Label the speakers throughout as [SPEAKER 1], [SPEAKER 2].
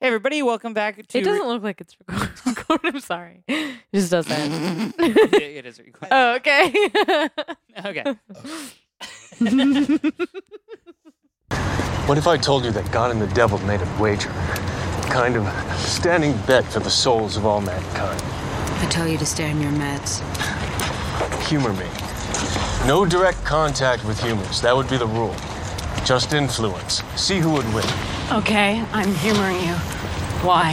[SPEAKER 1] Hey, everybody, welcome back to.
[SPEAKER 2] It doesn't look like it's recorded. I'm sorry. It just doesn't.
[SPEAKER 1] Yeah, it is recorded.
[SPEAKER 2] oh, okay.
[SPEAKER 1] okay.
[SPEAKER 3] What if I told you that God and the devil made a wager? Kind of standing bet for the souls of all mankind.
[SPEAKER 4] I tell you to stay on your meds.
[SPEAKER 3] Humor me. No direct contact with humans. That would be the rule. Just influence. See who would win.
[SPEAKER 4] Okay, I'm humoring you. Why?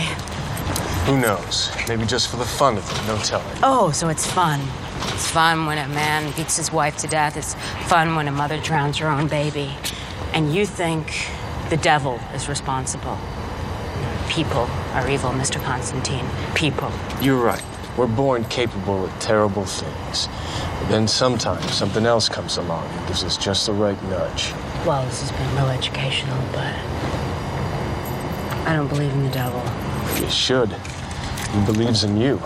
[SPEAKER 3] Who knows? Maybe just for the fun of it. No telling.
[SPEAKER 4] Oh, so it's fun. It's fun when a man beats his wife to death. It's fun when a mother drowns her own baby. And you think the devil is responsible. People are evil, Mr. Constantine. People.
[SPEAKER 3] You're right. We're born capable of terrible things. But then sometimes something else comes along and gives us just the right nudge.
[SPEAKER 4] Well, this has been real educational, but I don't believe in the devil.
[SPEAKER 3] You should. He believes in you.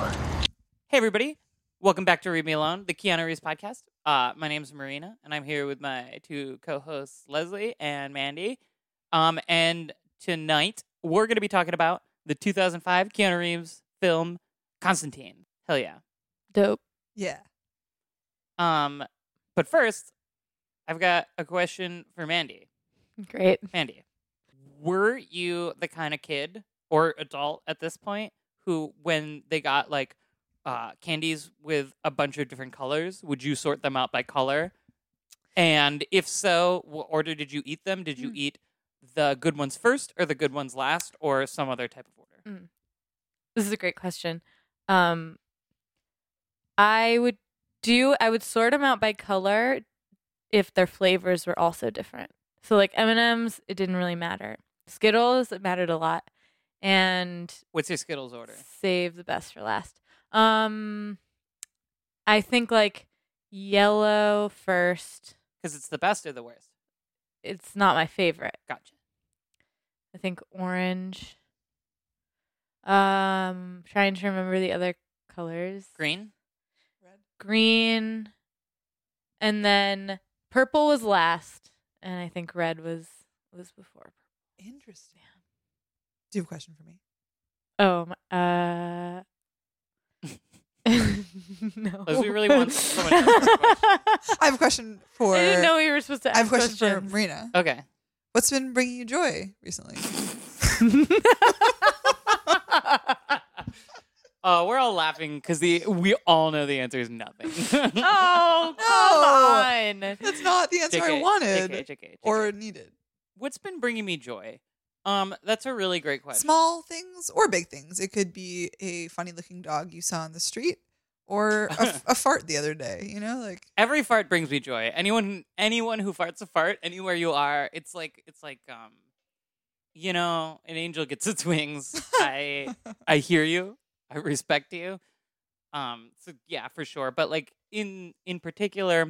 [SPEAKER 1] Hey, everybody, welcome back to Read Me Alone, the Keanu Reeves podcast. Uh, my name's Marina, and I'm here with my two co-hosts, Leslie and Mandy. Um, and tonight we're going to be talking about the 2005 Keanu Reeves film Constantine. Hell yeah!
[SPEAKER 2] Dope.
[SPEAKER 5] Yeah.
[SPEAKER 1] Um, but first, I've got a question for Mandy.
[SPEAKER 2] Great.
[SPEAKER 1] Mandy, were you the kind of kid or adult at this point who, when they got like uh, candies with a bunch of different colors, would you sort them out by color? And if so, what order did you eat them? Did you eat the good ones first or the good ones last or some other type of order?
[SPEAKER 2] This is a great question. Um, I would do. I would sort them out by color if their flavors were also different. So like M and M's, it didn't really matter. Skittles, it mattered a lot, and
[SPEAKER 1] What's your Skittles order?
[SPEAKER 2] save the best for last. Um, I think like yellow first.
[SPEAKER 1] Because it's the best or the worst.
[SPEAKER 2] It's not my favorite.
[SPEAKER 1] Gotcha.
[SPEAKER 2] I think orange. Um, trying to remember the other colors.
[SPEAKER 1] Green?
[SPEAKER 5] Red.
[SPEAKER 2] Green. And then purple was last, and I think red was was before.
[SPEAKER 5] Interesting. Do you have a question for me?
[SPEAKER 2] Oh, my, uh. no.
[SPEAKER 1] Unless we really want someone to ask a question.
[SPEAKER 5] I have a question for.
[SPEAKER 2] I didn't know we were supposed to ask
[SPEAKER 5] I have a question for
[SPEAKER 2] questions.
[SPEAKER 5] Marina.
[SPEAKER 1] Okay.
[SPEAKER 5] What's been bringing you joy recently?
[SPEAKER 1] Uh, we're all laughing because the we all know the answer is nothing.
[SPEAKER 2] oh, come on.
[SPEAKER 5] That's not the answer I
[SPEAKER 1] JK,
[SPEAKER 5] wanted
[SPEAKER 1] JK, JK,
[SPEAKER 5] or
[SPEAKER 1] JK.
[SPEAKER 5] needed.
[SPEAKER 1] what's been bringing me joy? Um, that's a really great question.
[SPEAKER 5] Small things or big things. It could be a funny looking dog you saw on the street or a, f- a fart the other day, you know? Like,
[SPEAKER 1] Every fart brings me joy. Anyone, anyone who farts a fart, anywhere you are, it's like it's like um, you know, an angel gets its wings. I I hear you. I respect you. Um, so yeah, for sure. But like in in particular,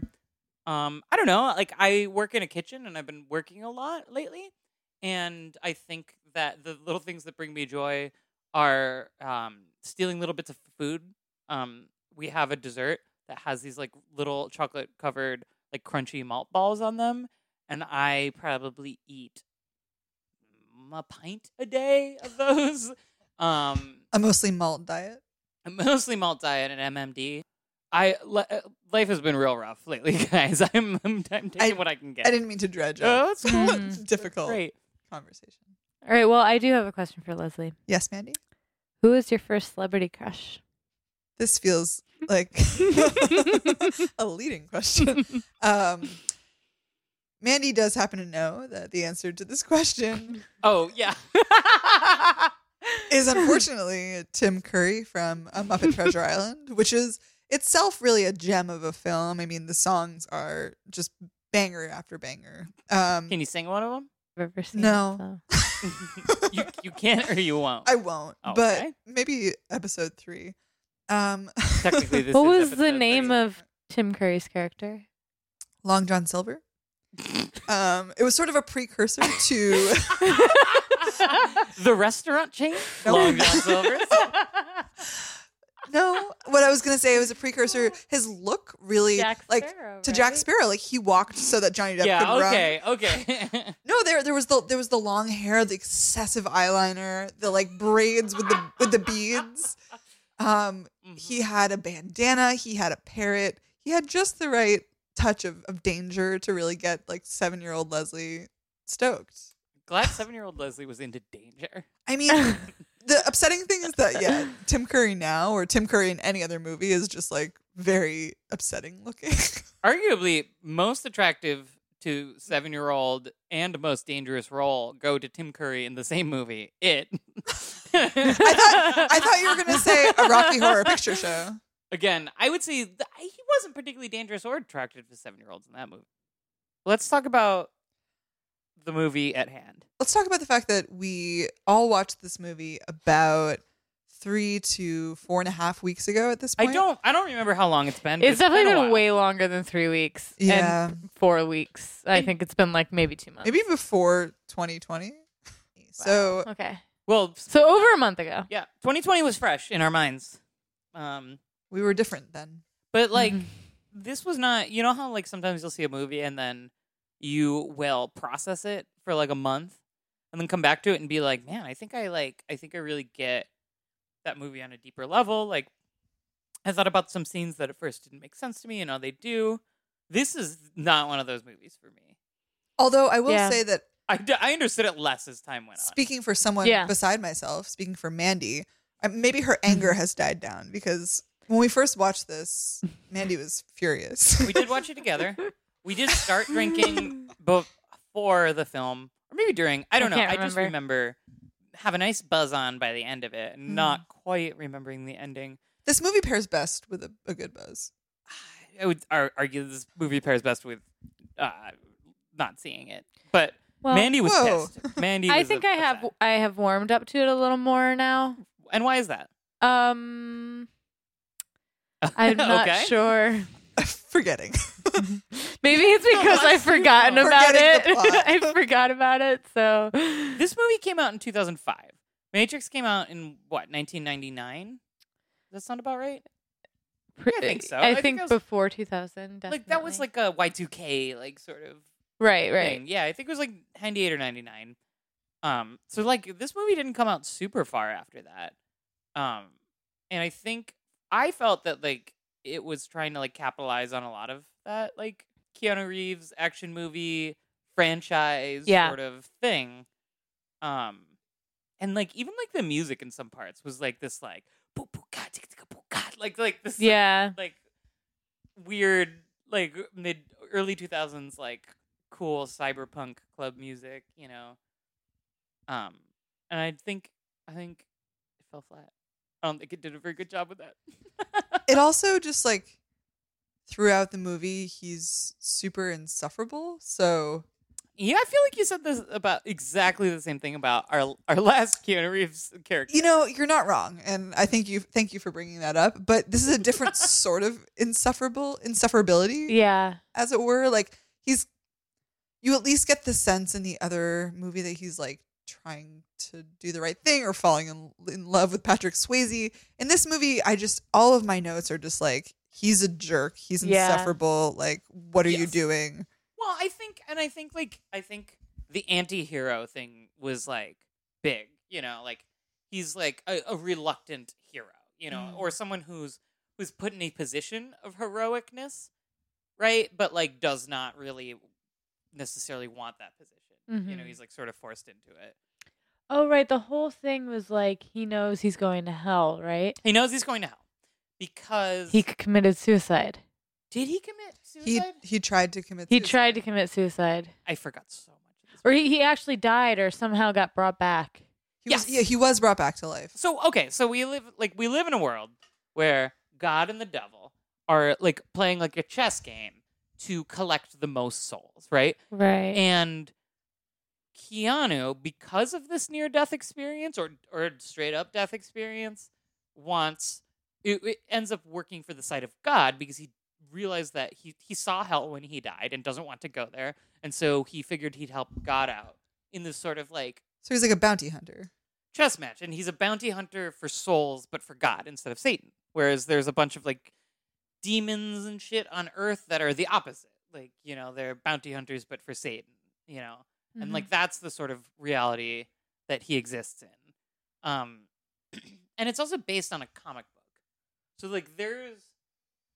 [SPEAKER 1] um, I don't know. Like I work in a kitchen and I've been working a lot lately, and I think that the little things that bring me joy are um, stealing little bits of food. Um, we have a dessert that has these like little chocolate covered like crunchy malt balls on them, and I probably eat mm, a pint a day of those. Um,
[SPEAKER 5] a mostly malt diet.
[SPEAKER 1] a mostly malt diet and MMD. I li- uh, life has been real rough lately, guys. I'm I'm, I'm taking
[SPEAKER 5] I-
[SPEAKER 1] what I can get.
[SPEAKER 5] I didn't mean to dredge up.
[SPEAKER 1] Oh, it's cool.
[SPEAKER 2] Mm.
[SPEAKER 5] It's a difficult
[SPEAKER 1] Great.
[SPEAKER 5] conversation.
[SPEAKER 2] All right. Well, I do have a question for Leslie.
[SPEAKER 5] Yes, Mandy?
[SPEAKER 2] Who is your first celebrity crush?
[SPEAKER 5] This feels like a leading question. Um, Mandy does happen to know that the answer to this question
[SPEAKER 1] Oh yeah.
[SPEAKER 5] is unfortunately Tim Curry from A Muppet Treasure Island, which is itself really a gem of a film. I mean, the songs are just banger after banger. Um,
[SPEAKER 1] Can you sing one of them?
[SPEAKER 2] I've ever seen.
[SPEAKER 5] No.
[SPEAKER 2] so.
[SPEAKER 1] You you can't or you won't.
[SPEAKER 5] I won't,
[SPEAKER 1] Oh,
[SPEAKER 5] but
[SPEAKER 1] okay.
[SPEAKER 5] maybe episode three. Um,
[SPEAKER 1] Technically, this
[SPEAKER 2] What
[SPEAKER 1] is
[SPEAKER 2] was the
[SPEAKER 1] episode
[SPEAKER 2] name
[SPEAKER 1] three.
[SPEAKER 2] of Tim Curry's character?
[SPEAKER 5] Long John Silver. Um, it was sort of a precursor to.
[SPEAKER 1] the restaurant chain?
[SPEAKER 5] No.
[SPEAKER 1] Long John Silver's.
[SPEAKER 5] No, what I was gonna say it was a precursor. His look really
[SPEAKER 2] Oh. Jack
[SPEAKER 5] like
[SPEAKER 2] Sparrow,
[SPEAKER 5] to Jack
[SPEAKER 2] right?
[SPEAKER 5] Sparrow, like he walked so that Johnny Depp
[SPEAKER 1] yeah.
[SPEAKER 5] could run.
[SPEAKER 1] Okay. Okay.
[SPEAKER 5] No, there there was the there was the long hair, the excessive eyeliner, the like braids with the with the beads. Um, he
[SPEAKER 1] Mm-hmm.
[SPEAKER 5] had a bandana, he had a parrot, he had just the right touch of, of danger to really get like seven year old Leslie stoked.
[SPEAKER 1] Glad seven-year-old Leslie was into danger.
[SPEAKER 5] I mean, the upsetting thing is that yeah, Tim Curry now or Tim Curry in any other movie is just like very upsetting looking.
[SPEAKER 1] Arguably, most attractive to seven-year-old and most dangerous role go to Tim Curry in the same movie. It.
[SPEAKER 5] I thought I thought you were gonna say a Rocky Horror Picture Show.
[SPEAKER 1] Again, I would say th- he wasn't particularly dangerous or attractive to seven-year-olds in that movie. Let's talk about the movie at hand.
[SPEAKER 5] Let's talk about the fact that we all watched this movie about three to four and a half weeks ago. At this point,
[SPEAKER 1] I don't. I don't remember how long it's been. but
[SPEAKER 2] It's definitely
[SPEAKER 1] been,
[SPEAKER 2] been,
[SPEAKER 1] a while.
[SPEAKER 2] way longer than three weeks.
[SPEAKER 5] Yeah.
[SPEAKER 2] And four weeks. I think it's been like maybe two months.
[SPEAKER 5] maybe before 2020. So
[SPEAKER 2] Okay.
[SPEAKER 1] Well,
[SPEAKER 2] So over a month ago.
[SPEAKER 1] yeah, 2020 was fresh in our minds. Um,
[SPEAKER 5] we were different then.
[SPEAKER 1] But like this was not you know how like sometimes you'll see a movie and then you will process it for like a month and then come back to it and be like, "Man, I think I like I think I really get that movie on a deeper level." Like I thought about some scenes that at first didn't make sense to me and now they do. This is not one of those movies for me.
[SPEAKER 5] Although I will
[SPEAKER 2] Yeah.
[SPEAKER 5] say that
[SPEAKER 1] I, d- I understood it less as time went on.
[SPEAKER 5] speaking for someone
[SPEAKER 2] Yeah.
[SPEAKER 5] beside myself, speaking for Mandy, uh, maybe her anger has died down because when we first watched this, Mandy was furious.
[SPEAKER 1] we did watch it together. We did start drinking before the film, or maybe during. I don't
[SPEAKER 2] I
[SPEAKER 1] know.
[SPEAKER 2] can't
[SPEAKER 1] I just remember have a nice buzz on by the end of it,
[SPEAKER 2] Mm.
[SPEAKER 1] and not quite remembering the ending.
[SPEAKER 5] this movie pairs best with a, a good buzz.
[SPEAKER 1] I would ar- argue this movie pairs best with uh, not seeing it, but
[SPEAKER 2] Well-
[SPEAKER 1] Mandy was
[SPEAKER 5] Whoa.
[SPEAKER 1] pissed. Mandy,
[SPEAKER 2] I
[SPEAKER 1] was
[SPEAKER 2] think
[SPEAKER 1] up-
[SPEAKER 2] I have
[SPEAKER 1] upset.
[SPEAKER 2] I have warmed up to it a little more now.
[SPEAKER 1] And why is that?
[SPEAKER 2] Um I'm not
[SPEAKER 1] Okay.
[SPEAKER 2] sure.
[SPEAKER 5] Forgetting.
[SPEAKER 2] Maybe it's because I've forgotten about it.
[SPEAKER 5] Forgetting the plot.
[SPEAKER 2] I forgot about it. So
[SPEAKER 1] This movie came out in 2005. Matrix came out in what 1999. Does that sound about right? I think so. I
[SPEAKER 2] I,
[SPEAKER 1] think
[SPEAKER 2] think
[SPEAKER 1] I was-
[SPEAKER 2] before 2000. Definitely.
[SPEAKER 1] Like that was like a Y2K like sort of
[SPEAKER 2] right,
[SPEAKER 1] thing.
[SPEAKER 2] right.
[SPEAKER 1] Yeah, I think it was like 98 or 99. Um, so like this movie didn't come out super far after that. Um, and I think I felt that like it was trying to like capitalize on a lot of that like Keanu Reeves action movie franchise
[SPEAKER 2] Yeah.
[SPEAKER 1] sort of thing. Um, and like even like the music in some parts was like this like "Boo, boo, ka, ticka, ticka, boo, ka," like like this like,
[SPEAKER 2] Yeah.
[SPEAKER 1] like weird like mid early 2000s like cool cyberpunk club music you know um and i think i think it fell flat i don't think it did a very good job with that
[SPEAKER 5] It also just like throughout the movie, he's super insufferable. So
[SPEAKER 1] yeah i feel like you said this about exactly the same thing about our our last keanu reeves character
[SPEAKER 5] you know you're not wrong, and I think you thank you for bringing that up. But this is a different sort of insufferable insufferability.
[SPEAKER 2] Yeah.
[SPEAKER 5] as it were. Like he's, you at least get the sense in the other movie that he's like trying to do the right thing or falling in, in love with Patrick Swayze. In this movie, I just all of my notes are just like he's a jerk, he's
[SPEAKER 2] Yeah.
[SPEAKER 5] insufferable. Like, what are you
[SPEAKER 1] Yes.
[SPEAKER 5] doing?
[SPEAKER 1] Well, I think, and I think, like, I think the anti-hero thing was like big. You know, like he's like a, a reluctant hero. You know,
[SPEAKER 2] Mm.
[SPEAKER 1] or someone who's who's put in a position of heroicness, right? But like does not really necessarily want that position. You know,
[SPEAKER 2] Mhm.
[SPEAKER 1] he's like sort of forced into it.
[SPEAKER 2] Oh right, the whole thing was like he knows he's going to hell, right?
[SPEAKER 1] He knows he's going to hell because
[SPEAKER 2] He c- committed suicide.
[SPEAKER 1] did he commit
[SPEAKER 5] He
[SPEAKER 1] suicide?
[SPEAKER 5] he tried to commit.
[SPEAKER 2] He
[SPEAKER 5] suicide.
[SPEAKER 2] tried to commit suicide,
[SPEAKER 1] I forgot so much. Of this
[SPEAKER 2] or he, he actually died, or somehow got brought back.
[SPEAKER 5] He was,
[SPEAKER 1] Yes.
[SPEAKER 5] yeah, he was brought back to life.
[SPEAKER 1] So okay, so we live like we live in a world where God and the devil are like playing like a chess game to collect the most souls, right?
[SPEAKER 2] Right.
[SPEAKER 1] And Keanu, because of this near death experience or or straight up death experience, wants it, it ends up working for the side of God because he realized that he he saw hell when he died and doesn't want to go there, and so he figured he'd help God out in this sort of like
[SPEAKER 5] So he's like a bounty hunter.
[SPEAKER 1] chess match, and he's a bounty hunter for souls, but for God instead of Satan. Whereas there's a bunch of like demons and shit on Earth that are the opposite. Like, you know, they're bounty hunters but for Satan, you know.
[SPEAKER 2] Mm-hmm.
[SPEAKER 1] And like that's the sort of reality that he exists in. Um and it's also based on a comic book. So like there's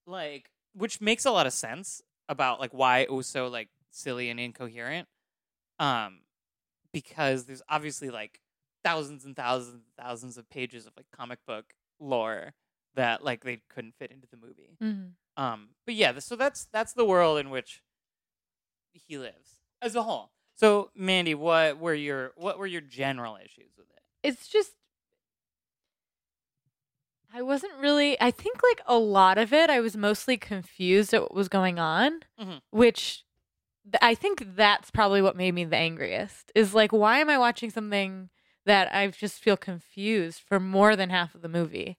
[SPEAKER 1] like which makes a lot of sense about like why it was so like silly and incoherent. Um because there's obviously like thousands and thousands and thousands of pages of like comic book lore that like they couldn't fit into the movie.
[SPEAKER 2] hmm
[SPEAKER 1] Um, but yeah, th- so that's that's the world in which he lives as a whole. So Mandy, what were your what were your general issues with it?
[SPEAKER 2] it's just I wasn't really I think like a lot of it I was mostly confused at what was going on,
[SPEAKER 1] Mhm.
[SPEAKER 2] which th- I think that's probably what made me the angriest. Is like why am I watching something that I just feel confused for more than half of the movie?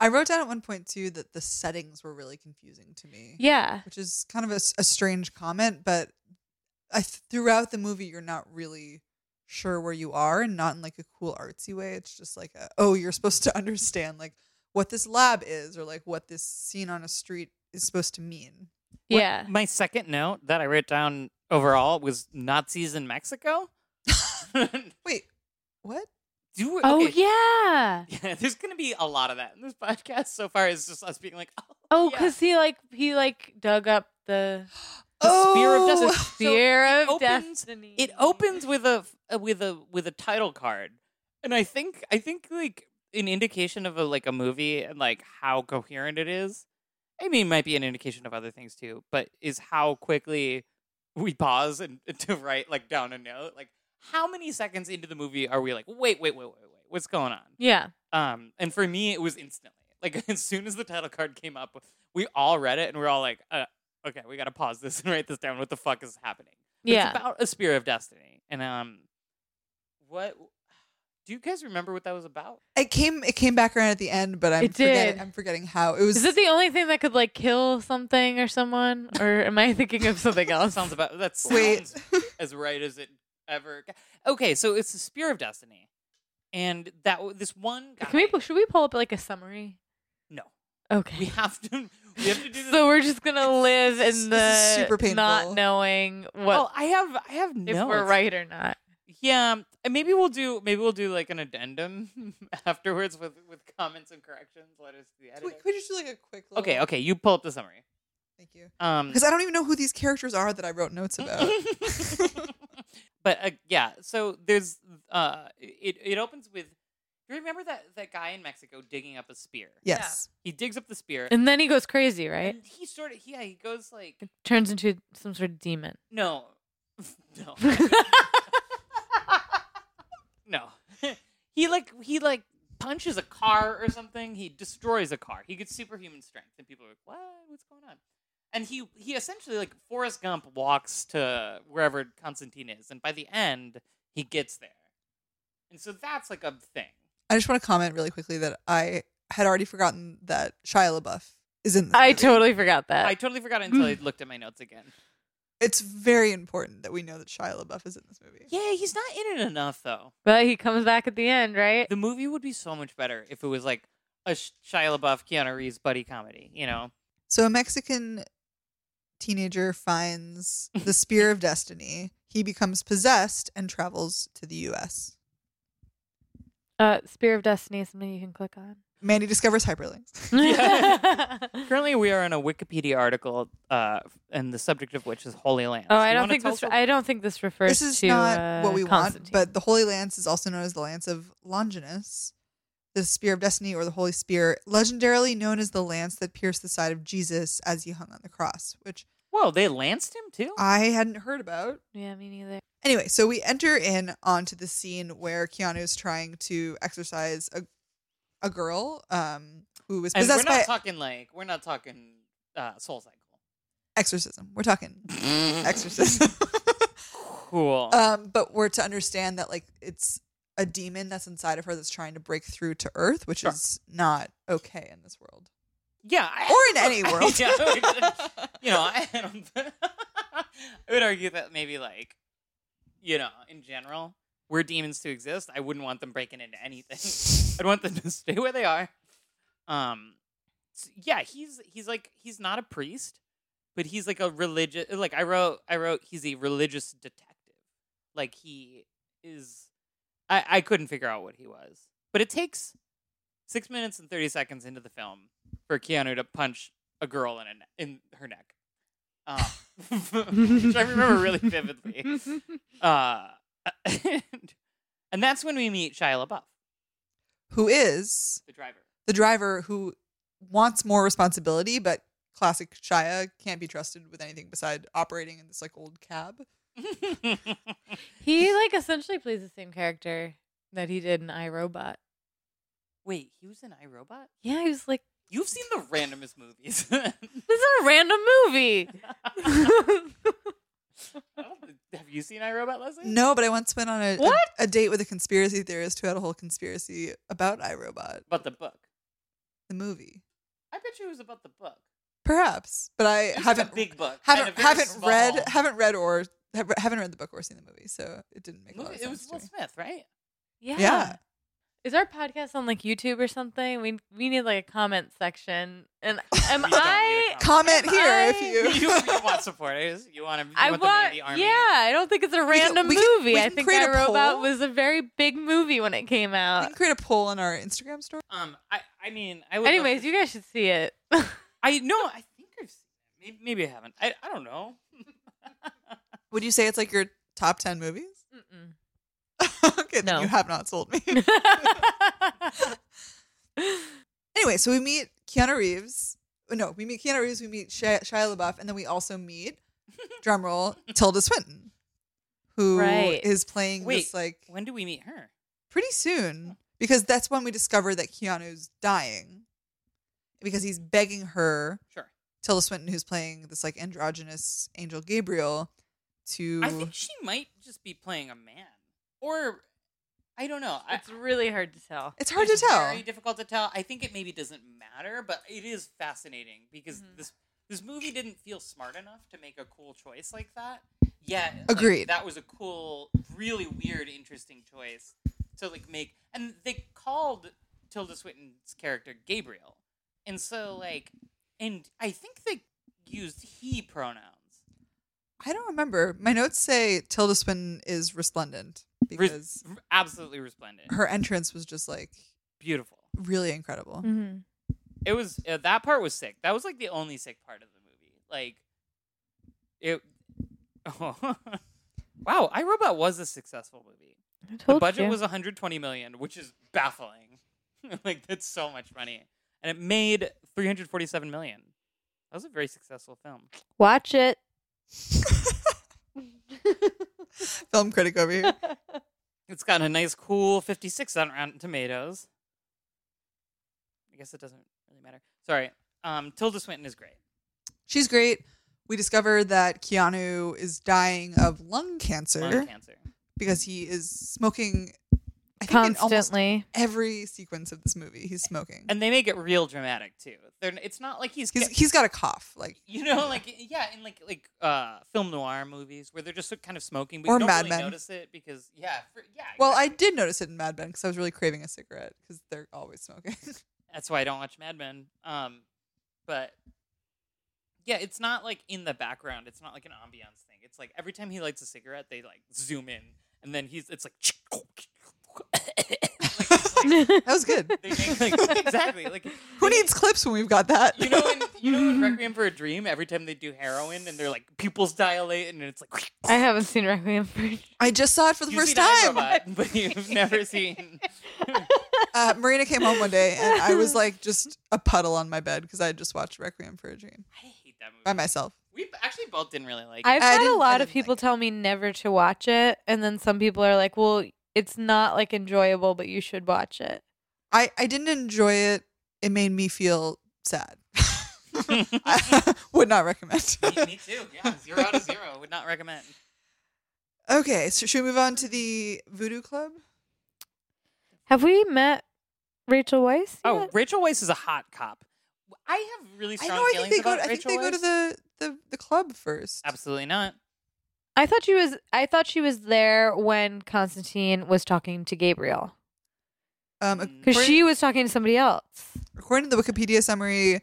[SPEAKER 5] I wrote down at one point too that the settings were really confusing to me.
[SPEAKER 2] Yeah.
[SPEAKER 5] which is kind of a, s- a strange comment, but I th- throughout the movie you're not really sure where you are, and not in like a cool artsy way. It's just like, a, oh, you're supposed to understand like what this lab is, or like what this scene on a street is supposed to mean.
[SPEAKER 1] What-
[SPEAKER 2] Yeah.
[SPEAKER 1] My second note that I wrote down overall was Nazis in Mexico.
[SPEAKER 5] Wait, what?
[SPEAKER 1] Do we,
[SPEAKER 2] Oh
[SPEAKER 1] okay.
[SPEAKER 2] yeah.
[SPEAKER 1] Yeah, there's gonna be a lot of that in this podcast so far. Is just us being like, oh,
[SPEAKER 2] Oh,
[SPEAKER 1] yeah.
[SPEAKER 2] cause he like he like dug up the
[SPEAKER 1] The spear
[SPEAKER 5] Oh!
[SPEAKER 1] of destiny.
[SPEAKER 2] the
[SPEAKER 1] Oh, So
[SPEAKER 2] spear
[SPEAKER 1] it
[SPEAKER 2] of
[SPEAKER 1] opens-
[SPEAKER 2] destiny.
[SPEAKER 1] it opens with a f- with a with a title card and i think i think like an indication of a like a movie and like how coherent it is i mean it might be an indication of other things too but is how quickly we pause and to write like down a note like how many seconds into the movie are we like wait wait wait wait wait what's going on
[SPEAKER 2] Yeah.
[SPEAKER 1] um, and for me, it was instantly. Like as soon as the title card came up, we all read it and we are all like, uh, "Okay, we got to pause this and write this down. What the fuck is happening?" But
[SPEAKER 2] Yeah.
[SPEAKER 1] it's about a spear of destiny. And um, what do you guys remember what that was about?
[SPEAKER 5] It came. It came back around at the end, but I'm
[SPEAKER 2] It
[SPEAKER 5] forgetting.
[SPEAKER 2] did.
[SPEAKER 5] I'm forgetting how it was.
[SPEAKER 2] Is it the only thing that could like kill something or someone, or am I thinking of something else?
[SPEAKER 1] Sounds about that sounds
[SPEAKER 5] Wait.
[SPEAKER 1] as right as it ever. Okay, so it's the spear of destiny, and that w- this one guy.
[SPEAKER 2] Can we? Should we pull up like a summary?
[SPEAKER 1] No, we
[SPEAKER 2] Okay.
[SPEAKER 1] have to. We have to do this.
[SPEAKER 2] So we're just gonna live
[SPEAKER 5] This is
[SPEAKER 2] in the
[SPEAKER 5] super painful.
[SPEAKER 2] not knowing what
[SPEAKER 1] well, I have. I have
[SPEAKER 2] if
[SPEAKER 1] no.
[SPEAKER 2] we're right or not.
[SPEAKER 1] Yeah, um, and maybe we'll do maybe we'll do like an addendum afterwards with with comments and corrections. Let us the
[SPEAKER 5] Can we,
[SPEAKER 1] editor.
[SPEAKER 5] can we just do like a quick? Little,
[SPEAKER 1] Okay, okay, you pull up the summary.
[SPEAKER 5] Thank you.
[SPEAKER 1] Um,
[SPEAKER 5] Because I don't even know who these characters are that I wrote notes about.
[SPEAKER 1] but uh, yeah, so there's uh, it it opens with. Do you remember that that guy in Mexico digging up a spear?
[SPEAKER 5] yes.
[SPEAKER 1] He digs up the spear,
[SPEAKER 2] And then he goes crazy, right?
[SPEAKER 1] and he sort of yeah he goes like
[SPEAKER 2] Turns into some sort of demon.
[SPEAKER 1] no, no. No. he like he like punches a car or something. He destroys a car. He gets superhuman strength, and people are like, "What? What's going on?" And he he essentially like Forrest Gump walks to wherever Constantine is, and by the end he gets there. And so that's like a thing.
[SPEAKER 5] I just want to comment really quickly that I had already forgotten that Shia LaBeouf is in this.
[SPEAKER 2] I
[SPEAKER 5] movie.
[SPEAKER 2] totally forgot that.
[SPEAKER 1] I totally forgot until I looked at my notes again.
[SPEAKER 5] It's very important that we know that Shia LaBeouf is in this movie.
[SPEAKER 1] Yeah, he's not in it enough though.
[SPEAKER 2] but he comes back at the end, right?
[SPEAKER 1] Eh, The movie would be so much better if it was like a Sh- Shia LaBeouf, Keanu Reeves buddy comedy. You know,
[SPEAKER 5] So a Mexican teenager finds the spear of destiny. He becomes possessed and travels to the U.S.
[SPEAKER 2] Uh, Spear of Destiny is something you can click on.
[SPEAKER 5] Mandy discovers hyperlinks.
[SPEAKER 1] Currently, we are in a Wikipedia article, uh, and the subject of which is Holy Land.
[SPEAKER 2] Oh, I don't think this. I don't think this refers.
[SPEAKER 5] This is
[SPEAKER 2] to,
[SPEAKER 5] not
[SPEAKER 2] uh,
[SPEAKER 5] what we want,
[SPEAKER 2] Constantine.
[SPEAKER 5] but the Holy Lance is also known as the Lance of Longinus, the Spear of Destiny, or the Holy Spear, legendarily known as the lance that pierced the side of Jesus as he hung on the cross, which
[SPEAKER 1] Whoa, they lanced him too.
[SPEAKER 5] I hadn't heard about.
[SPEAKER 2] yeah, me neither.
[SPEAKER 5] Anyway, so we enter in onto the scene where Keanu is trying to exorcise a a girl um, who was
[SPEAKER 1] and we're
[SPEAKER 5] possessed
[SPEAKER 1] not
[SPEAKER 5] by
[SPEAKER 1] talking like we're not talking uh, Soul Cycle.
[SPEAKER 5] exorcism. We're talking exorcism.
[SPEAKER 1] Cool.
[SPEAKER 5] um, but we're to understand that like it's a demon that's inside of her that's trying to break through to Earth, which
[SPEAKER 1] Sure.
[SPEAKER 5] is not okay in this world
[SPEAKER 1] yeah, I-
[SPEAKER 5] or in any world.
[SPEAKER 1] yeah, we- you know, I, I don't. I would argue that maybe like, you know, in general, were demons to exist, I wouldn't want them breaking into anything. I'd want them to stay where they are. Um, s- yeah, he's he's like he's not a priest, but he's like a religious. Like I wrote, I wrote he's a religious detective. Like he is. I I couldn't figure out what he was, but it takes six minutes and thirty seconds into the film for Keanu to punch a girl in a, ne- in her neck, um, which I remember really vividly. Uh, and, and that's when we meet Shia LaBeouf,
[SPEAKER 5] who is
[SPEAKER 1] the driver.
[SPEAKER 5] the driver who wants more responsibility, but classic Shia can't be trusted with anything beside operating in this like old cab.
[SPEAKER 2] He like essentially plays the same character that he did in iRobot.
[SPEAKER 1] Wait, he was in iRobot?
[SPEAKER 2] Yeah, he was like,
[SPEAKER 1] You've seen the randomest movies.
[SPEAKER 2] this is a random movie.
[SPEAKER 1] Have you seen iRobot, Leslie?
[SPEAKER 5] No, but I once went on a, a-
[SPEAKER 2] What?
[SPEAKER 5] a date with a conspiracy theorist who had a whole conspiracy about iRobot,
[SPEAKER 1] About the book.
[SPEAKER 5] the movie.
[SPEAKER 1] I bet you it was about the book.
[SPEAKER 5] Perhaps, but I
[SPEAKER 1] It's like a
[SPEAKER 5] haven't
[SPEAKER 1] big book. and a
[SPEAKER 5] haven't
[SPEAKER 1] very
[SPEAKER 5] haven't read
[SPEAKER 1] small
[SPEAKER 5] haven't read or have- haven't read the book or seen the movie, so it didn't make a lot
[SPEAKER 1] movie.
[SPEAKER 5] of
[SPEAKER 1] It was
[SPEAKER 5] sense.
[SPEAKER 1] Will
[SPEAKER 5] to me.
[SPEAKER 1] Smith, right?
[SPEAKER 2] yeah.
[SPEAKER 5] Yeah.
[SPEAKER 2] Is our podcast on like YouTube or something? We we need like a comment section. And am
[SPEAKER 1] We don't need a
[SPEAKER 2] I?
[SPEAKER 1] comment.
[SPEAKER 5] Comment
[SPEAKER 2] Am
[SPEAKER 5] here
[SPEAKER 2] I-
[SPEAKER 1] you,
[SPEAKER 5] if
[SPEAKER 1] you
[SPEAKER 5] you.
[SPEAKER 1] want supporters? You want to? You
[SPEAKER 2] I
[SPEAKER 1] want,
[SPEAKER 2] want,
[SPEAKER 1] the
[SPEAKER 2] yeah.
[SPEAKER 1] Navy Army?
[SPEAKER 2] I don't think it's a random
[SPEAKER 5] we can-
[SPEAKER 2] movie.
[SPEAKER 5] we
[SPEAKER 2] I
[SPEAKER 5] can
[SPEAKER 2] think
[SPEAKER 5] create a
[SPEAKER 2] iRobot
[SPEAKER 5] poll.
[SPEAKER 2] was a very big movie when it came
[SPEAKER 5] We
[SPEAKER 2] out.
[SPEAKER 5] can create a poll on our Instagram story.
[SPEAKER 1] Um. I. I mean. I would. love
[SPEAKER 2] Anyways,
[SPEAKER 1] to-
[SPEAKER 2] you guys should see it.
[SPEAKER 1] I no. I think I've seen. it. Maybe, maybe I haven't. I. I don't know.
[SPEAKER 5] Would you say it's like your top ten movies?
[SPEAKER 2] Mm-mm.
[SPEAKER 5] okay, then
[SPEAKER 2] No.
[SPEAKER 5] you have not sold me. anyway, so we meet Keanu Reeves. Oh, No, we meet Keanu Reeves. We meet Shia, Shia LaBeouf, and then we also meet, drumroll, Tilda Swinton, who is
[SPEAKER 2] Right.
[SPEAKER 5] playing
[SPEAKER 1] Wait,
[SPEAKER 5] this like
[SPEAKER 1] When do we meet her?
[SPEAKER 5] pretty soon because that's when we discover that Keanu's dying because he's begging her,
[SPEAKER 1] Sure.
[SPEAKER 5] Tilda Swinton, who's playing this like androgynous Angel Gabriel, to
[SPEAKER 1] I think she might just be playing a man, or I don't know. I-
[SPEAKER 2] it's really hard to tell.
[SPEAKER 5] it's hard to tell.
[SPEAKER 1] Very difficult to tell. I think it maybe doesn't matter, but it is fascinating because
[SPEAKER 5] Mm-hmm.
[SPEAKER 2] Mhm.
[SPEAKER 1] this this movie didn't feel smart enough to make a cool choice like that. Yeah,
[SPEAKER 5] Agreed.
[SPEAKER 1] that was a cool, really weird, interesting choice to like make. And they called Tilda Swinton's character Gabriel, and so like, and I think they used he pronouns.
[SPEAKER 5] I don't remember. My notes say Tilda Swinton is resplendent
[SPEAKER 1] Res-
[SPEAKER 5] because
[SPEAKER 1] absolutely resplendent,
[SPEAKER 5] her entrance was just like
[SPEAKER 1] beautiful.
[SPEAKER 5] really incredible.
[SPEAKER 2] Mm-hmm.
[SPEAKER 1] it was uh, that part was sick. That was like the only sick part of the movie. Like it. Oh. wow, iRobot was a successful movie.
[SPEAKER 2] I
[SPEAKER 1] The
[SPEAKER 2] told
[SPEAKER 1] budget
[SPEAKER 2] you.
[SPEAKER 1] was 120 million, which is baffling. like that's so much money, and it made 347 million. That was a very successful film.
[SPEAKER 2] watch it.
[SPEAKER 5] Film critic over here.
[SPEAKER 1] It's got a nice, cool 56 on Rotten Tomatoes. I guess it doesn't really matter. Sorry. Um, Tilda Swinton is great.
[SPEAKER 5] She's great. We discover that Keanu is dying of lung cancer
[SPEAKER 1] Lung cancer.
[SPEAKER 5] because he is smoking I think in almost
[SPEAKER 2] Constantly.
[SPEAKER 5] every sequence of this movie he's smoking
[SPEAKER 1] and they make it real dramatic too. They're, it's not like he's,
[SPEAKER 5] he's he's got a cough like
[SPEAKER 1] you know like yeah in like like uh film noir movies where they're just kind of smoking but
[SPEAKER 5] Or
[SPEAKER 1] you don't
[SPEAKER 5] Mad
[SPEAKER 1] really
[SPEAKER 5] Men.
[SPEAKER 1] notice it because yeah for, yeah
[SPEAKER 5] well i
[SPEAKER 1] exactly.
[SPEAKER 5] did notice it in mad men because i was really craving a cigarette because they're always smoking
[SPEAKER 1] that's why I don't watch Mad Men um but yeah it's not like in the background it's not like an ambiance thing it's like every time he lights a cigarette they like zoom in and then he's it's like, like, it's like
[SPEAKER 5] that was good
[SPEAKER 1] they make, like exactly like
[SPEAKER 5] who needs clips when we've got that
[SPEAKER 1] You know, in, you know, in Requiem for a Dream, every time they do heroin and they're like pupils dilate, and it's like
[SPEAKER 2] I haven't seen Requiem for.
[SPEAKER 5] i just saw it for the
[SPEAKER 1] you seen
[SPEAKER 5] first time
[SPEAKER 1] iRobot, but you've never seen.
[SPEAKER 5] uh, marina came home one day and i was like just a puddle on my bed because i had just watched requiem for a dream
[SPEAKER 1] I hate that movie.
[SPEAKER 5] by myself
[SPEAKER 1] we actually both didn't really like. it.
[SPEAKER 2] I've
[SPEAKER 5] I
[SPEAKER 2] had a
[SPEAKER 5] didn't- I
[SPEAKER 2] lot of
[SPEAKER 5] didn't
[SPEAKER 2] people
[SPEAKER 5] like it.
[SPEAKER 2] tell me never to watch it, and then some people are like, "Well, it's not like enjoyable, but you should watch it."
[SPEAKER 5] i i didn't enjoy it it made me feel sad I would not recommend
[SPEAKER 1] me, me too. Yeah, zero out of zero. Would not recommend.
[SPEAKER 5] okay so should we move on to the voodoo club
[SPEAKER 2] Have we met Rachel Weisz?
[SPEAKER 1] Oh, Rachel Weisz is a hot cop. I have really
[SPEAKER 5] I
[SPEAKER 1] strong
[SPEAKER 5] know. I think
[SPEAKER 1] feelings
[SPEAKER 5] they go.
[SPEAKER 1] about
[SPEAKER 5] I think
[SPEAKER 1] Rachel
[SPEAKER 5] they go to
[SPEAKER 1] Weisz.
[SPEAKER 5] the, the, the club first.
[SPEAKER 1] Absolutely not.
[SPEAKER 2] I thought she was. I thought she was there when Constantine was talking to Gabriel.
[SPEAKER 5] Um,
[SPEAKER 1] Mm.
[SPEAKER 2] Because
[SPEAKER 5] according,
[SPEAKER 2] she was talking to somebody else.
[SPEAKER 5] according to the Wikipedia summary,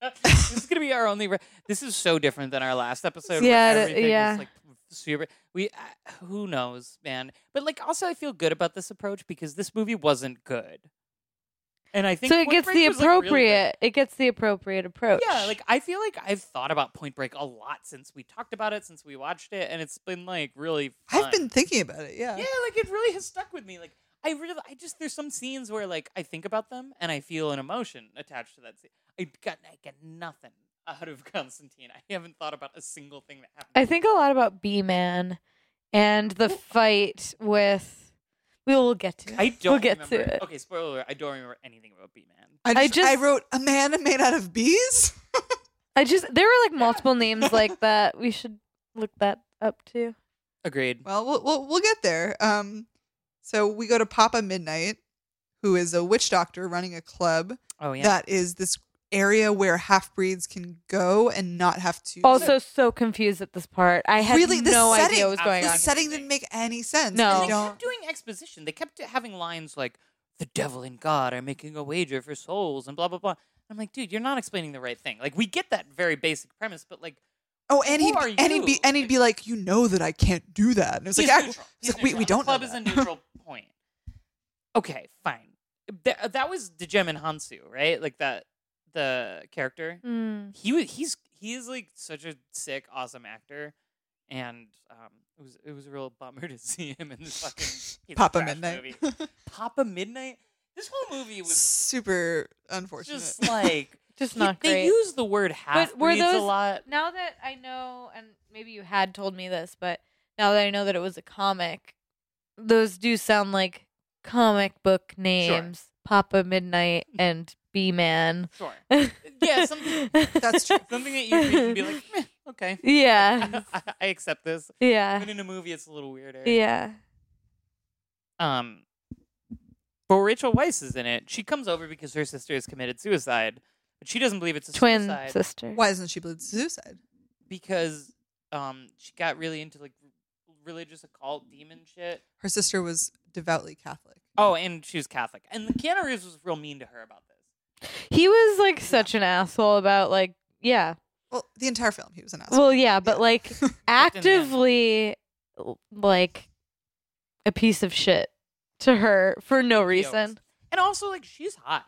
[SPEAKER 1] this is gonna be our only. Re- this is so different than our last episode.
[SPEAKER 2] Yeah,
[SPEAKER 1] where
[SPEAKER 2] it-
[SPEAKER 1] everything was,
[SPEAKER 2] yeah.
[SPEAKER 1] like super. We uh, who knows, man. But like, also, I feel good about this approach because this movie wasn't good, and I think
[SPEAKER 2] So it
[SPEAKER 1] Point
[SPEAKER 2] gets
[SPEAKER 1] Break
[SPEAKER 2] the
[SPEAKER 1] was, like, really good.
[SPEAKER 2] appropriate. it gets the appropriate approach.
[SPEAKER 1] yeah, like I feel like I've thought about Point Break a lot since we talked about it, since we watched it, and it's been like really.
[SPEAKER 5] I've
[SPEAKER 1] fun.
[SPEAKER 5] been thinking about it. Yeah.
[SPEAKER 1] Yeah, like it really has stuck with me. Like I really, I just there's some scenes where like I think about them and I feel an emotion attached to that scene. I got I get nothing out of Constantine. I haven't thought about a single thing that happened.
[SPEAKER 2] I think a lot about B Man and the fight with. We will get to. It.
[SPEAKER 1] I don't
[SPEAKER 2] We'll get
[SPEAKER 1] remember.
[SPEAKER 2] to it.
[SPEAKER 1] Okay, spoiler alert. I don't remember anything about B Man.
[SPEAKER 5] I
[SPEAKER 2] I
[SPEAKER 5] just, I
[SPEAKER 2] just-
[SPEAKER 5] wrote a man made out of bees.
[SPEAKER 2] I just there were like multiple names like that. We should look that up too.
[SPEAKER 1] Agreed.
[SPEAKER 5] Well, we'll we'll, we'll get there. Um, so we go to Papa Midnight, who is a witch doctor running a club
[SPEAKER 1] Oh yeah.
[SPEAKER 5] that is this area where half breeds can go and not have to.
[SPEAKER 2] Also, so confused at this part. I had
[SPEAKER 5] Really, the
[SPEAKER 2] no
[SPEAKER 5] setting-
[SPEAKER 2] idea what was going
[SPEAKER 5] the
[SPEAKER 2] on.
[SPEAKER 1] Absolutely.
[SPEAKER 5] setting didn't make any sense.
[SPEAKER 2] No.
[SPEAKER 5] I
[SPEAKER 1] they
[SPEAKER 5] don't-
[SPEAKER 1] kept doing exposition. They kept having lines like "the devil and God are making a wager for souls" and blah blah blah. I'm like, dude, you're not explaining the right thing. Like, we get that very basic premise, but like,
[SPEAKER 5] Oh, and
[SPEAKER 1] Who
[SPEAKER 5] he'd
[SPEAKER 1] are
[SPEAKER 5] and he'd be
[SPEAKER 1] you?
[SPEAKER 5] and he'd be like, you know that I can't do that. And it was like,
[SPEAKER 1] He's
[SPEAKER 5] "Ac-
[SPEAKER 1] neutral.
[SPEAKER 5] it's
[SPEAKER 1] He's
[SPEAKER 5] like, we we
[SPEAKER 1] neutral.
[SPEAKER 5] don't know.
[SPEAKER 1] Club is a
[SPEAKER 5] that."
[SPEAKER 1] neutral point. Okay, fine. Th- uh, that was Dejem and Hansu, right? Like that the character.
[SPEAKER 5] Mm-hmm.
[SPEAKER 2] Mm.
[SPEAKER 1] He was he's he is like such a sick, awesome actor, and um, it was it was a real bummer to see him in this fucking piece of
[SPEAKER 5] Papa
[SPEAKER 1] trash
[SPEAKER 5] Midnight.
[SPEAKER 1] movie. Papa Midnight. This whole movie was
[SPEAKER 5] Super unfortunate.
[SPEAKER 1] just like
[SPEAKER 2] Just
[SPEAKER 1] he-
[SPEAKER 2] not
[SPEAKER 1] They
[SPEAKER 2] great.
[SPEAKER 1] use the word half
[SPEAKER 2] were
[SPEAKER 1] a
[SPEAKER 2] those-
[SPEAKER 1] lot.
[SPEAKER 2] now that I know, and maybe you had told me this, but now that I know that it was a comic, those do sound like comic book names: Papa Midnight and B Man.
[SPEAKER 1] Sure, yeah, something
[SPEAKER 5] That's true.
[SPEAKER 1] something that you read and be like, Meh, okay,
[SPEAKER 2] Yeah,
[SPEAKER 1] I, I accept this.
[SPEAKER 2] yeah,
[SPEAKER 1] But in a movie, it's a little weirder.
[SPEAKER 2] Uh, yeah.
[SPEAKER 1] Um, but Rachel Weisz is in it. She comes over because her sister has committed suicide, but she doesn't believe it's a
[SPEAKER 2] Twin
[SPEAKER 1] suicide
[SPEAKER 2] sister.
[SPEAKER 5] Why isn't she bleed suicide?
[SPEAKER 1] because um she got really into like r- religious occult demon shit.
[SPEAKER 5] Her sister was devoutly Catholic.
[SPEAKER 1] Oh, and she was Catholic, and Keanu Reeves was real mean to her about this.
[SPEAKER 2] He was like such an asshole about like yeah.
[SPEAKER 5] Well, the entire film he was an asshole.
[SPEAKER 2] Well, yeah, but
[SPEAKER 5] Yeah.
[SPEAKER 2] like actively like a piece of shit to her for no reason.
[SPEAKER 1] and also like she's hot.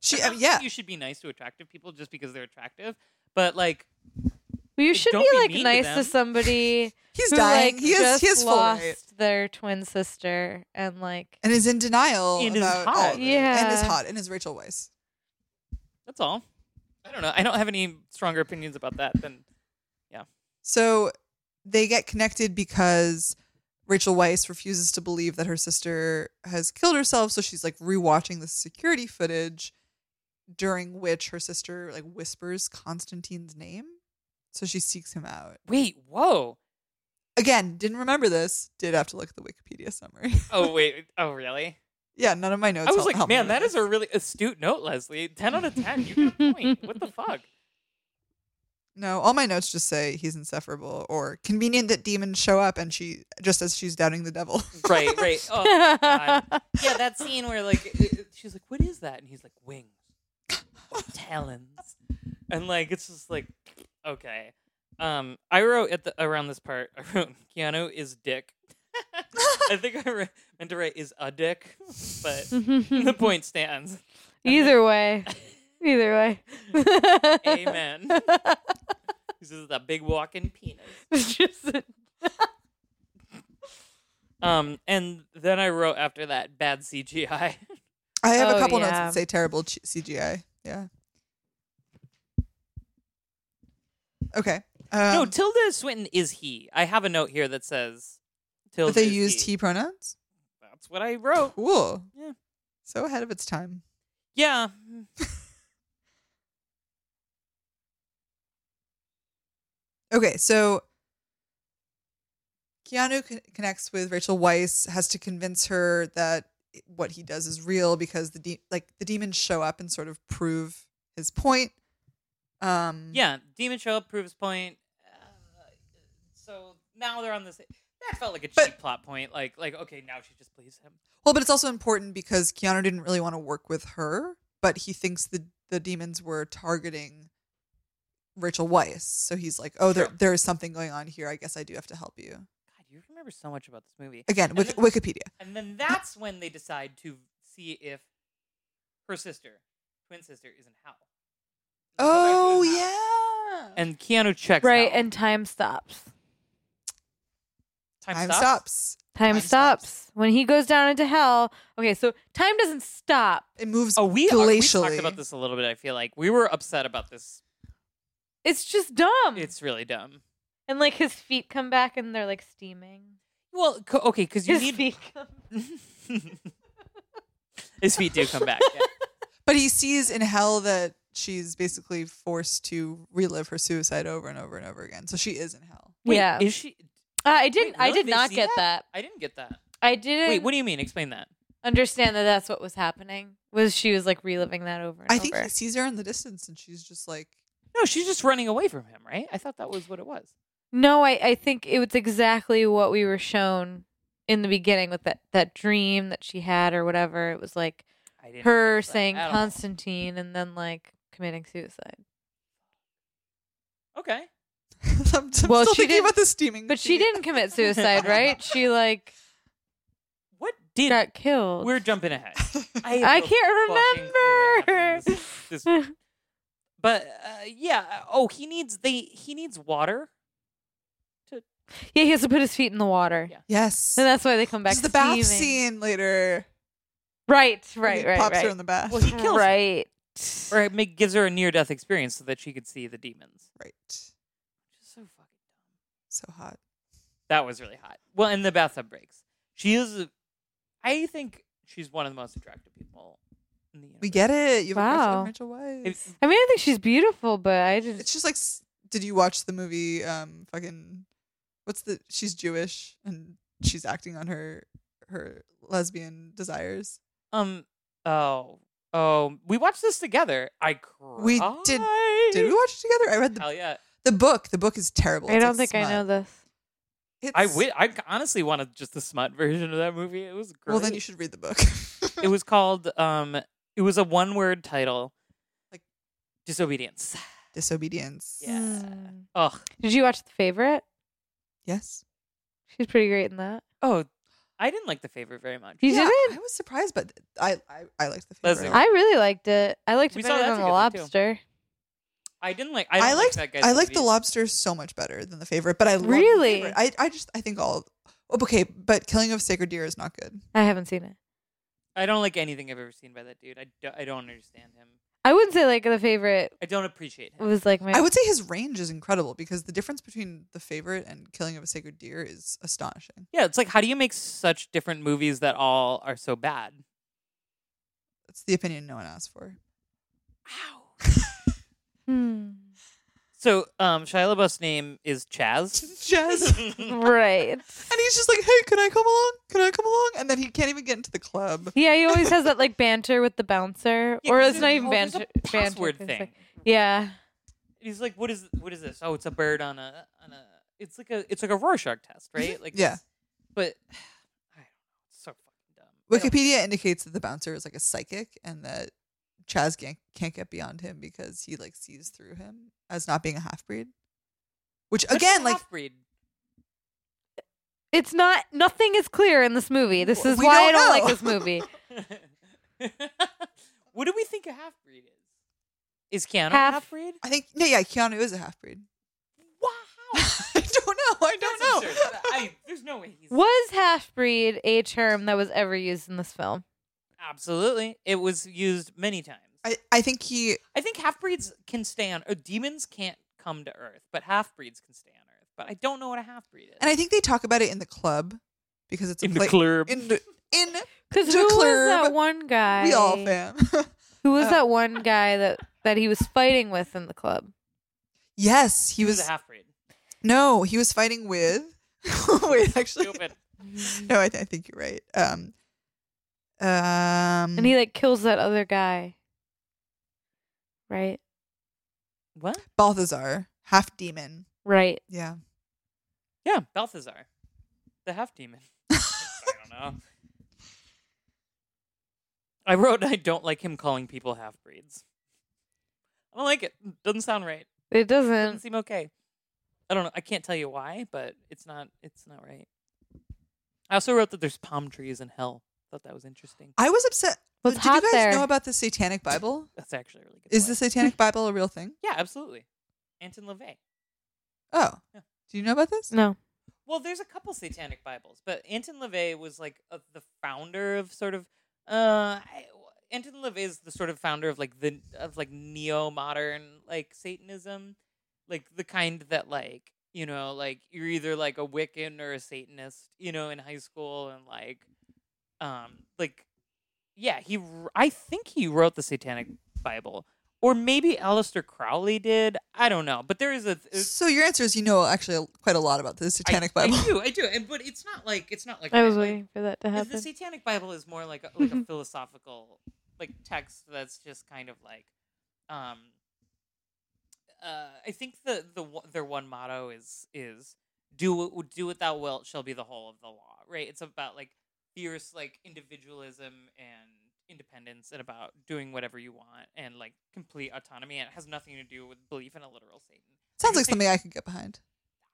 [SPEAKER 5] she
[SPEAKER 1] Not
[SPEAKER 5] uh,
[SPEAKER 1] that
[SPEAKER 5] yeah.
[SPEAKER 1] you should be nice to attractive people just because they're attractive, but like
[SPEAKER 2] Well, you
[SPEAKER 1] Like,
[SPEAKER 2] should
[SPEAKER 1] don't
[SPEAKER 2] be
[SPEAKER 1] be
[SPEAKER 2] like
[SPEAKER 1] mean to
[SPEAKER 2] nice
[SPEAKER 1] them.
[SPEAKER 2] to somebody
[SPEAKER 5] He's
[SPEAKER 2] who
[SPEAKER 5] dying.
[SPEAKER 2] like
[SPEAKER 5] he is
[SPEAKER 2] just
[SPEAKER 5] he is full
[SPEAKER 2] lost
[SPEAKER 5] right.
[SPEAKER 2] their twin sister and like
[SPEAKER 5] and is in denial
[SPEAKER 1] And is
[SPEAKER 5] about
[SPEAKER 1] hot.
[SPEAKER 5] all of it. and is
[SPEAKER 2] Yeah.
[SPEAKER 5] hot and is Rachel Weisz.
[SPEAKER 1] that's all. I don't know. I don't have any stronger opinions about that than
[SPEAKER 5] So they get connected because Rachel Weisz refuses to believe that her sister has killed herself, so she's like rewatching the security footage during which her sister like whispers Constantine's name. So she seeks him out.
[SPEAKER 1] wait. Whoa.
[SPEAKER 5] Again, didn't remember this. Did have to look at the Wikipedia summary.
[SPEAKER 1] Oh wait. Oh really?
[SPEAKER 5] yeah, none of my notes.
[SPEAKER 1] I was
[SPEAKER 5] help-
[SPEAKER 1] like,
[SPEAKER 5] help me
[SPEAKER 1] man,
[SPEAKER 5] with
[SPEAKER 1] that
[SPEAKER 5] this.
[SPEAKER 1] is a really astute note, Leslie. Ten out of ten. You got a point. What the fuck?
[SPEAKER 5] No, all my notes just say he's insufferable or convenient that demons show up and she just as she's doubting the devil.
[SPEAKER 1] Right, right. Oh, God. yeah, that scene where like it- it- she's like, "What is that?" and he's like, "Wings, or talons," and like it's just like, okay. Um, I wrote at the around this part. I wrote Keanu is dick. I think I re- meant to write is a dick, but the point stands.
[SPEAKER 2] either way. Either way.
[SPEAKER 1] Amen. this is the big walking penis.
[SPEAKER 2] It's just
[SPEAKER 1] Um, and then I wrote after that bad CGI.
[SPEAKER 5] I have a
[SPEAKER 2] Oh,
[SPEAKER 5] couple
[SPEAKER 2] yeah.
[SPEAKER 5] notes that say terrible ch- CGI. Yeah. Okay. Um,
[SPEAKER 1] no, Tilda Swinton is he. I have a note here that says Tilda.
[SPEAKER 5] but they
[SPEAKER 1] is
[SPEAKER 5] used he pronouns.
[SPEAKER 1] That's what I wrote.
[SPEAKER 5] Cool.
[SPEAKER 1] Yeah.
[SPEAKER 5] So ahead of its time.
[SPEAKER 1] Yeah.
[SPEAKER 5] Mm-hmm. Okay, so Keanu con- connects with Rachel Weiss, has to convince her that what he does is real because the de- like the demons show up and sort of prove his point. Um,
[SPEAKER 1] Yeah. Demon show up, proves point. Uh, so now they're on this. That felt like a cheap
[SPEAKER 5] But-
[SPEAKER 1] plot point. Like, like okay, now she just pleases him.
[SPEAKER 5] Well, but it's also important because Keanu didn't really want to work with her, but he thinks the the demons were targeting Rachel Weiss. So he's like, "Oh, there
[SPEAKER 1] Sure.
[SPEAKER 5] there is something going on here. I guess I do have to help you."
[SPEAKER 1] God, you remember so much about this movie.
[SPEAKER 5] Again,
[SPEAKER 1] And
[SPEAKER 5] Wik-
[SPEAKER 1] then-
[SPEAKER 5] Wikipedia.
[SPEAKER 1] And then that's when they decide to see if her sister, twin sister, is in hell. They go back to
[SPEAKER 5] Oh
[SPEAKER 1] his house.
[SPEAKER 5] yeah.
[SPEAKER 1] And Keanu checks
[SPEAKER 2] right,
[SPEAKER 1] out.
[SPEAKER 2] and time stops.
[SPEAKER 1] time,
[SPEAKER 5] time
[SPEAKER 1] stops.
[SPEAKER 5] stops.
[SPEAKER 2] Time,
[SPEAKER 5] Time
[SPEAKER 2] stops.
[SPEAKER 5] stops.
[SPEAKER 2] when he goes down into hell. Okay, so time doesn't stop.
[SPEAKER 5] It moves
[SPEAKER 1] Oh, we, are, we
[SPEAKER 5] glacially.
[SPEAKER 1] talked about this a little bit. I feel like we were upset about this.
[SPEAKER 2] It's just dumb.
[SPEAKER 1] It's really dumb.
[SPEAKER 2] and like his feet come back and they're like steaming.
[SPEAKER 1] Well, co- okay, because you
[SPEAKER 2] his
[SPEAKER 1] need
[SPEAKER 2] feet. Come-
[SPEAKER 1] his feet do come back. yeah.
[SPEAKER 5] But he sees in hell that she's basically forced to relive her suicide over and over and over again. So she is in hell.
[SPEAKER 1] Wait,
[SPEAKER 2] Yeah.
[SPEAKER 1] is she?
[SPEAKER 2] Uh, I didn't. I
[SPEAKER 1] really?
[SPEAKER 2] did
[SPEAKER 1] They
[SPEAKER 2] not
[SPEAKER 1] see
[SPEAKER 2] get that?
[SPEAKER 1] I didn't get that.
[SPEAKER 2] I didn't
[SPEAKER 1] Wait, what do you mean? Explain that.
[SPEAKER 2] understand that that's what was happening. Was she was like reliving that over and
[SPEAKER 5] I think
[SPEAKER 2] over.
[SPEAKER 5] he sees her in the distance and she's just like
[SPEAKER 1] No, she's just running away from him, right? I thought that was what it was.
[SPEAKER 2] No, I, I think it was exactly what we were shown in the beginning with that, that dream that she had or whatever. It was like
[SPEAKER 1] I didn't.
[SPEAKER 2] her
[SPEAKER 1] catch that
[SPEAKER 2] saying
[SPEAKER 1] at all.
[SPEAKER 2] Constantine and then like committing suicide.
[SPEAKER 1] Okay.
[SPEAKER 2] Well,
[SPEAKER 5] I'm, I'm still
[SPEAKER 2] she
[SPEAKER 5] thinking
[SPEAKER 2] didn't-
[SPEAKER 5] about the steaming.
[SPEAKER 2] But she didn't commit suicide, right? She like
[SPEAKER 1] What did
[SPEAKER 2] got killed.
[SPEAKER 1] we're jumping ahead? I, have
[SPEAKER 2] I
[SPEAKER 1] no fucking clue what
[SPEAKER 2] can't
[SPEAKER 1] happened
[SPEAKER 2] remember.
[SPEAKER 1] in This, this, but uh, yeah. Oh, he needs they. He needs water.
[SPEAKER 2] yeah, he has to put his feet in the water.
[SPEAKER 1] Yeah.
[SPEAKER 5] Yes.
[SPEAKER 2] And that's why they come back.
[SPEAKER 5] This is the bath
[SPEAKER 2] steaming.
[SPEAKER 5] scene later.
[SPEAKER 2] Right,
[SPEAKER 5] when
[SPEAKER 2] right,
[SPEAKER 5] he
[SPEAKER 2] right,
[SPEAKER 5] Pops
[SPEAKER 2] right.
[SPEAKER 5] her in the bath.
[SPEAKER 1] Well, he kills her.
[SPEAKER 2] right.
[SPEAKER 1] or it make, gives her a near death experience so that she could see the demons.
[SPEAKER 5] right.
[SPEAKER 1] Just so fucking dumb.
[SPEAKER 5] So hot.
[SPEAKER 1] That was really hot. Well, and the bathtub breaks. She is, a- I think she's one of the most attractive people in the universe.
[SPEAKER 5] We get it. You have a crush on
[SPEAKER 2] Wow.
[SPEAKER 5] Rachel Weisz.
[SPEAKER 1] If-
[SPEAKER 2] I mean, I think she's beautiful, but I just
[SPEAKER 5] It's just like, s- did you watch the movie? Um, fucking, what's the? She's Jewish and she's acting on her her lesbian desires.
[SPEAKER 1] um. Oh. Oh. We watched this together. I cried.
[SPEAKER 5] We did- Did we watch it together? I read the,
[SPEAKER 1] Hell yeah.
[SPEAKER 5] the book. The book is terrible.
[SPEAKER 2] I don't think I know this.
[SPEAKER 5] It's,
[SPEAKER 1] I wi- I honestly wanted just the smut version of that movie. It was great.
[SPEAKER 5] Well, then you should read the book.
[SPEAKER 1] It was called. Um. It was a one word title.
[SPEAKER 5] Like-
[SPEAKER 1] Disobedience.
[SPEAKER 5] Disobedience.
[SPEAKER 1] Yeah.
[SPEAKER 2] Hmm.
[SPEAKER 1] Ugh.
[SPEAKER 2] Did you watch The Favorite?
[SPEAKER 5] Yes.
[SPEAKER 2] She's pretty great in that.
[SPEAKER 1] Oh, I didn't like the favorite very much.
[SPEAKER 2] You
[SPEAKER 5] Yeah,
[SPEAKER 2] didn't?
[SPEAKER 5] I was surprised, but I I, I liked the
[SPEAKER 1] Leslie.
[SPEAKER 5] favorite.
[SPEAKER 2] I really liked it. I liked it
[SPEAKER 1] We saw
[SPEAKER 2] better
[SPEAKER 1] that
[SPEAKER 2] than The
[SPEAKER 1] together, too.
[SPEAKER 2] Lobster.
[SPEAKER 1] I didn't like. I, don't
[SPEAKER 5] I
[SPEAKER 1] like
[SPEAKER 5] liked
[SPEAKER 1] that guy's
[SPEAKER 5] I liked the
[SPEAKER 1] movies.
[SPEAKER 5] lobster so much better than the favorite, but I love The
[SPEAKER 2] Really?
[SPEAKER 5] Favourite. I I just I think all oh, okay, but Killing of a Sacred Deer is not good.
[SPEAKER 2] I haven't seen it.
[SPEAKER 1] I don't like anything I've ever seen by that dude. I, do, I don't understand him.
[SPEAKER 2] I wouldn't say like The Favorite
[SPEAKER 1] I don't appreciate him.
[SPEAKER 2] was like my.
[SPEAKER 5] I would say his range is incredible because the difference between the favorite and Killing of a Sacred Deer is astonishing.
[SPEAKER 1] Yeah, it's like how do you make such different movies that all are so bad?
[SPEAKER 5] That's the opinion no one asked for.
[SPEAKER 2] Hmm.
[SPEAKER 1] So, um, Shia LaBeouf's name is Chaz.
[SPEAKER 5] Jazz, and
[SPEAKER 2] Right.
[SPEAKER 5] he's just like, "Hey, can I come along? Can I come along?" And then he can't even get into the club.
[SPEAKER 2] Yeah, he always has that like banter with the bouncer,
[SPEAKER 1] Yeah,
[SPEAKER 2] or
[SPEAKER 1] 'cause
[SPEAKER 2] it's not
[SPEAKER 1] there's-
[SPEAKER 2] even
[SPEAKER 1] oh, there's a
[SPEAKER 2] banter.
[SPEAKER 1] password
[SPEAKER 2] banter, it's
[SPEAKER 1] thing.
[SPEAKER 2] like- yeah.
[SPEAKER 1] He's like, what is what is this? Oh, it's a bird on a on a. It's like a it's like a Rorschach test, right? Like
[SPEAKER 5] Yeah.
[SPEAKER 1] but I don't know. It's so fucking dumb. I don't-
[SPEAKER 5] Wikipedia indicates that the bouncer is like a psychic and that Chaz can't, can't get beyond him because he like sees through him as not being a half breed. Which
[SPEAKER 1] What's
[SPEAKER 5] again,
[SPEAKER 1] a
[SPEAKER 5] like
[SPEAKER 1] half-breed?
[SPEAKER 2] It's not. Nothing is clear in this movie. This is
[SPEAKER 5] We
[SPEAKER 2] why I
[SPEAKER 5] don't
[SPEAKER 2] don't like
[SPEAKER 5] know.
[SPEAKER 2] this movie.
[SPEAKER 1] what do we think a half breed is? Is Keanu
[SPEAKER 2] Half-
[SPEAKER 1] a half breed?
[SPEAKER 5] I think no, yeah, Keanu is a half breed.
[SPEAKER 1] Wow.
[SPEAKER 5] I don't know. I don't know.
[SPEAKER 1] That's absurd. I, there's no way he's
[SPEAKER 2] Was half breed a term that was ever used in this film?
[SPEAKER 1] absolutely. It was used many times. I,
[SPEAKER 5] I, I think he
[SPEAKER 1] think half breeds can stay on. Or demons can't come to Earth, but half breeds can stay on Earth. But I don't know what a half breed is.
[SPEAKER 5] and I think they talk about it in the club because it's a pla-
[SPEAKER 1] club,
[SPEAKER 5] in the, in
[SPEAKER 2] Because
[SPEAKER 5] To
[SPEAKER 2] who was
[SPEAKER 5] Clurb.
[SPEAKER 2] that one guy?
[SPEAKER 5] we all fam.
[SPEAKER 2] Who was
[SPEAKER 5] Uh,
[SPEAKER 2] that one guy that that he was fighting with in the club?
[SPEAKER 5] yes, he
[SPEAKER 1] he was
[SPEAKER 5] was
[SPEAKER 1] a half breed.
[SPEAKER 5] no, he was fighting with. Wait, actually,
[SPEAKER 1] Stupid.
[SPEAKER 5] no, I, th- I think you're right. Um, um,
[SPEAKER 2] And he like kills that other guy. Right?
[SPEAKER 1] What?
[SPEAKER 5] Balthazar, half demon.
[SPEAKER 2] Right.
[SPEAKER 5] Yeah.
[SPEAKER 1] Yeah, Balthazar. the half demon. I don't know. I wrote I don't like him calling people half breeds. I don't like it. Doesn't sound right.
[SPEAKER 5] Mm.
[SPEAKER 2] It
[SPEAKER 1] Doesn't
[SPEAKER 2] doesn't.
[SPEAKER 1] seem okay. I don't know. I can't tell you why, but it's not it's not right. I also wrote that there's palm trees in hell. Thought that was interesting.
[SPEAKER 5] I was upset.
[SPEAKER 2] Well, it's
[SPEAKER 5] Did you
[SPEAKER 2] hot
[SPEAKER 5] guys
[SPEAKER 2] there.
[SPEAKER 5] know about the Satanic Bible?
[SPEAKER 1] That's actually a really good.
[SPEAKER 5] Is
[SPEAKER 1] point.
[SPEAKER 5] the Satanic Bible a real thing?
[SPEAKER 1] Yeah, absolutely. Anton LaVey.
[SPEAKER 5] Oh,
[SPEAKER 1] Yeah.
[SPEAKER 5] do you know about this?
[SPEAKER 2] No.
[SPEAKER 1] Well, there's a couple satanic Bibles, but Anton LaVey was like a, the founder of sort of. Uh, I, Anton LaVey is the sort of founder of like the of like neo modern like Satanism, like the kind that like you know like you're either like a Wiccan or a Satanist, you know, in high school and like, um, like, yeah, he wr- I think he wrote the Satanic Bible. Or maybe Aleister Crowley did. I don't know, but there is a
[SPEAKER 5] So your answer is you know actually quite a lot about the Satanic
[SPEAKER 1] I,
[SPEAKER 5] Bible.
[SPEAKER 1] I do, I do, and but it's not like it's not like
[SPEAKER 2] I was
[SPEAKER 1] like-
[SPEAKER 2] waiting for that to
[SPEAKER 1] is The
[SPEAKER 2] happen.
[SPEAKER 1] Satanic Bible is more like a, like
[SPEAKER 2] Mm-hmm.
[SPEAKER 1] a philosophical like text that's just kind of like, um, uh, I think the the one- their one motto is is do what do what thou wilt shall be the whole of the law. Right? It's about like fierce like individualism and independence and about doing whatever you want and like complete autonomy and it has nothing to do with belief in a literal satan
[SPEAKER 5] Sounds like
[SPEAKER 1] something.
[SPEAKER 5] something I could get behind.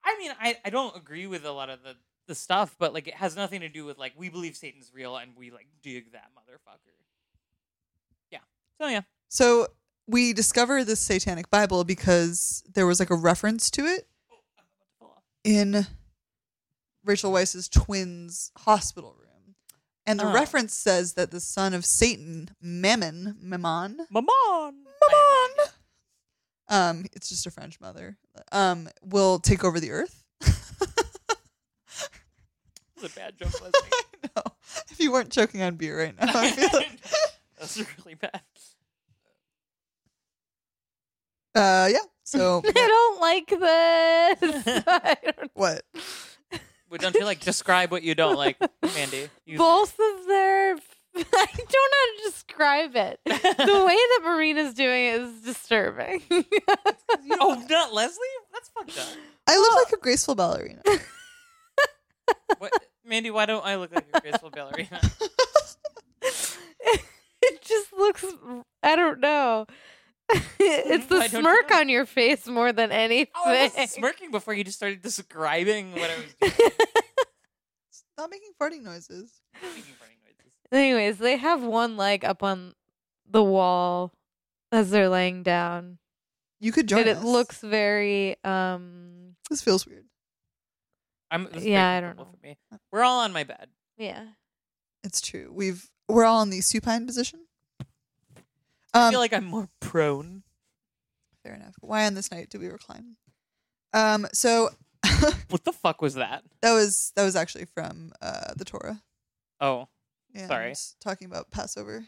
[SPEAKER 1] I mean, I, I don't agree with a lot of the, the stuff, but like it has nothing to do with like we believe Satan's real and we like dig that motherfucker. Yeah. So yeah.
[SPEAKER 5] So we discover this Satanic Bible because there was like a reference to it in Rachel Weisz's twins hospital room. And the
[SPEAKER 1] Oh.
[SPEAKER 5] reference says that the son of Satan, Mammon, Mammon,
[SPEAKER 1] Maman. Maman.
[SPEAKER 5] um, it's just a French mother, um, will take over the earth.
[SPEAKER 1] That was a bad joke, Leslie.
[SPEAKER 5] no, if you weren't choking on beer right now, I feel like.
[SPEAKER 1] That's really bad.
[SPEAKER 5] Uh, yeah. So
[SPEAKER 2] I don't like this. I don't-
[SPEAKER 5] what?
[SPEAKER 1] Well, don't you like describe what you don't like, Mandy? You,
[SPEAKER 2] Both of their. I don't know how to describe it. The way that Marina's doing it is disturbing.
[SPEAKER 1] oh, not Leslie? That's fucked up.
[SPEAKER 5] I look like a graceful ballerina.
[SPEAKER 1] What, Mandy, why don't I look like a graceful ballerina?
[SPEAKER 2] it just looks. I don't know. it's
[SPEAKER 1] Why
[SPEAKER 2] the
[SPEAKER 1] don't you
[SPEAKER 2] smirk
[SPEAKER 1] know?
[SPEAKER 2] on your face more than anything.
[SPEAKER 1] Oh, I was smirking before you just started describing what I was doing.
[SPEAKER 5] Not making farting noises.
[SPEAKER 1] Making brain noises.
[SPEAKER 2] Anyways, they have one leg up on the wall as they're laying down,
[SPEAKER 5] You could join.
[SPEAKER 2] and it
[SPEAKER 5] us.
[SPEAKER 2] looks very um
[SPEAKER 5] This feels weird.
[SPEAKER 1] I'm this is
[SPEAKER 2] Yeah,
[SPEAKER 1] very
[SPEAKER 2] I don't
[SPEAKER 1] comfortable For me. We're all on my bed.
[SPEAKER 2] yeah.
[SPEAKER 5] It's true. We've we're all in the supine position.
[SPEAKER 1] I
[SPEAKER 5] Um,
[SPEAKER 1] feel like I'm more prone.
[SPEAKER 5] fair enough. Why on this night do we recline? Um, so
[SPEAKER 1] What the fuck was that?
[SPEAKER 5] that was that was actually from uh the Torah.
[SPEAKER 1] Oh,
[SPEAKER 5] And
[SPEAKER 1] Sorry.
[SPEAKER 5] talking about Passover.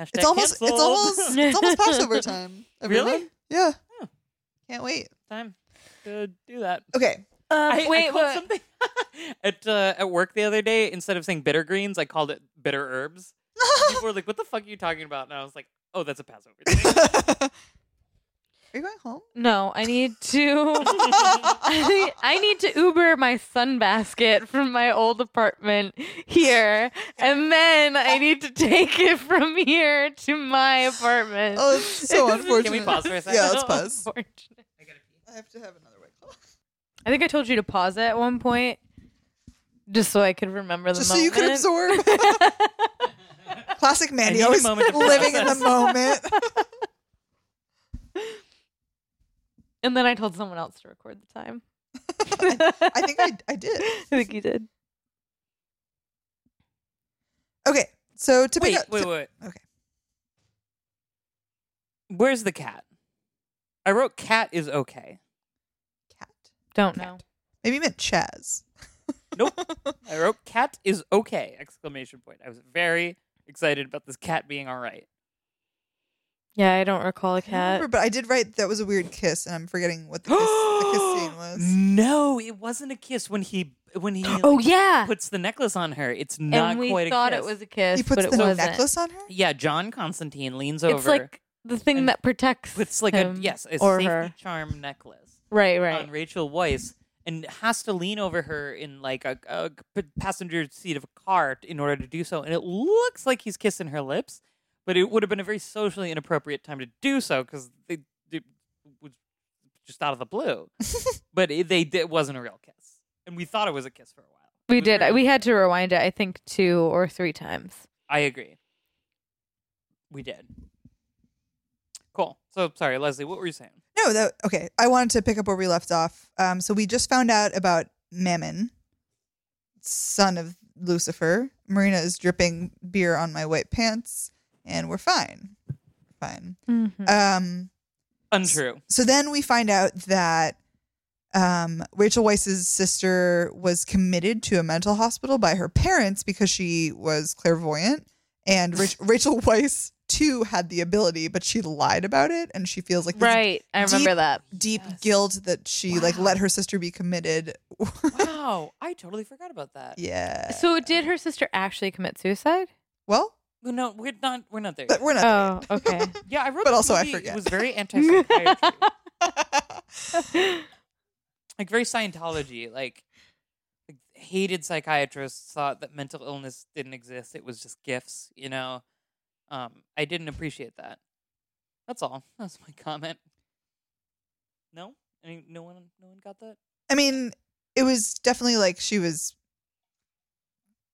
[SPEAKER 1] hashtag
[SPEAKER 5] It's almost
[SPEAKER 1] canceled.
[SPEAKER 5] it's almost it's almost Passover time.
[SPEAKER 1] Really?
[SPEAKER 5] everyone. Yeah.
[SPEAKER 1] Oh.
[SPEAKER 5] Can't wait.
[SPEAKER 1] time to do that.
[SPEAKER 5] Okay.
[SPEAKER 2] Um,
[SPEAKER 1] I, I
[SPEAKER 2] wait,
[SPEAKER 1] called
[SPEAKER 2] what?
[SPEAKER 1] something at uh, at work the other day. Instead of saying bitter greens, I called it bitter herbs. People were like, "What the fuck are you talking about?" And I was like, "Oh, that's a Passover thing."
[SPEAKER 5] Are you going home?
[SPEAKER 2] No, I need to. I, I need to Uber my sun basket from my old apartment here, and then I need to take it from here to my apartment.
[SPEAKER 5] Oh, it's so
[SPEAKER 2] Can we
[SPEAKER 5] unfortunate.
[SPEAKER 1] pause for a second?
[SPEAKER 5] Yeah, let's pause.
[SPEAKER 2] Unfortunate.
[SPEAKER 5] I have to have another white claw.
[SPEAKER 2] I think I told you to pause it at one point, just so I could remember the
[SPEAKER 5] Just so
[SPEAKER 2] moment.
[SPEAKER 5] you can absorb. Classic
[SPEAKER 1] need
[SPEAKER 5] Mandy,
[SPEAKER 1] a
[SPEAKER 5] always
[SPEAKER 1] moment to
[SPEAKER 5] living in the
[SPEAKER 1] process.
[SPEAKER 5] moment.
[SPEAKER 2] and then I told someone else to record the time.
[SPEAKER 5] I think I, I did.
[SPEAKER 2] I think you did.
[SPEAKER 5] Okay, so to
[SPEAKER 1] wait,
[SPEAKER 5] pick up,
[SPEAKER 1] wait,
[SPEAKER 5] to-
[SPEAKER 1] wait.
[SPEAKER 5] Okay.
[SPEAKER 1] Where's the cat? I wrote cat is okay.
[SPEAKER 5] cat.
[SPEAKER 2] Don't know.
[SPEAKER 5] Maybe you meant Chaz.
[SPEAKER 1] Nope. I wrote cat is okay exclamation point. I was very excited about this cat being all right.
[SPEAKER 2] Yeah, I don't recall a
[SPEAKER 5] I don't remember,
[SPEAKER 2] cat.
[SPEAKER 5] but I did write that was a weird kiss, and I'm forgetting what the kiss, the kiss scene was.
[SPEAKER 1] No, it wasn't a kiss when he when he
[SPEAKER 2] Oh
[SPEAKER 1] like,
[SPEAKER 2] yeah,
[SPEAKER 1] puts the necklace on her. It's not
[SPEAKER 2] and we
[SPEAKER 1] quite
[SPEAKER 2] thought
[SPEAKER 1] a kiss.
[SPEAKER 2] it was a kiss,
[SPEAKER 5] He puts
[SPEAKER 2] but
[SPEAKER 5] the
[SPEAKER 2] it wasn't.
[SPEAKER 5] necklace on her.
[SPEAKER 1] Yeah, John Constantine leans over.
[SPEAKER 2] It's like the thing
[SPEAKER 1] and
[SPEAKER 2] that protects.
[SPEAKER 1] puts like a
[SPEAKER 2] him
[SPEAKER 1] yes, a
[SPEAKER 2] or
[SPEAKER 1] safety
[SPEAKER 2] her.
[SPEAKER 1] charm necklace
[SPEAKER 2] Right, right.
[SPEAKER 1] on Rachel Weisz, and has to lean over her in like a, a p- passenger seat of a car in order to do so. And it looks like he's kissing her lips, but it would have been a very socially inappropriate time to do so because they it was just out of the blue. but it, they it wasn't a real kiss, and we thought it was a kiss for a while. It
[SPEAKER 2] We
[SPEAKER 1] was
[SPEAKER 2] did.
[SPEAKER 1] very
[SPEAKER 2] We had to rewind it, I think, two or three times.
[SPEAKER 1] I agree. We did. Cool. So sorry, Leslie. What were you saying?
[SPEAKER 5] No, that okay. I wanted to pick up where we left off. Um, so we just found out about Mammon, son of Lucifer. Marina is dripping beer on my white pants, and we're fine. Fine. Um,
[SPEAKER 1] Untrue.
[SPEAKER 5] so then we find out that um, Rachel Weisz's sister was committed to a mental hospital by her parents because she was clairvoyant, and Rach- Rachel Weisz too had the ability, but she lied about it, and she feels like this
[SPEAKER 2] Right. I remember
[SPEAKER 5] deep-
[SPEAKER 2] that.
[SPEAKER 5] deep guilt that she like let her sister be committed.
[SPEAKER 1] wow, I totally forgot about that.
[SPEAKER 5] yeah.
[SPEAKER 2] So did her sister actually commit suicide?
[SPEAKER 5] well,
[SPEAKER 1] Well, No, we're not. We're not there.
[SPEAKER 5] but
[SPEAKER 1] yet.
[SPEAKER 5] we're not.
[SPEAKER 2] Oh, okay.
[SPEAKER 1] yeah, I wrote.
[SPEAKER 5] but
[SPEAKER 1] this
[SPEAKER 5] also I
[SPEAKER 1] movie,
[SPEAKER 5] forget.
[SPEAKER 1] It was very anti-psychiatry,
[SPEAKER 2] That's
[SPEAKER 1] like very Scientology. Like, like hated psychiatrists thought that mental illness didn't exist. It was just gifts. You know, um, I didn't appreciate that. That's all. That's my comment. No, I mean, no one, no one got that.
[SPEAKER 5] I mean, it was definitely like she was.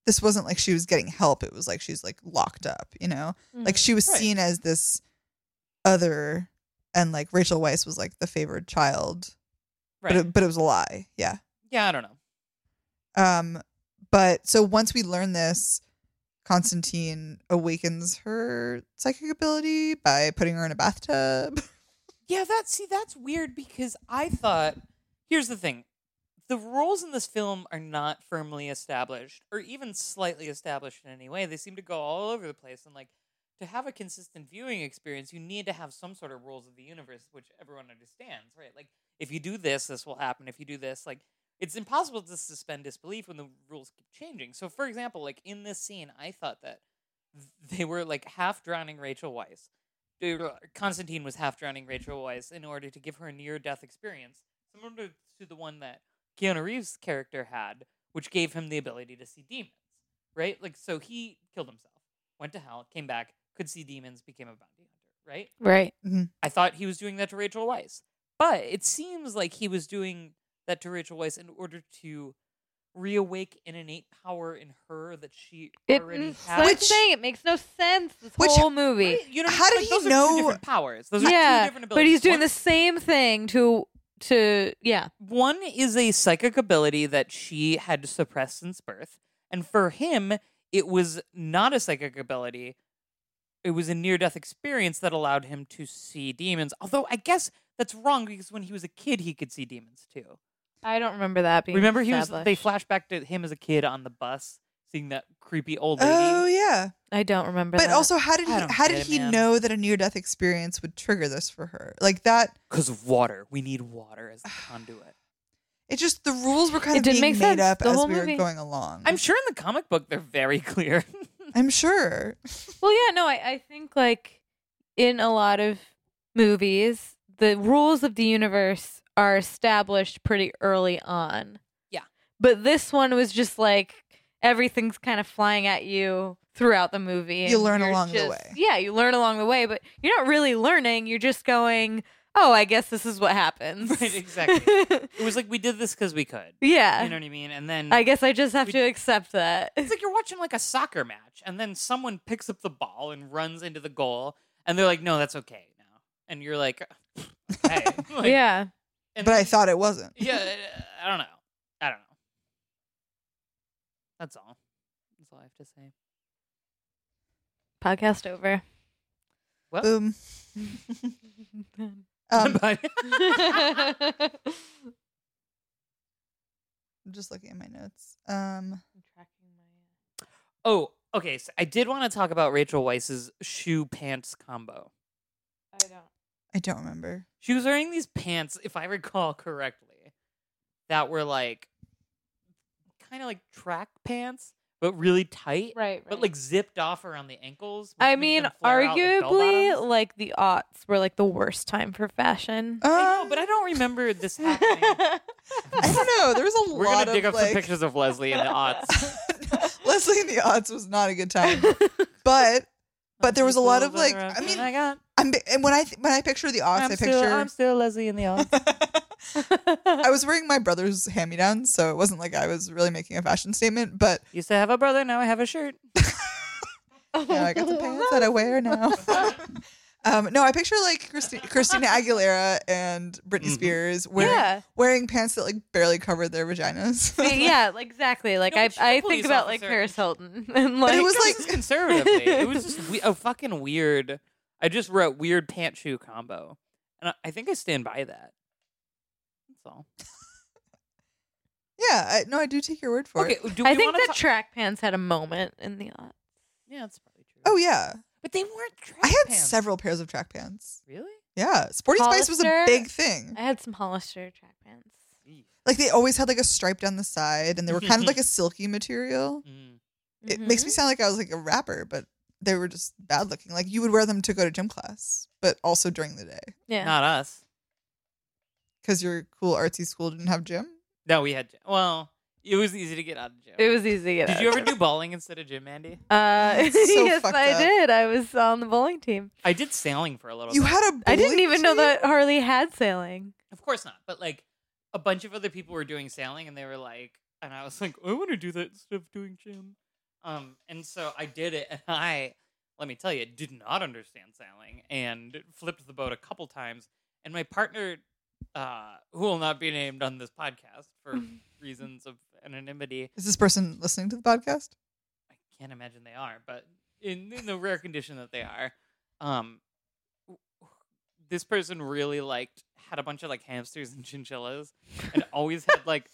[SPEAKER 5] This wasn't like she was getting help. It was like she's like locked up. You know, like she was
[SPEAKER 1] Right.
[SPEAKER 5] seen as this other, and like Rachel Weisz was like the favored child.
[SPEAKER 1] Right.
[SPEAKER 5] But it, but it was a lie. Yeah.
[SPEAKER 1] yeah, I don't know.
[SPEAKER 5] Um, but so once we learn this, Constantine awakens her psychic ability by putting her in a bathtub.
[SPEAKER 1] Yeah, that see that's weird because I thought here's the thing. The roles in this film are not firmly established or even slightly established in any way. They seem to go all over the place and like to have a consistent viewing experience, you need to have some sort of rules of the universe which everyone understands, right? Like if you do this, this will happen. If you do this, like it's impossible to suspend disbelief when the rules keep changing. So for example, like in this scene, I thought that th- they were like half drowning Rachel Weisz uh, Constantine was half drowning Rachel Weisz in order to give her a near death experience, similar to, to the one that Keanu Reeves' character had, which gave him the ability to see demons, right? Like, so he killed himself, went to hell, came back, could see demons, became a bounty hunter, right?
[SPEAKER 2] right.
[SPEAKER 1] I thought he was doing that to Rachel Weisz. But it seems like he was doing that to Rachel Weisz in order to reawake an innate power in her that she
[SPEAKER 2] It,
[SPEAKER 1] already
[SPEAKER 2] that's
[SPEAKER 1] had.
[SPEAKER 2] what I'm
[SPEAKER 5] Which-
[SPEAKER 2] Mm, saying. It makes no sense. This
[SPEAKER 5] Which-
[SPEAKER 2] whole movie.
[SPEAKER 1] Right? You know, what I
[SPEAKER 5] How
[SPEAKER 1] mean?
[SPEAKER 5] did
[SPEAKER 1] Like,
[SPEAKER 5] he
[SPEAKER 1] those Are
[SPEAKER 5] know-
[SPEAKER 1] two different powers. Those are two
[SPEAKER 2] yeah,
[SPEAKER 1] different abilities.
[SPEAKER 2] but he's doing
[SPEAKER 1] One-
[SPEAKER 2] the same thing to to yeah.
[SPEAKER 1] One is a psychic ability that she had suppressed since birth. And for him, it was not a psychic ability. It was a near death experience that allowed him to see demons. Although I guess that's wrong because when he was a kid, he could see demons too.
[SPEAKER 2] I don't remember that being.
[SPEAKER 1] Remember, he was, they
[SPEAKER 2] established.
[SPEAKER 1] flash back to him as a kid on the bus, seeing that creepy old lady.
[SPEAKER 5] Oh yeah.
[SPEAKER 2] I don't remember.
[SPEAKER 5] But
[SPEAKER 2] that.
[SPEAKER 5] also how did he
[SPEAKER 1] I don't
[SPEAKER 5] how
[SPEAKER 1] get
[SPEAKER 5] did
[SPEAKER 1] it,
[SPEAKER 5] he
[SPEAKER 1] man.
[SPEAKER 5] know that a near death experience would trigger this for her? Like that
[SPEAKER 1] Because water. We need water as the conduit.
[SPEAKER 5] it just the rules were kind
[SPEAKER 2] It
[SPEAKER 5] of being
[SPEAKER 2] didn't
[SPEAKER 5] made
[SPEAKER 2] make sense,
[SPEAKER 5] up
[SPEAKER 2] the
[SPEAKER 5] as
[SPEAKER 2] whole
[SPEAKER 5] we were
[SPEAKER 2] movie.
[SPEAKER 5] going along.
[SPEAKER 1] I'm sure in the comic book, they're very clear.
[SPEAKER 5] I'm sure.
[SPEAKER 2] Well, yeah, no, I, I think like in a lot of movies, the rules of the universe are established pretty early on.
[SPEAKER 1] Yeah.
[SPEAKER 2] But this one was just like everything's kind of flying at you throughout the movie.
[SPEAKER 5] You
[SPEAKER 2] and
[SPEAKER 5] learn
[SPEAKER 2] you're
[SPEAKER 5] along the
[SPEAKER 2] just-
[SPEAKER 5] way.
[SPEAKER 2] Yeah, you learn along the way, but you're not really learning. You're just going, oh, I guess this is what happens.
[SPEAKER 1] Right, exactly. it was like we did this because we could.
[SPEAKER 2] yeah.
[SPEAKER 1] You know what I mean? And then
[SPEAKER 2] I guess I just have
[SPEAKER 1] We-
[SPEAKER 2] to accept that.
[SPEAKER 1] It's like you're watching like a soccer match, and then someone picks up the ball and runs into the goal, and they're like, "No, that's okay now," and you're like, "Okay." Like,
[SPEAKER 2] yeah.
[SPEAKER 1] and
[SPEAKER 5] But I
[SPEAKER 1] then-
[SPEAKER 5] thought it wasn't.
[SPEAKER 1] yeah, I don't know, I don't know. That's all. That's all I have to say.
[SPEAKER 2] Podcast over.
[SPEAKER 1] Well,
[SPEAKER 5] Boom. Um,
[SPEAKER 2] Tracking
[SPEAKER 5] I'm just looking at my notes. Um
[SPEAKER 2] my
[SPEAKER 1] oh, okay. So I did want to talk about Rachel Weisz's shoe pants combo.
[SPEAKER 2] I don't.
[SPEAKER 5] I don't remember.
[SPEAKER 1] She was wearing these pants, if I recall correctly, that were like kind of like track pants, but really tight,
[SPEAKER 2] Right.
[SPEAKER 1] but like zipped off around the ankles. which
[SPEAKER 2] I
[SPEAKER 1] made
[SPEAKER 2] mean,
[SPEAKER 1] them flare out like bell
[SPEAKER 2] arguably,
[SPEAKER 1] bottoms.
[SPEAKER 2] like the aughts were like the worst time for fashion.
[SPEAKER 1] I know, but I don't remember this happening.
[SPEAKER 5] Um, I don't know. There was a
[SPEAKER 1] We're
[SPEAKER 5] lot
[SPEAKER 1] gonna dig
[SPEAKER 5] of
[SPEAKER 1] up
[SPEAKER 5] like
[SPEAKER 1] some pictures of Leslie in the aughts.
[SPEAKER 5] Leslie in the odds was not a good time, but but there was a lot of like
[SPEAKER 1] uh,
[SPEAKER 5] I mean
[SPEAKER 1] I got,
[SPEAKER 5] I'm and when I th- when I picture the odds,
[SPEAKER 1] I'm
[SPEAKER 5] I
[SPEAKER 1] still, I'm
[SPEAKER 5] picture
[SPEAKER 1] still Leslie in the aughts.
[SPEAKER 5] I was wearing my brother's hand me downs, so it wasn't like I was really making a fashion statement, but
[SPEAKER 1] Used to have a brother, now I have a shirt.
[SPEAKER 5] Yeah, I got the pants that I wear now. um, no, I picture like Christi- Christina Aguilera and Britney
[SPEAKER 1] Mhm.
[SPEAKER 5] Spears wearing,
[SPEAKER 2] Yeah.
[SPEAKER 5] wearing pants that like barely cover their vaginas.
[SPEAKER 2] yeah, like, exactly. Like
[SPEAKER 1] No,
[SPEAKER 2] I,
[SPEAKER 1] but she's a
[SPEAKER 2] I
[SPEAKER 1] police
[SPEAKER 2] think about like
[SPEAKER 1] officer.
[SPEAKER 2] Paris Hilton and like
[SPEAKER 5] but it was
[SPEAKER 1] This is
[SPEAKER 5] like
[SPEAKER 1] conservatively. it was just we- a fucking weird. I just wrote weird pant shoe combo, and I, I think I stand by that. That's all.
[SPEAKER 5] yeah, I, no, I do take your word for
[SPEAKER 1] Okay,
[SPEAKER 5] it.
[SPEAKER 1] do we
[SPEAKER 2] I think
[SPEAKER 1] wanna
[SPEAKER 2] that
[SPEAKER 1] talk-
[SPEAKER 2] track pants had a moment in the aughts.
[SPEAKER 1] yeah, that's probably true.
[SPEAKER 5] Oh yeah,
[SPEAKER 1] but they weren't. Track
[SPEAKER 5] I had
[SPEAKER 1] pants.
[SPEAKER 5] several pairs of track pants.
[SPEAKER 1] Really?
[SPEAKER 5] Yeah, Sporty Spice was a
[SPEAKER 2] Hollister?
[SPEAKER 5] big thing.
[SPEAKER 2] I had some Hollister track pants.
[SPEAKER 5] Like they always had like a stripe down the side, and they were kind of like a silky material.
[SPEAKER 1] Mm.
[SPEAKER 5] It
[SPEAKER 2] Mm-hmm.
[SPEAKER 5] makes me sound like I was like a rapper, but they were just bad looking. Like you would wear them to go to gym class, but also during the day
[SPEAKER 2] yeah.
[SPEAKER 1] Not us.
[SPEAKER 5] because your cool artsy school didn't have gym.
[SPEAKER 1] No, we had. Well, it was easy to get out of gym.
[SPEAKER 2] It was easy. To get
[SPEAKER 1] Did
[SPEAKER 2] out
[SPEAKER 1] you
[SPEAKER 2] of.
[SPEAKER 1] ever do bowling instead of gym, Andy?
[SPEAKER 2] Uh,
[SPEAKER 5] That's so
[SPEAKER 2] yes,
[SPEAKER 5] fucked
[SPEAKER 2] I
[SPEAKER 5] up.
[SPEAKER 2] did. I was on the bowling team.
[SPEAKER 1] I did sailing for a little.
[SPEAKER 5] You
[SPEAKER 1] bit.
[SPEAKER 5] had a.
[SPEAKER 2] I didn't
[SPEAKER 5] bowling
[SPEAKER 2] even know
[SPEAKER 5] team?
[SPEAKER 2] that Harley had sailing.
[SPEAKER 1] Of course not. But like a bunch of other people were doing sailing and they were like and I was like, I want to do that instead of doing gym. Um and so I did it and I let me tell you, did not understand sailing and flipped the boat a couple times and my partner uh who will not be named on this podcast for reasons of anonymity
[SPEAKER 5] Is this person listening to the podcast?
[SPEAKER 1] I can't imagine they are, but in, in the rare condition that they are, um, this person really liked had a bunch of like hamsters and chinchillas, and always had like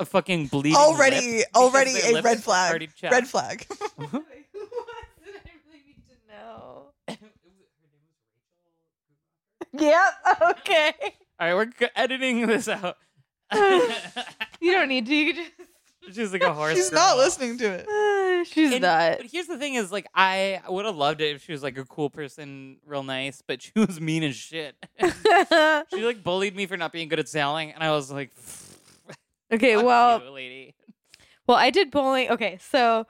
[SPEAKER 1] a fucking bleeding lip
[SPEAKER 5] Already,
[SPEAKER 1] because
[SPEAKER 5] already
[SPEAKER 1] their
[SPEAKER 5] a
[SPEAKER 1] lips
[SPEAKER 5] red
[SPEAKER 1] were
[SPEAKER 5] flag.
[SPEAKER 1] already chapped.
[SPEAKER 5] Red flag.
[SPEAKER 2] what did I really need to know? Yep. Okay.
[SPEAKER 1] All right, we're c- editing this out.
[SPEAKER 2] You don't need to. You can just.
[SPEAKER 1] She's like a horse.
[SPEAKER 5] She's not
[SPEAKER 1] girl.
[SPEAKER 5] listening to it.
[SPEAKER 2] Uh, she's
[SPEAKER 1] And-
[SPEAKER 2] not.
[SPEAKER 1] But here's the thing: is like I would have loved it if she was like a cool person, real nice, but she was mean as shit. she like bullied me for not being good at sailing, and I was like,
[SPEAKER 2] okay.
[SPEAKER 1] "Fuck
[SPEAKER 2] Well,
[SPEAKER 1] you, lady,
[SPEAKER 2] well, I did bowling. Okay, so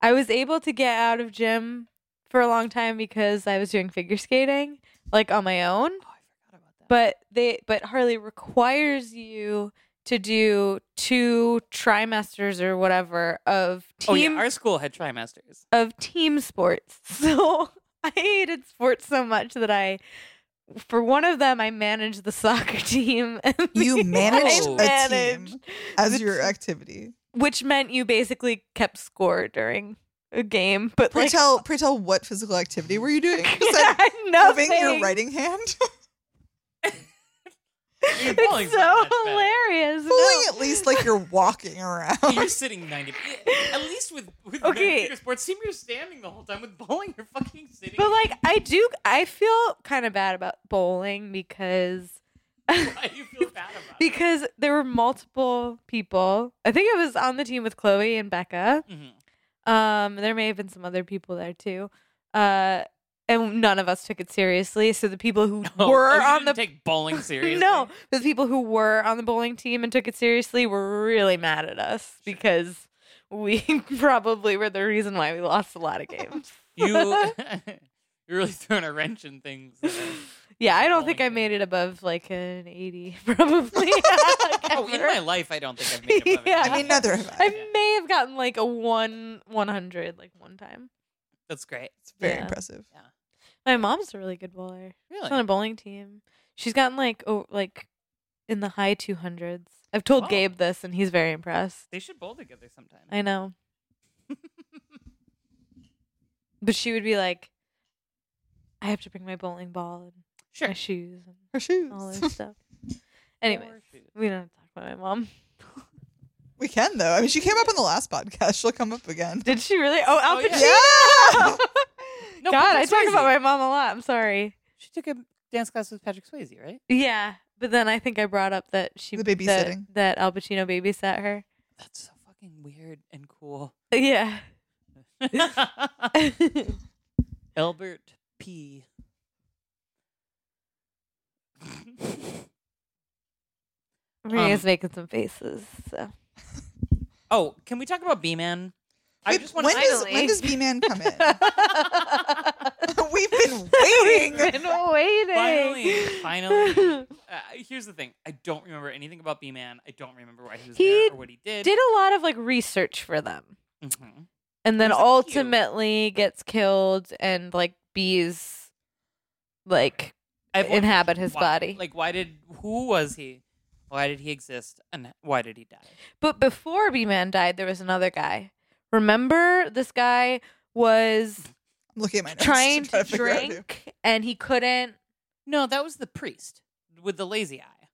[SPEAKER 2] I was able to get out of gym for a long time because I was doing figure skating, like on my own.
[SPEAKER 1] oh, I forgot about that."
[SPEAKER 2] But they, but Harley requires you to do two trimesters or whatever of
[SPEAKER 1] oh
[SPEAKER 2] team
[SPEAKER 1] yeah, our school had trimesters.
[SPEAKER 2] of team sports. So I hated sports so much that I, for one of them, I managed the soccer team. And
[SPEAKER 5] You
[SPEAKER 2] the-
[SPEAKER 5] managed
[SPEAKER 1] a
[SPEAKER 2] I
[SPEAKER 5] team.
[SPEAKER 2] managed,
[SPEAKER 5] As
[SPEAKER 2] Which-
[SPEAKER 5] your activity.
[SPEAKER 2] which meant you basically kept score during a game. But
[SPEAKER 5] Pray
[SPEAKER 2] like,
[SPEAKER 5] tell, pray tell, what physical activity were you doing? Besides
[SPEAKER 2] I know
[SPEAKER 5] moving your writing hand,
[SPEAKER 1] Your bowling's
[SPEAKER 2] It's so
[SPEAKER 1] not much better.
[SPEAKER 2] hilarious. No.
[SPEAKER 5] pulling at least like you're walking
[SPEAKER 1] You're
[SPEAKER 5] around.
[SPEAKER 1] sitting ninety. At least with with
[SPEAKER 2] Okay.
[SPEAKER 1] figure sports team, you're standing the whole time. With bowling, you're fucking sitting.
[SPEAKER 2] But like, I do. I feel kind of bad about bowling because
[SPEAKER 1] Why you feel bad about it?
[SPEAKER 2] because there were multiple people. I think I was on the team with Chloe and Becca.
[SPEAKER 1] Mhm.
[SPEAKER 2] Um, there may have been some other people there too. Uh, and none of us took it seriously. So the people who
[SPEAKER 1] Oh,
[SPEAKER 2] were
[SPEAKER 1] oh, you
[SPEAKER 2] on
[SPEAKER 1] didn't
[SPEAKER 2] the
[SPEAKER 1] take bowling seriously.
[SPEAKER 2] no, the people who were on the bowling team and took it seriously were really mad at us because we probably were the reason why we lost a lot of games.
[SPEAKER 1] you you're really throwing a wrench in things. Oh, that are-
[SPEAKER 2] yeah, I don't think I
[SPEAKER 1] Bowling
[SPEAKER 2] made it above like an eighty, probably.
[SPEAKER 1] Oh, in my life, I don't think I've made it. above
[SPEAKER 2] Yeah.
[SPEAKER 5] I mean, neither have I.
[SPEAKER 2] I may have gotten like a one one hundred like one time.
[SPEAKER 1] that's great.
[SPEAKER 5] It's very
[SPEAKER 2] yeah.
[SPEAKER 5] impressive.
[SPEAKER 2] My mom's a really good bowler. She's on
[SPEAKER 1] Really?
[SPEAKER 2] a bowling team. She's gotten like oh like in the high two hundreds. I've told
[SPEAKER 1] Wow.
[SPEAKER 2] Gabe this and he's very impressed.
[SPEAKER 1] They should bowl together sometime.
[SPEAKER 2] I know. but she would be like, I have to bring my bowling ball and my
[SPEAKER 1] Sure.
[SPEAKER 2] shoes and
[SPEAKER 5] Her
[SPEAKER 2] all
[SPEAKER 5] shoes.
[SPEAKER 2] this stuff. anyway, we don't have to talk about my mom.
[SPEAKER 5] We can though. I mean, she came up on the last podcast. She'll come up again.
[SPEAKER 2] Did she really? Oh, Al
[SPEAKER 1] Oh, yeah.
[SPEAKER 2] Pacino.
[SPEAKER 5] Yeah.
[SPEAKER 1] No,
[SPEAKER 2] God, I
[SPEAKER 1] Patrick
[SPEAKER 2] talk about
[SPEAKER 1] Swayze.
[SPEAKER 2] my mom a lot. I'm sorry.
[SPEAKER 1] She took a dance class with Patrick Swayze, right?
[SPEAKER 2] Yeah, but then I think I brought up that she
[SPEAKER 5] The
[SPEAKER 2] that-
[SPEAKER 5] babysitting.
[SPEAKER 2] that, Al Pacino babysat her.
[SPEAKER 1] That's so fucking weird and cool.
[SPEAKER 2] Yeah.
[SPEAKER 1] Albert P.
[SPEAKER 2] Maria's
[SPEAKER 1] Um,
[SPEAKER 2] making some faces. So.
[SPEAKER 1] oh, can we talk about B Man? I
[SPEAKER 5] Wait,
[SPEAKER 1] just want
[SPEAKER 5] when, does,
[SPEAKER 2] finally-
[SPEAKER 5] when does B Man come in? We've been waiting.
[SPEAKER 2] Been waiting.
[SPEAKER 1] Finally, finally. Uh, here's the thing: I don't remember anything about B Man. I don't remember why he was
[SPEAKER 2] He
[SPEAKER 1] there or what he did.
[SPEAKER 2] Did a lot of like research for them,
[SPEAKER 1] Mhm.
[SPEAKER 2] and then
[SPEAKER 1] There's a few.
[SPEAKER 2] ultimately gets killed, and like bees, like
[SPEAKER 1] I have one-
[SPEAKER 2] inhabit his
[SPEAKER 1] why?
[SPEAKER 2] body.
[SPEAKER 1] Like, why did? Who was he? Why did he exist? And why did he die?
[SPEAKER 2] But before B Man died, there was another guy. Remember, this guy was
[SPEAKER 5] I'm looking at my notes.
[SPEAKER 2] trying
[SPEAKER 5] try
[SPEAKER 2] to
[SPEAKER 5] figure out who-
[SPEAKER 2] drink and he couldn't.
[SPEAKER 1] No, that was the priest with the lazy eye.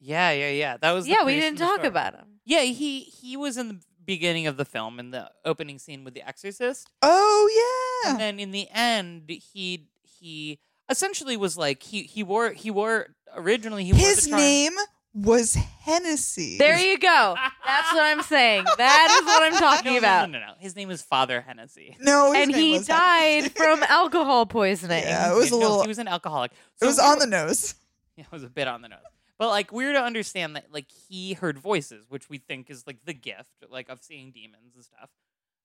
[SPEAKER 1] Yeah, yeah, yeah. That was the
[SPEAKER 2] Yeah, we
[SPEAKER 1] priest in
[SPEAKER 2] didn't
[SPEAKER 1] the
[SPEAKER 2] talk
[SPEAKER 1] story.
[SPEAKER 2] about him.
[SPEAKER 1] Yeah, he he was in the beginning of the film in the opening scene with the exorcist.
[SPEAKER 5] Oh yeah.
[SPEAKER 1] And then in the end he he essentially was like he he wore he wore originally he wore the
[SPEAKER 5] His
[SPEAKER 1] charm.
[SPEAKER 5] name was Hennessy.
[SPEAKER 2] There you go. That's what I'm saying. That is what I'm
[SPEAKER 1] No,
[SPEAKER 2] talking
[SPEAKER 1] no,
[SPEAKER 2] about.
[SPEAKER 1] no, no, no. His name was Father Hennessy.
[SPEAKER 5] No, his
[SPEAKER 2] And
[SPEAKER 5] name
[SPEAKER 2] he
[SPEAKER 5] was Hennessy.
[SPEAKER 2] died from alcohol poisoning.
[SPEAKER 5] Yeah, it was a
[SPEAKER 1] No,
[SPEAKER 5] little.
[SPEAKER 1] he was an alcoholic.
[SPEAKER 5] it
[SPEAKER 1] So
[SPEAKER 5] was
[SPEAKER 1] we
[SPEAKER 5] on
[SPEAKER 1] were-
[SPEAKER 5] the nose.
[SPEAKER 1] Yeah, it was a bit on the nose. But like we're to understand that like he heard voices, which we think is like the gift, like of seeing demons and stuff.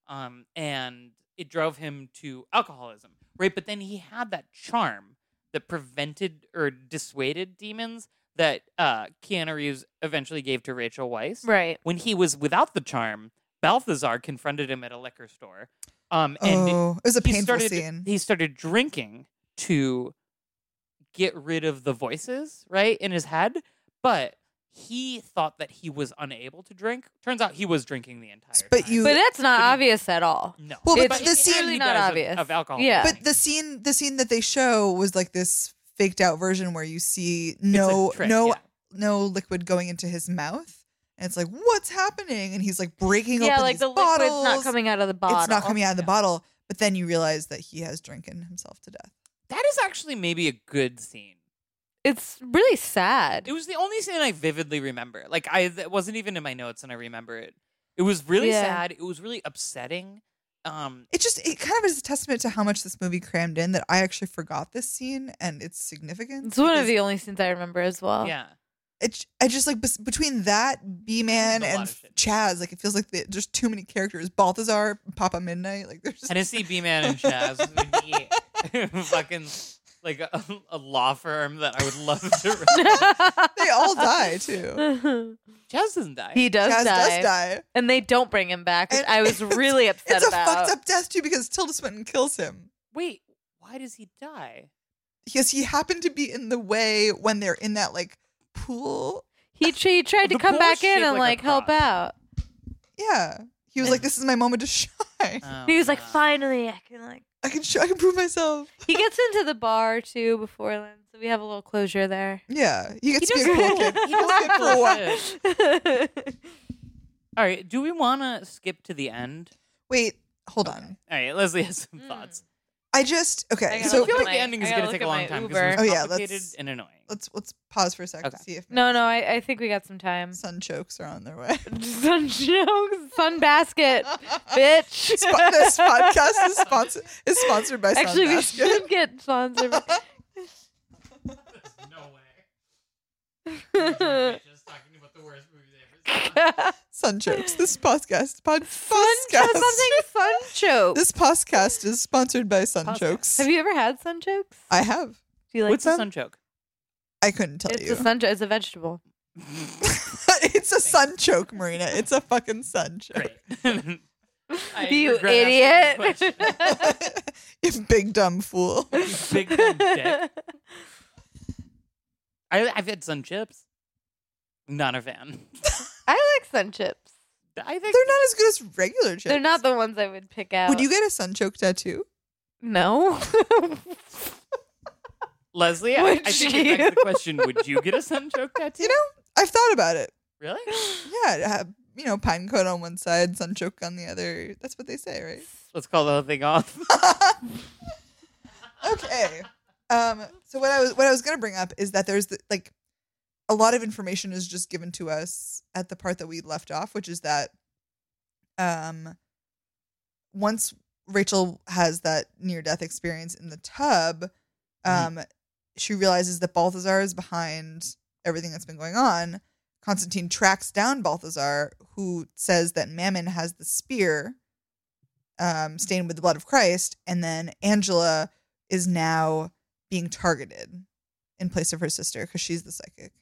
[SPEAKER 1] Um, and it drove him to alcoholism, right? But then he had that charm that prevented or dissuaded demons that uh, Keanu Reeves eventually gave to Rachel Weisz.
[SPEAKER 2] Right.
[SPEAKER 1] When he was without the charm, Balthazar confronted him at a liquor store. Um, and
[SPEAKER 5] oh, it was a
[SPEAKER 1] he
[SPEAKER 5] painful
[SPEAKER 1] started
[SPEAKER 5] scene.
[SPEAKER 1] he started drinking to get rid of the voices right in his head but he thought that he was unable to drink turns out he was drinking the entire
[SPEAKER 5] But
[SPEAKER 1] time
[SPEAKER 5] you-
[SPEAKER 2] But that's not
[SPEAKER 1] But he-
[SPEAKER 2] obvious at all.
[SPEAKER 1] no
[SPEAKER 5] Well, but
[SPEAKER 1] But
[SPEAKER 5] the
[SPEAKER 1] it
[SPEAKER 5] scene-
[SPEAKER 1] clearly
[SPEAKER 2] Really not
[SPEAKER 1] does of-
[SPEAKER 2] obvious.
[SPEAKER 1] of, alcohol
[SPEAKER 2] Yeah.
[SPEAKER 1] drinking.
[SPEAKER 5] But the scene, the scene that they show was like this faked out version where you see
[SPEAKER 1] It's a
[SPEAKER 5] no,
[SPEAKER 1] trick,
[SPEAKER 5] no,
[SPEAKER 1] yeah.
[SPEAKER 5] no liquid going into his mouth, and it's like, what's happening? And he's like breaking
[SPEAKER 2] Yeah,
[SPEAKER 5] open
[SPEAKER 2] like
[SPEAKER 5] these
[SPEAKER 2] the
[SPEAKER 5] bottles.
[SPEAKER 2] liquid's not coming out of the bottle.
[SPEAKER 5] It's not coming out of the
[SPEAKER 1] Yeah.
[SPEAKER 5] bottle. But then you realize that he has drinking himself to death.
[SPEAKER 1] that is actually maybe a good scene
[SPEAKER 2] It's really sad.
[SPEAKER 1] it was the only scene i vividly remember like i that wasn't even in my notes and i remember it it was really
[SPEAKER 2] Yeah.
[SPEAKER 1] sad it was really upsetting um
[SPEAKER 5] It just, it kind of is a testament to how much this movie crammed in that I actually forgot this scene and its significance.
[SPEAKER 2] It's one of
[SPEAKER 5] because
[SPEAKER 2] the only scenes I remember as well.
[SPEAKER 1] yeah
[SPEAKER 5] it, I just like bes- between that B man
[SPEAKER 1] There's a lot
[SPEAKER 5] and
[SPEAKER 1] of shit.
[SPEAKER 5] Chaz, like it feels like the, there's too many characters. Balthazar, Papa Midnight, like there's
[SPEAKER 1] Tennessee B Man and Chaz would be fucking like a, a law firm that I would love to. Run.
[SPEAKER 5] they all die too.
[SPEAKER 1] Chaz doesn't die.
[SPEAKER 2] he does
[SPEAKER 5] Chaz
[SPEAKER 2] die.
[SPEAKER 5] does die.
[SPEAKER 2] And they don't bring him back, which
[SPEAKER 5] And
[SPEAKER 2] I was
[SPEAKER 5] it's-
[SPEAKER 2] really upset
[SPEAKER 5] It's a
[SPEAKER 2] about.
[SPEAKER 5] fucked up death too because Tilda Swinton kills him
[SPEAKER 1] Wait, why does he die?
[SPEAKER 5] because he happened to be in the way when they're in that like pool.
[SPEAKER 2] He, tr- he tried to
[SPEAKER 1] The
[SPEAKER 2] come
[SPEAKER 1] bull
[SPEAKER 2] back
[SPEAKER 1] is shaped
[SPEAKER 2] in and
[SPEAKER 1] like a
[SPEAKER 2] like, help
[SPEAKER 1] cross.
[SPEAKER 2] out.
[SPEAKER 5] Yeah, he was like, "This is my moment to shine.
[SPEAKER 1] Oh,
[SPEAKER 2] he was like,
[SPEAKER 1] no.
[SPEAKER 2] finally, I can like.
[SPEAKER 5] I can show. I can prove myself."
[SPEAKER 2] He gets into the bar too before then, so we have a little closure there.
[SPEAKER 5] Yeah, he
[SPEAKER 1] He
[SPEAKER 5] gets to be a
[SPEAKER 1] does-
[SPEAKER 5] cool kid.
[SPEAKER 1] he does
[SPEAKER 5] Let's
[SPEAKER 1] get
[SPEAKER 5] get for a while.
[SPEAKER 1] bullshit. All right, do we want to skip to the end?
[SPEAKER 5] Wait, hold on.
[SPEAKER 1] All right, Leslie has some thoughts.
[SPEAKER 5] I just okay.
[SPEAKER 2] I gotta
[SPEAKER 5] So
[SPEAKER 1] Hmm. I feel
[SPEAKER 2] look at
[SPEAKER 1] like
[SPEAKER 2] my-
[SPEAKER 1] the ending is
[SPEAKER 2] I gotta
[SPEAKER 1] going to
[SPEAKER 2] look
[SPEAKER 1] take
[SPEAKER 2] at
[SPEAKER 1] a
[SPEAKER 2] my
[SPEAKER 1] long time because
[SPEAKER 2] Uber.
[SPEAKER 1] it's
[SPEAKER 5] Oh, yeah,
[SPEAKER 1] complicated
[SPEAKER 5] let's-
[SPEAKER 1] and annoying.
[SPEAKER 5] let's let's pause for a sec
[SPEAKER 1] Okay.
[SPEAKER 5] to see if
[SPEAKER 2] no, no, I, I think we got some time.
[SPEAKER 5] sun chokes are on their way.
[SPEAKER 2] Sun jokes, sun basket, bitch.
[SPEAKER 5] Spon- this podcast is sponsored is sponsored by
[SPEAKER 2] Actually, we
[SPEAKER 5] Sunbasket.
[SPEAKER 2] should get sponsored.
[SPEAKER 1] No way.
[SPEAKER 2] sun
[SPEAKER 1] Just talking about the worst movie
[SPEAKER 5] Sun chokes. This podcast pod,
[SPEAKER 2] cho-
[SPEAKER 5] podcast.
[SPEAKER 2] something sun jokes.
[SPEAKER 5] This podcast is sponsored by Sun
[SPEAKER 1] Podcast.
[SPEAKER 5] Chokes.
[SPEAKER 2] Have you ever had sun jokes?
[SPEAKER 5] I have.
[SPEAKER 2] Do you like
[SPEAKER 1] What's a
[SPEAKER 2] them?
[SPEAKER 1] sun choke?
[SPEAKER 5] I couldn't tell
[SPEAKER 2] It's
[SPEAKER 5] you.
[SPEAKER 2] a sun. jo- It's a vegetable.
[SPEAKER 5] it's a sun choke, Marina. It's a fucking sun choke.
[SPEAKER 1] Great. I
[SPEAKER 2] you
[SPEAKER 1] regret asking this
[SPEAKER 2] idiot.
[SPEAKER 1] question.
[SPEAKER 5] you big dumb fool.
[SPEAKER 1] You big dumb dick. I, I've had sun chips. Not a fan.
[SPEAKER 2] I like sun chips.
[SPEAKER 1] I think
[SPEAKER 5] They're not as good as regular chips.
[SPEAKER 2] They're not uh, the ones I would pick out.
[SPEAKER 5] Would you get a sun choke tattoo?
[SPEAKER 2] No.
[SPEAKER 1] Leslie. I,
[SPEAKER 2] Would
[SPEAKER 1] I think it begs
[SPEAKER 2] you?
[SPEAKER 1] the question: Would you get a sun choke tattoo?
[SPEAKER 5] You know, I've thought about it.
[SPEAKER 1] really?
[SPEAKER 5] Yeah, it had, you know, pine cone on one side, sun choke on the other. That's what they say, right?
[SPEAKER 1] Let's call the whole thing off.
[SPEAKER 5] okay. Um, so what I was what I was gonna bring up is that there's the, like a lot of information is just given to us at the part that we left off, which is that um once Rachel has that near death experience in the tub, um she realizes that Balthazar is behind everything that's been going on. Constantine tracks down Balthazar, who says that Mammon has the spear um, stained with the blood of Christ, and then Angela is now being targeted in place of her sister because she's the psychic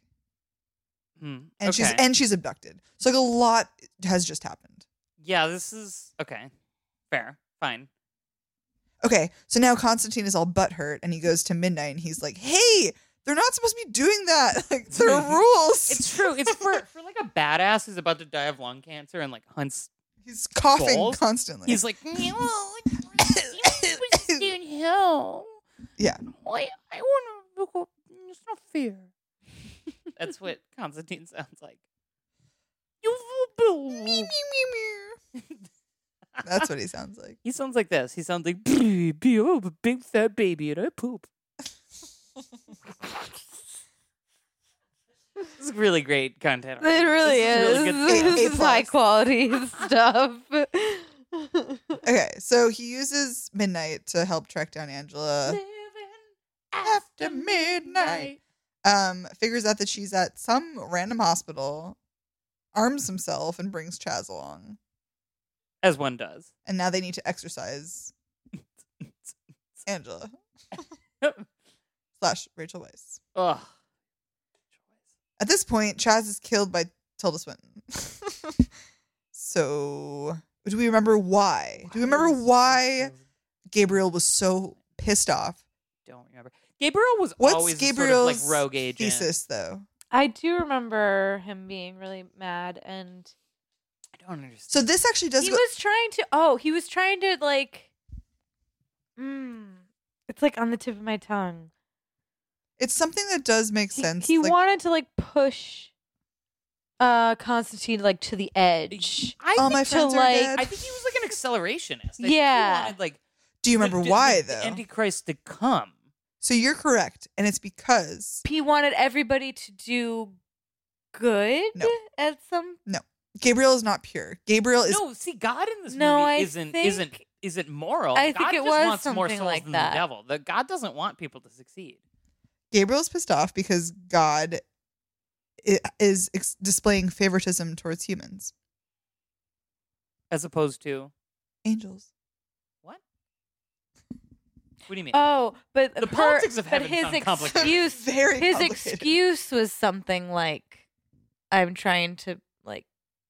[SPEAKER 1] Mm,
[SPEAKER 5] and she's
[SPEAKER 1] okay.
[SPEAKER 5] and she's abducted. So like a lot has just happened.
[SPEAKER 1] yeah, this is okay. Fair, fine.
[SPEAKER 5] Okay, so now Constantine is all butthurt, and he goes to midnight, and he's like, "Hey, they're not supposed to be doing that. Like there are rules."
[SPEAKER 1] It's true. It's for for like a badass who's about to die of lung cancer and like hunts.
[SPEAKER 5] he's coughing
[SPEAKER 1] Balls?
[SPEAKER 5] constantly.
[SPEAKER 1] He's like, "No, it was down hell.
[SPEAKER 5] Yeah.
[SPEAKER 1] I I want to go. It's not fair. That's what Constantine sounds like. You fool, Bill.
[SPEAKER 5] "Meow, meow, meow, meow." That's what he sounds like.
[SPEAKER 1] He sounds like this. He sounds like baby, I'm a big fat baby and I poop. this is really great content.
[SPEAKER 2] It really
[SPEAKER 1] This
[SPEAKER 2] is.
[SPEAKER 1] is really good
[SPEAKER 5] stuff.
[SPEAKER 2] this
[SPEAKER 5] A-
[SPEAKER 2] is
[SPEAKER 5] A
[SPEAKER 2] high
[SPEAKER 5] plus.
[SPEAKER 2] quality stuff.
[SPEAKER 5] Okay, so he uses midnight to help track down Angela. After midnight, um, figures out that she's at some random hospital, arms himself, and brings Chaz along.
[SPEAKER 1] As one does.
[SPEAKER 5] And now they need to exercise Angela slash Rachel Weiss.
[SPEAKER 1] Ugh.
[SPEAKER 5] At this point, Chaz is killed by Tilda Swinton. so, do we remember why? Do we remember why Gabriel was so pissed off?
[SPEAKER 1] Don't remember. Gabriel was
[SPEAKER 5] What's
[SPEAKER 1] always a
[SPEAKER 5] Gabriel's
[SPEAKER 1] sort of like rogue agent.
[SPEAKER 5] Thesis, though.
[SPEAKER 2] I do remember him being really mad, and
[SPEAKER 1] I don't understand.
[SPEAKER 5] So this actually does
[SPEAKER 2] he
[SPEAKER 5] go.
[SPEAKER 2] was trying to. Oh, he was trying to like. Mm, it's like on the tip of my tongue.
[SPEAKER 5] it's something that does make
[SPEAKER 2] He,
[SPEAKER 5] sense.
[SPEAKER 2] he
[SPEAKER 5] like,
[SPEAKER 2] wanted to like push, uh, Constantine like to the edge.
[SPEAKER 1] I
[SPEAKER 5] all
[SPEAKER 1] think,
[SPEAKER 5] my
[SPEAKER 2] to,
[SPEAKER 5] friends are
[SPEAKER 2] like-
[SPEAKER 5] dead.
[SPEAKER 1] I think he was like an accelerationist. I think
[SPEAKER 2] Yeah.
[SPEAKER 1] He wanted, like,
[SPEAKER 5] Do you
[SPEAKER 1] the-
[SPEAKER 5] remember
[SPEAKER 1] the-
[SPEAKER 5] why
[SPEAKER 1] the
[SPEAKER 5] though?
[SPEAKER 1] Antichrist to come.
[SPEAKER 5] so you're correct, and it's because
[SPEAKER 2] He wanted everybody to do good
[SPEAKER 5] No.
[SPEAKER 2] at some.
[SPEAKER 5] Gabriel is not pure. Gabriel is
[SPEAKER 1] no, see, God in this
[SPEAKER 2] No,
[SPEAKER 1] movie
[SPEAKER 2] I
[SPEAKER 1] isn't
[SPEAKER 2] think-
[SPEAKER 1] isn't isn't moral.
[SPEAKER 2] I
[SPEAKER 1] God
[SPEAKER 2] think it
[SPEAKER 1] just
[SPEAKER 2] was
[SPEAKER 1] wants more
[SPEAKER 2] something
[SPEAKER 1] souls
[SPEAKER 2] like
[SPEAKER 1] than
[SPEAKER 2] that.
[SPEAKER 1] the devil. The God doesn't want people to succeed.
[SPEAKER 5] Gabriel's pissed off because God i- is ex- displaying favoritism towards humans.
[SPEAKER 1] As opposed to
[SPEAKER 5] Angels.
[SPEAKER 1] what? What do you mean?
[SPEAKER 2] Oh, but
[SPEAKER 1] The
[SPEAKER 2] per-
[SPEAKER 1] politics of
[SPEAKER 2] but
[SPEAKER 1] heaven
[SPEAKER 2] his
[SPEAKER 1] sound complicated.
[SPEAKER 2] excuse
[SPEAKER 5] Very
[SPEAKER 2] his
[SPEAKER 5] complicated.
[SPEAKER 2] excuse was something like i'm trying to like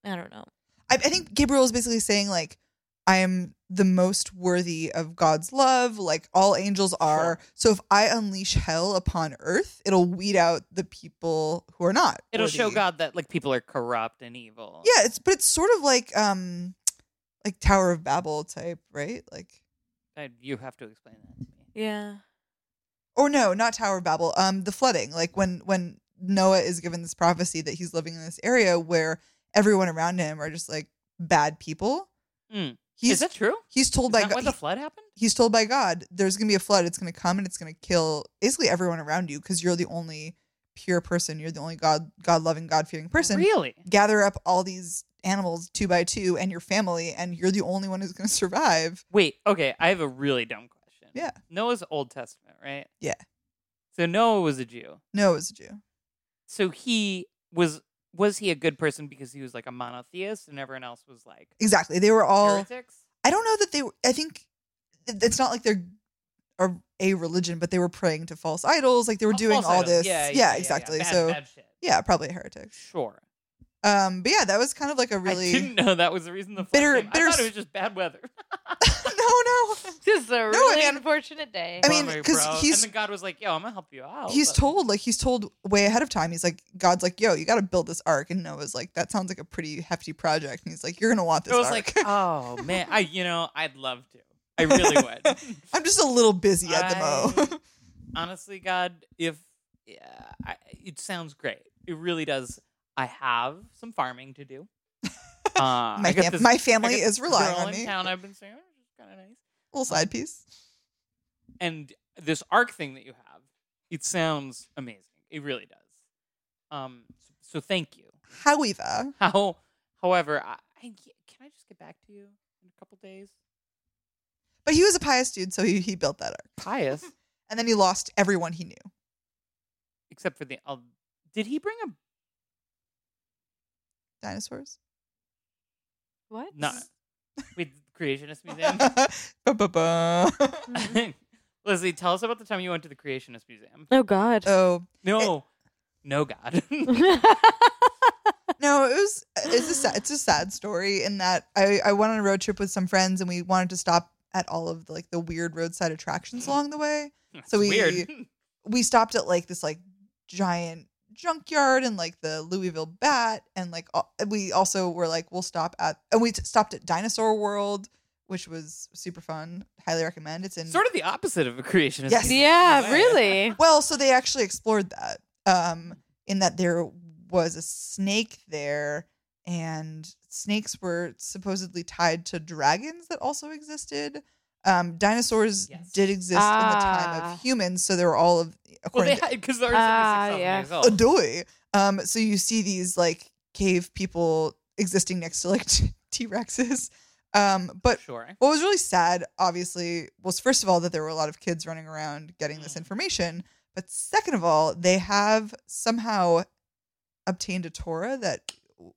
[SPEAKER 2] i don't know
[SPEAKER 5] I, I think Gabriel is basically saying like, I am the most worthy of God's love, like all angels are. So if I unleash hell upon earth, it'll weed out the people who are not.
[SPEAKER 1] It'll show
[SPEAKER 5] worthy.
[SPEAKER 1] God that like people are corrupt and evil.
[SPEAKER 5] Yeah, it's but it's sort of like um, like Tower of Babel type, right? Like,
[SPEAKER 1] I, you have to explain that to me.
[SPEAKER 2] yeah
[SPEAKER 5] or no, not Tower of Babel. Um, the flooding, like when when Noah is given this prophecy that he's living in this area where everyone around him are just like bad people.
[SPEAKER 1] Mm. Is
[SPEAKER 5] He's
[SPEAKER 1] that true?
[SPEAKER 5] he's told
[SPEAKER 1] Is
[SPEAKER 5] by
[SPEAKER 1] that
[SPEAKER 5] God.
[SPEAKER 1] why the flood happened?
[SPEAKER 5] he's told by God, there's going to be a flood. It's going to come and it's going to kill basically everyone around you because you're the only pure person. You're the only God, God loving, God fearing person.
[SPEAKER 1] Really?
[SPEAKER 5] Gather up all these animals two by two and your family, and you're the only one who's going to survive.
[SPEAKER 1] Wait, okay, I have a really dumb question.
[SPEAKER 5] Yeah.
[SPEAKER 1] Noah's Old Testament, right?
[SPEAKER 5] Yeah.
[SPEAKER 1] So Noah was a Jew.
[SPEAKER 5] No, it's a Jew.
[SPEAKER 1] So he was was he a good person because he was like a monotheist and everyone else was like
[SPEAKER 5] Exactly. They were all.
[SPEAKER 1] heretics?
[SPEAKER 5] I don't know that they. were- I think it- it's not like they're a, a religion, but they were praying to false idols. Like they were
[SPEAKER 1] Oh,
[SPEAKER 5] doing
[SPEAKER 1] false
[SPEAKER 5] all
[SPEAKER 1] idols.
[SPEAKER 5] this.
[SPEAKER 1] Yeah, yeah, yeah,
[SPEAKER 5] exactly.
[SPEAKER 1] yeah. Bad,
[SPEAKER 5] So
[SPEAKER 1] bad shit.
[SPEAKER 5] yeah, probably heretics.
[SPEAKER 1] Sure.
[SPEAKER 5] Um, but yeah, that was kind of like a
[SPEAKER 1] I
[SPEAKER 5] really
[SPEAKER 1] didn't know that was the reason the flood
[SPEAKER 5] Bitter-
[SPEAKER 1] came.
[SPEAKER 5] bitter
[SPEAKER 1] I thought
[SPEAKER 5] s-
[SPEAKER 1] it was just bad weather.
[SPEAKER 5] no, no.
[SPEAKER 2] this is a
[SPEAKER 5] really
[SPEAKER 2] really
[SPEAKER 5] mean-
[SPEAKER 2] unfortunate day
[SPEAKER 5] I mean,
[SPEAKER 1] Bummer,
[SPEAKER 5] 'cause
[SPEAKER 1] bro.
[SPEAKER 5] he's-
[SPEAKER 1] and then God was like, "Yo, I'm gonna help you out."
[SPEAKER 5] he's
[SPEAKER 1] Oh, but-
[SPEAKER 5] told like he's told way ahead of time he's like god's like yo you got to build this ark and noah's like that sounds like a pretty hefty project and he's like you're gonna want this
[SPEAKER 1] I was
[SPEAKER 5] ark
[SPEAKER 1] like, "Oh man, I you know, I'd love to. I really would."
[SPEAKER 5] i'm just a little busy at the
[SPEAKER 1] I-
[SPEAKER 5] mo
[SPEAKER 1] Honestly, God, if yeah, I, it sounds great. It really does. I have some farming to do. Uh,
[SPEAKER 5] my,
[SPEAKER 1] I got
[SPEAKER 5] fam-
[SPEAKER 1] this-
[SPEAKER 5] my
[SPEAKER 1] I
[SPEAKER 5] family
[SPEAKER 1] got
[SPEAKER 5] is
[SPEAKER 1] this
[SPEAKER 5] relying
[SPEAKER 1] girl
[SPEAKER 5] on
[SPEAKER 1] in
[SPEAKER 5] me
[SPEAKER 1] Town I've been seeing, which is kind of nice.
[SPEAKER 5] little side piece
[SPEAKER 1] and this arc thing that you have, it sounds amazing. It really does. Um, so thank you.
[SPEAKER 5] however
[SPEAKER 1] How, however, I, I can I just get back to you in a couple days?
[SPEAKER 5] But he was a pious dude, so he, he built that ark.
[SPEAKER 1] Pious,
[SPEAKER 5] And then he lost everyone he knew.
[SPEAKER 1] except for the. Uh, did he bring a
[SPEAKER 5] Dinosaurs.
[SPEAKER 2] What?
[SPEAKER 1] not with Creationist Museum?
[SPEAKER 5] Ba-ba-ba.
[SPEAKER 1] Leslie, tell us about the time you went to the Creationist Museum.
[SPEAKER 2] Oh God.
[SPEAKER 5] oh
[SPEAKER 1] No, no, God.
[SPEAKER 5] no, it was it's a sad, it's a sad story in that I I went on a road trip with some friends and we wanted to stop at all of the, like the weird roadside attractions along the way. So
[SPEAKER 1] It's
[SPEAKER 5] we-
[SPEAKER 1] weird.
[SPEAKER 5] we stopped at like this like giant junkyard and like the Louisville Bat and like al- and we also were like we'll stop at and we t- stopped at Dinosaur World which was super fun highly recommend it's in
[SPEAKER 1] sort of the opposite of a Creationist.
[SPEAKER 5] Yes.
[SPEAKER 1] Museum.
[SPEAKER 2] yeah, really.
[SPEAKER 1] Um,
[SPEAKER 5] well so they actually explored that um in that there was a snake there and snakes were supposedly tied to dragons that also existed um dinosaurs
[SPEAKER 1] Yes.
[SPEAKER 5] did exist in the time
[SPEAKER 2] Ah.
[SPEAKER 5] of humans so there were all of
[SPEAKER 1] Well,
[SPEAKER 5] according
[SPEAKER 1] they
[SPEAKER 5] to
[SPEAKER 1] had because they're
[SPEAKER 2] Ah,
[SPEAKER 1] only
[SPEAKER 2] yeah.
[SPEAKER 1] 6,000 years
[SPEAKER 5] a
[SPEAKER 1] old.
[SPEAKER 5] doy. Um, so you see these like cave people existing next to like T Rexes. Um, but
[SPEAKER 1] Sure.
[SPEAKER 5] what was really sad, obviously, was first of all that there were a lot of kids running around getting this
[SPEAKER 1] Mm.
[SPEAKER 5] information, but second of all, they have somehow obtained a Torah that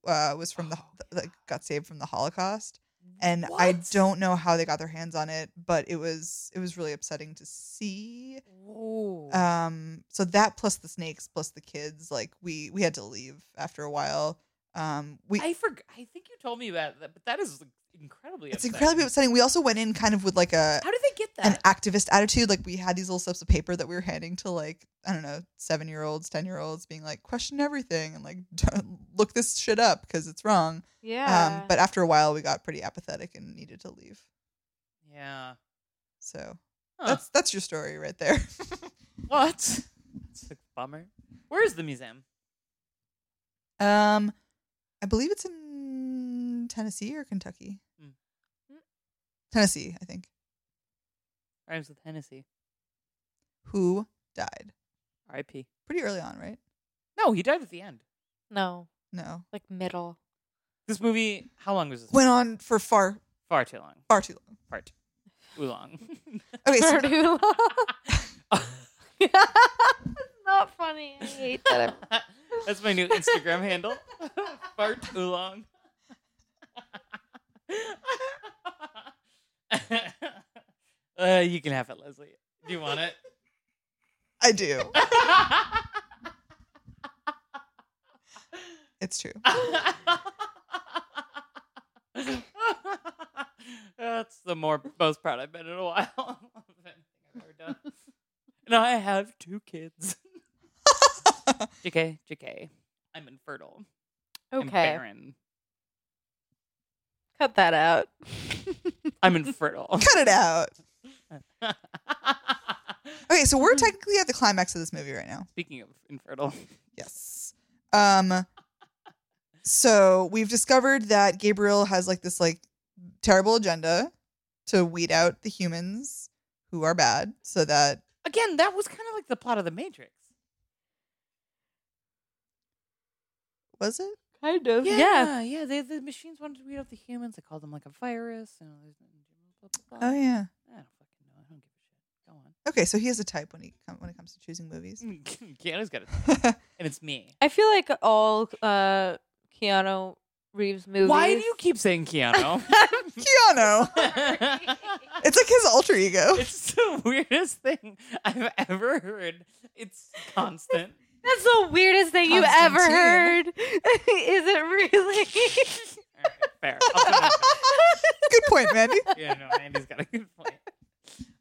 [SPEAKER 5] uh, was from
[SPEAKER 1] Oh,
[SPEAKER 5] the that got saved from the Holocaust, and I
[SPEAKER 1] What?
[SPEAKER 5] don't know how they got their hands on it, but it was it was really upsetting to see.
[SPEAKER 1] Whoa.
[SPEAKER 5] Um, so that plus the snakes plus the kids, like we we had to leave after a while. Um, we
[SPEAKER 1] I forg I think you told me about that, but that is like, incredibly.
[SPEAKER 5] it's
[SPEAKER 1] upsetting.
[SPEAKER 5] incredibly upsetting. We also went in kind of with like a
[SPEAKER 1] How did they get that?
[SPEAKER 5] an activist attitude. Like we had these little slips of paper that we were handing to like I don't know seven year olds, ten year olds, being like question everything and like don't look this shit up because it's wrong.
[SPEAKER 2] Yeah.
[SPEAKER 5] Um, but after a while, we got pretty apathetic and needed to leave.
[SPEAKER 1] yeah.
[SPEAKER 5] So
[SPEAKER 1] Huh.
[SPEAKER 5] that's that's your story right there.
[SPEAKER 1] what? That's a bummer. Where is the museum?
[SPEAKER 5] um, I believe it's in Tennessee or Kentucky.
[SPEAKER 1] Hmm.
[SPEAKER 5] Tennessee, I think.
[SPEAKER 1] Rhymes with Hennessy.
[SPEAKER 5] who died
[SPEAKER 1] R.I.P.
[SPEAKER 5] pretty early on, right?
[SPEAKER 1] No, he died at the end.
[SPEAKER 2] no,
[SPEAKER 5] No,
[SPEAKER 2] like middle.
[SPEAKER 1] This movie. How long was this?
[SPEAKER 5] went on for far
[SPEAKER 1] Far too long.
[SPEAKER 5] far too long.
[SPEAKER 1] Far too, too long.
[SPEAKER 5] Okay, so
[SPEAKER 2] For too long. Not funny. I hate that.
[SPEAKER 1] That's my new Instagram handle. Far too long. uh, you can have it, Leslie. Do you want it?
[SPEAKER 5] I do. It's true.
[SPEAKER 1] That's the more most proud I've been in a while. of anything I've ever done. And I have two kids. JK, JK. I'm infertile.
[SPEAKER 2] I'm
[SPEAKER 1] I'm
[SPEAKER 2] okay,
[SPEAKER 1] barren.
[SPEAKER 2] cut that out.
[SPEAKER 1] I'm infertile.
[SPEAKER 5] Cut it out. Okay, so we're technically at the climax of this movie right now.
[SPEAKER 1] Speaking of infertile,
[SPEAKER 5] Yes. Um. So we've discovered that Gabriel has like this like terrible agenda to weed out the humans who are bad, so that
[SPEAKER 1] again, that was kind of like the plot of The Matrix.
[SPEAKER 5] was it.
[SPEAKER 2] kind of. Oh, Yeah.
[SPEAKER 1] yeah. yeah, They, the machines wanted to weed out the humans. They called them like a virus. And all this- blah, blah, blah.
[SPEAKER 5] Oh yeah.
[SPEAKER 1] I don't fucking know. I don't give a shit. Go on.
[SPEAKER 5] Okay, so he has a type when he com- when it comes to choosing movies.
[SPEAKER 1] Mm. Keanu's got it, and it's me.
[SPEAKER 2] I feel like all uh, Keanu Reeves movies.
[SPEAKER 1] Why do you keep saying Keanu?
[SPEAKER 5] Keanu.
[SPEAKER 1] it's
[SPEAKER 5] It's like his alter ego.
[SPEAKER 1] the weirdest thing I've ever heard. It's constant.
[SPEAKER 2] That's the weirdest thing you ever
[SPEAKER 5] Constantine.
[SPEAKER 2] heard. Is it really?
[SPEAKER 1] All right, fair. I'll put it
[SPEAKER 5] Good point, Mandy.
[SPEAKER 1] back. yeah, no, Andy's got a good point.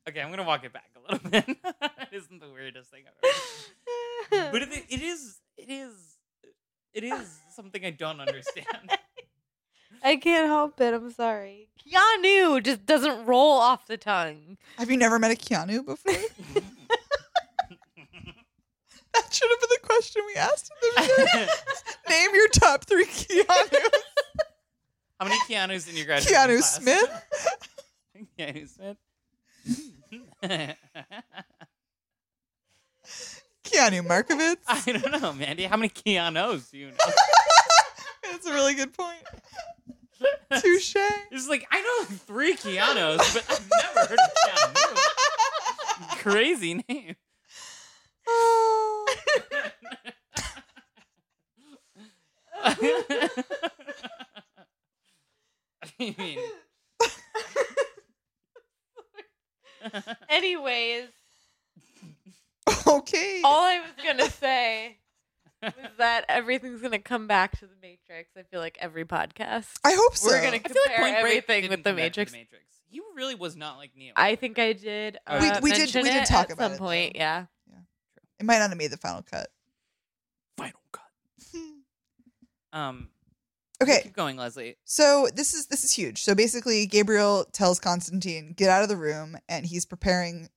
[SPEAKER 1] Okay, I'm gonna walk it back a little bit. it isn't the weirdest thing I've ever. Heard. but it, it is it is it is something I don't understand.
[SPEAKER 2] I can't help it. I'm sorry. Keanu just doesn't roll off the tongue.
[SPEAKER 5] Have you never met a Keanu before? that should have been the question we asked at the beginning. Name your top three Keanu.
[SPEAKER 1] How many Keanu's in your graduating
[SPEAKER 5] Keanu
[SPEAKER 1] class?
[SPEAKER 5] Smith.
[SPEAKER 1] Keanu Smith.
[SPEAKER 5] Keanu Markovitz.
[SPEAKER 1] I don't know, Mandy. How many Keanu's do you know?
[SPEAKER 5] That's a really good point. Touche.
[SPEAKER 1] It's like I know three Keanos, but I've never heard of Keanu. Crazy name.
[SPEAKER 5] Oh.
[SPEAKER 1] I mean,
[SPEAKER 2] Anyways,
[SPEAKER 5] okay.
[SPEAKER 2] all I was gonna say was that everything's gonna come back to the Matrix. I feel like every podcast.
[SPEAKER 5] I hope so.
[SPEAKER 2] We're gonna
[SPEAKER 1] I feel
[SPEAKER 2] compare
[SPEAKER 1] like Point Break
[SPEAKER 2] everything
[SPEAKER 1] didn't
[SPEAKER 2] with the
[SPEAKER 1] come back to
[SPEAKER 2] Matrix.
[SPEAKER 1] Matrix. He really was not like Neo.
[SPEAKER 2] I think I did.
[SPEAKER 1] We-
[SPEAKER 2] Uh,
[SPEAKER 5] we did-
[SPEAKER 2] mention
[SPEAKER 5] we did
[SPEAKER 2] it
[SPEAKER 5] talk
[SPEAKER 2] at
[SPEAKER 5] about
[SPEAKER 2] some
[SPEAKER 5] it, though.
[SPEAKER 2] point. Yeah.
[SPEAKER 5] It might not have made the final cut.
[SPEAKER 1] Final cut. Um.
[SPEAKER 5] Okay.
[SPEAKER 1] Keep going, Leslie.
[SPEAKER 5] So this is this is huge. So basically Gabriel tells Constantine, get out of the room, and he's preparing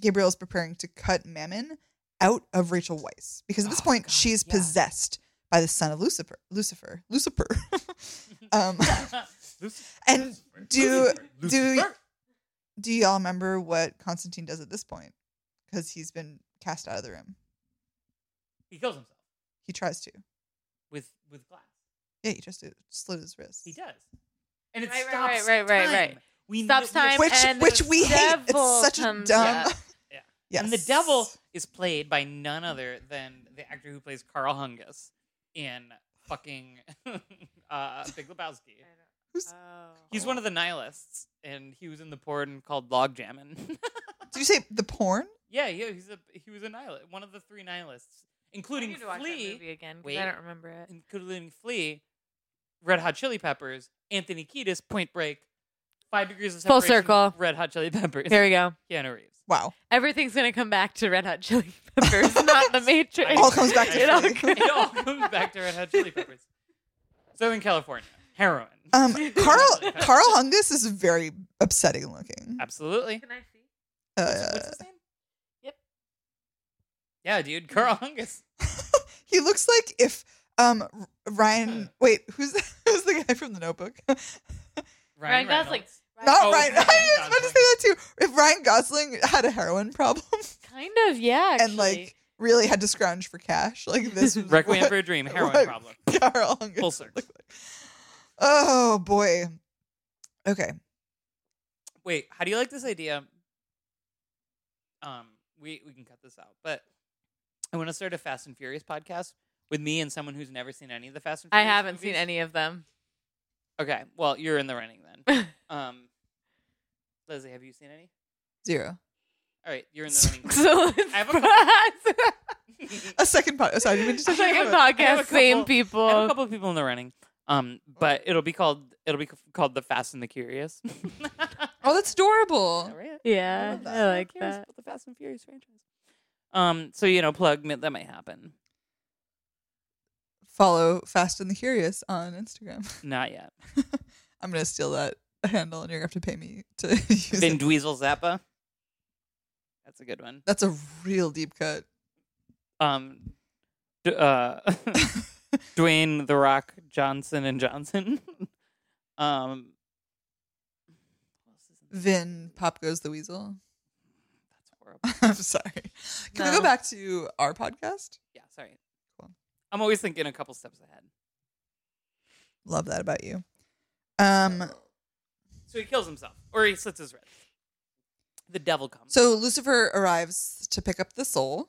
[SPEAKER 5] Gabriel's preparing to cut Mammon out of Rachel Weiss. Because at this
[SPEAKER 1] Oh,
[SPEAKER 5] point
[SPEAKER 1] God,
[SPEAKER 5] she's
[SPEAKER 1] yeah.
[SPEAKER 5] possessed by the son of Lucifer. Lucifer. Lucifer. um
[SPEAKER 1] Lucifer,
[SPEAKER 5] And
[SPEAKER 1] Lucifer,
[SPEAKER 5] do-
[SPEAKER 1] Lucifer,
[SPEAKER 5] do-
[SPEAKER 1] Lucifer.
[SPEAKER 5] do y'all remember what Constantine does at this point? Because he's been cast out of the room.
[SPEAKER 1] he kills himself
[SPEAKER 5] He tries to.
[SPEAKER 1] with with glass.
[SPEAKER 5] Yeah, he tries to slit his wrists.
[SPEAKER 1] He does, and it
[SPEAKER 2] Right, right,
[SPEAKER 1] stops
[SPEAKER 2] right,
[SPEAKER 1] time.
[SPEAKER 2] right, right, right.
[SPEAKER 1] We
[SPEAKER 2] Stops
[SPEAKER 1] we are
[SPEAKER 2] time
[SPEAKER 5] Which
[SPEAKER 2] And
[SPEAKER 5] which
[SPEAKER 2] the
[SPEAKER 5] we hate.
[SPEAKER 2] devil
[SPEAKER 5] It's such a
[SPEAKER 2] comes
[SPEAKER 5] dumb.
[SPEAKER 2] up.
[SPEAKER 1] Yeah.
[SPEAKER 5] Yes.
[SPEAKER 1] And the devil is played by none other than the actor who plays Carl Hungus in fucking uh, Big Lebowski. He's one of the nihilists, and he was in the porn called Log Jammin'.
[SPEAKER 5] Did you say the porn?
[SPEAKER 1] yeah, yeah, he's a he was a nihilist, one of the three nihilists, including Flea,
[SPEAKER 2] again
[SPEAKER 1] 'cause I Wait.
[SPEAKER 2] I
[SPEAKER 1] don't
[SPEAKER 2] don't remember it.
[SPEAKER 1] including Flea, Red Hot Chili Peppers, Anthony Kiedis, Point Break, Five Degrees of
[SPEAKER 2] Full
[SPEAKER 1] Separation,
[SPEAKER 2] circle.
[SPEAKER 1] Red Hot Chili Peppers,
[SPEAKER 2] Here we go.
[SPEAKER 1] Keanu Reeves.
[SPEAKER 5] Wow.
[SPEAKER 2] Everything's gonna come back to Red Hot Chili Peppers, not the Matrix.
[SPEAKER 1] All comes
[SPEAKER 5] back to
[SPEAKER 2] It all
[SPEAKER 5] Flea.
[SPEAKER 2] comes-
[SPEAKER 1] it all comes back to Red Hot Chili Peppers. Southern California, heroin.
[SPEAKER 5] Um, Carl Carl Hungus is very upsetting looking.
[SPEAKER 1] Absolutely.
[SPEAKER 2] Can I see?
[SPEAKER 1] What's-
[SPEAKER 5] Uh,
[SPEAKER 1] What's his name?
[SPEAKER 2] Yep.
[SPEAKER 1] Yeah, dude, Carl Hungus.
[SPEAKER 5] he looks like if um R- Ryan. Wait, who's who's the guy from The Notebook?
[SPEAKER 2] Ryan Gosling.
[SPEAKER 1] Reynolds.
[SPEAKER 5] Not
[SPEAKER 1] Oh,
[SPEAKER 5] Ryan. I
[SPEAKER 1] Ryan
[SPEAKER 5] was about to say that too. If Ryan Gosling had a heroin problem
[SPEAKER 2] Kind of, yeah. Actually.
[SPEAKER 5] and like really had to scrounge for cash, like this was
[SPEAKER 1] Requiem
[SPEAKER 5] what
[SPEAKER 1] for a Dream, heroin
[SPEAKER 5] what
[SPEAKER 1] problem.
[SPEAKER 5] Carl Hungus
[SPEAKER 1] Full
[SPEAKER 5] would
[SPEAKER 1] circle.
[SPEAKER 5] look like. Oh boy. Okay.
[SPEAKER 1] Wait, how do you like this idea? Um, we we can cut this out, but I want to start a Fast and Furious podcast with me and someone who's never seen any of the Fast and
[SPEAKER 2] I
[SPEAKER 1] Furious.
[SPEAKER 2] haven't seen
[SPEAKER 1] movies.
[SPEAKER 2] any of them.
[SPEAKER 1] Okay, well, you're in the running then. um, Leslie, have you seen any?
[SPEAKER 5] Zero.
[SPEAKER 1] All right, you're in the running.
[SPEAKER 2] So
[SPEAKER 1] I have a
[SPEAKER 2] it's
[SPEAKER 5] A second pod. Sorry, I didn't mean to touch
[SPEAKER 2] like
[SPEAKER 5] your
[SPEAKER 2] a
[SPEAKER 5] foot.
[SPEAKER 1] I have a
[SPEAKER 2] podcast,
[SPEAKER 1] couple-
[SPEAKER 2] same
[SPEAKER 1] I have a
[SPEAKER 2] people.
[SPEAKER 1] couple of people in the running. Um, but it'll be called it'll be c- called the Fast and the Curious.
[SPEAKER 5] Oh, that's adorable.
[SPEAKER 1] All right. I
[SPEAKER 2] Yeah,
[SPEAKER 1] love that.
[SPEAKER 2] I like
[SPEAKER 1] Curious
[SPEAKER 2] that.
[SPEAKER 1] about the Fast and Furious franchise. Um, so you know, plug mi- that might happen.
[SPEAKER 5] Follow Fast and the Curious on Instagram.
[SPEAKER 1] Not yet.
[SPEAKER 5] I'm gonna steal that handle, and you're gonna have to pay me to use
[SPEAKER 1] Vin
[SPEAKER 5] it.
[SPEAKER 1] Dweezil Zappa. That's a good one.
[SPEAKER 5] That's a real deep cut.
[SPEAKER 1] Um, d- uh, Dwayne the Rock Johnson and Johnson. um,
[SPEAKER 5] Vin Pop goes the weasel.
[SPEAKER 1] that's horrible.
[SPEAKER 5] I'm sorry. Can we
[SPEAKER 2] No.
[SPEAKER 5] go back to our podcast?
[SPEAKER 1] Yeah, sorry.
[SPEAKER 5] Cool.
[SPEAKER 1] I'm always thinking a couple steps ahead.
[SPEAKER 5] Love that about you. Um.
[SPEAKER 1] So he kills himself, or he slits his wrist. The devil comes,
[SPEAKER 5] So Lucifer arrives to pick up the soul,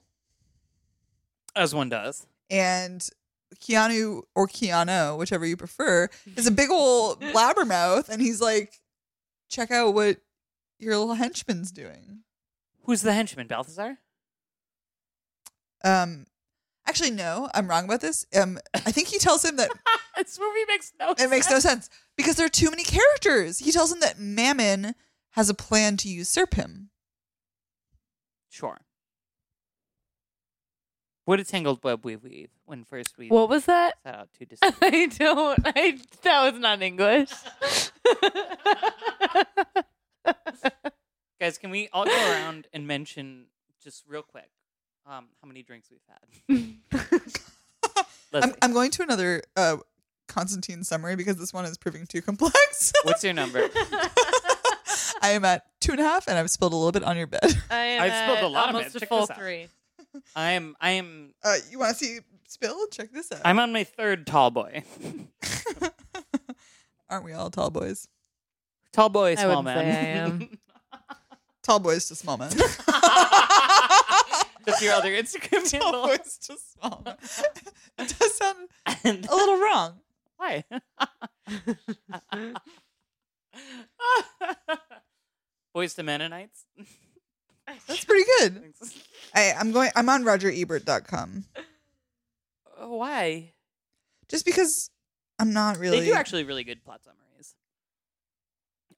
[SPEAKER 1] as one does.
[SPEAKER 5] and Keanu or Keanu, whichever you prefer, is a big old blabbermouth, and he's like, "Check out what your little henchman's doing."
[SPEAKER 1] Who's the henchman? Balthazar.
[SPEAKER 5] Um. Actually, no, I'm wrong about this. Um, I think he tells him that
[SPEAKER 1] this movie makes no.
[SPEAKER 5] It makes no sense because there are too many characters. He tells him that Mammon has a plan to usurp him.
[SPEAKER 1] Sure. What a tangled web we weave when first we
[SPEAKER 2] What was that?
[SPEAKER 1] set out to deceive.
[SPEAKER 2] I don't. I that was not English.
[SPEAKER 1] Guys, can we all go around and mention just real quick um, how many drinks we've had? Leslie,
[SPEAKER 5] I'm, I'm going to another uh, Constantine summary because this one is proving too complex.
[SPEAKER 1] what's your number?
[SPEAKER 5] I am at two and a half, and I've spilled a little bit on your bed.
[SPEAKER 2] I am
[SPEAKER 1] I've spilled
[SPEAKER 2] at
[SPEAKER 1] a lot of
[SPEAKER 2] almost
[SPEAKER 1] it.
[SPEAKER 2] a
[SPEAKER 1] Check
[SPEAKER 2] full
[SPEAKER 1] this out.
[SPEAKER 2] three.
[SPEAKER 1] I am. I am.
[SPEAKER 5] Uh, you want to see spill? Check this out.
[SPEAKER 1] I'm on my third tall boy.
[SPEAKER 5] Aren't we all tall boys?
[SPEAKER 1] Tall boy,
[SPEAKER 2] I
[SPEAKER 1] small
[SPEAKER 2] wouldn't say I
[SPEAKER 1] man.
[SPEAKER 2] am.
[SPEAKER 5] Tall boys to small men.
[SPEAKER 1] That's your other Instagram
[SPEAKER 5] tall
[SPEAKER 1] handle.
[SPEAKER 5] boys to small men. it does sound
[SPEAKER 1] And
[SPEAKER 5] a little wrong.
[SPEAKER 1] why? Boys to Mennonites.
[SPEAKER 5] That's pretty good. I, I'm going. I'm on RogerEbert.com
[SPEAKER 1] Uh, why?
[SPEAKER 5] just because I'm not really.
[SPEAKER 1] They do actually really good plot summaries.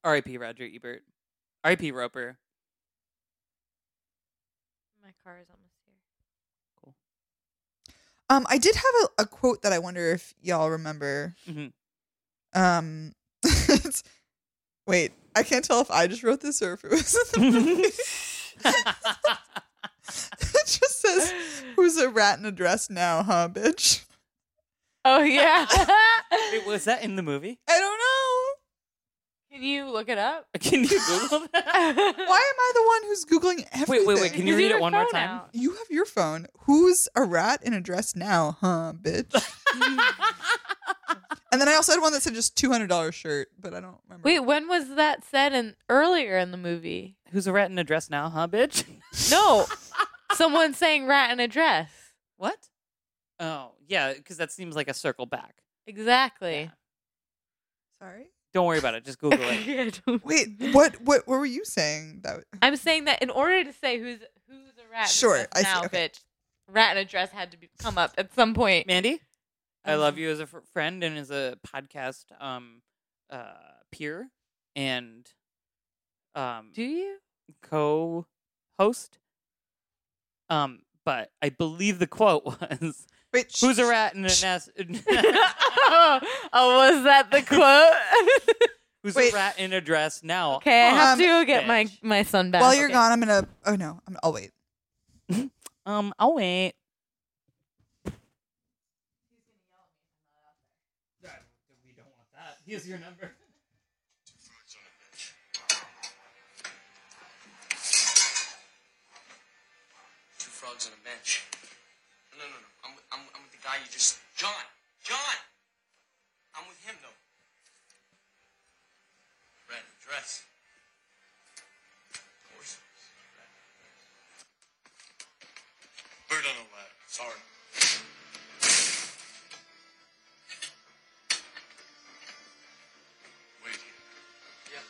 [SPEAKER 1] R.I.P. Roger Ebert. R.I.P. Roper.
[SPEAKER 2] My car is almost here.
[SPEAKER 5] Um, I did have a, a quote that I wonder if y'all remember.
[SPEAKER 1] Mhm.
[SPEAKER 5] Um, it's, wait, I can't tell if I just wrote this or if it was. in the movie. it just says, "Who's a rat in a dress now, huh, bitch?"
[SPEAKER 2] Oh yeah.
[SPEAKER 1] Wait, was that in the movie?
[SPEAKER 5] I don't
[SPEAKER 2] Can you look it up?
[SPEAKER 1] Can you Google that?
[SPEAKER 5] know. Why am I the one who's googling
[SPEAKER 1] wait,
[SPEAKER 5] everything?
[SPEAKER 1] wait, can you
[SPEAKER 2] Is
[SPEAKER 1] read
[SPEAKER 2] your
[SPEAKER 1] it one more
[SPEAKER 2] phone
[SPEAKER 1] time?
[SPEAKER 2] out?
[SPEAKER 5] You have your phone. Who's a rat in a dress now, huh, bitch? and then I also had one that said just two hundred dollars shirt, but I don't remember.
[SPEAKER 2] Wait, when was that said in earlier in the movie?
[SPEAKER 1] Who's a rat in a dress now, huh, bitch?
[SPEAKER 2] No. Someone saying rat in a dress.
[SPEAKER 1] What? Oh, yeah, because that seems like a circle back.
[SPEAKER 2] Exactly.
[SPEAKER 5] sorry.
[SPEAKER 1] Don't worry about it. Just Google it.
[SPEAKER 5] Wait, what? What? What were you saying? That
[SPEAKER 2] I'm saying that in order to say who's who's a rat
[SPEAKER 5] Sure,
[SPEAKER 2] in a dress
[SPEAKER 5] I see,
[SPEAKER 2] now,
[SPEAKER 5] okay.
[SPEAKER 2] bitch, rat in a dress had to be, come up at some point.
[SPEAKER 1] Mandy, I love
[SPEAKER 2] Mm-hmm.
[SPEAKER 1] you as a fr- friend and as a podcast um, uh, peer and um,
[SPEAKER 2] Do you?
[SPEAKER 1] co-host. Um, but I believe the quote was,
[SPEAKER 5] wait, sh-
[SPEAKER 1] "Who's a rat in a nest?
[SPEAKER 2] oh, oh, was that the quote?
[SPEAKER 1] Who's
[SPEAKER 5] Wait.
[SPEAKER 1] a rat in a dress now?"
[SPEAKER 2] okay, I have
[SPEAKER 5] Um,
[SPEAKER 2] to go get my
[SPEAKER 1] bitch.
[SPEAKER 2] my son back.
[SPEAKER 5] While you're
[SPEAKER 2] Okay.
[SPEAKER 5] gone, I'm gonna. Oh no, I'm, I'll wait.
[SPEAKER 1] Um, I'll wait. We don't want that. Here's your number.
[SPEAKER 6] Two frogs and a bench. No, no, no. I'm, with- I'm, I'm with the guy you just. John! John! I'm with him, though. Red dress. Horses. Bird on a ladder. Sorry. Wait here. Yeah.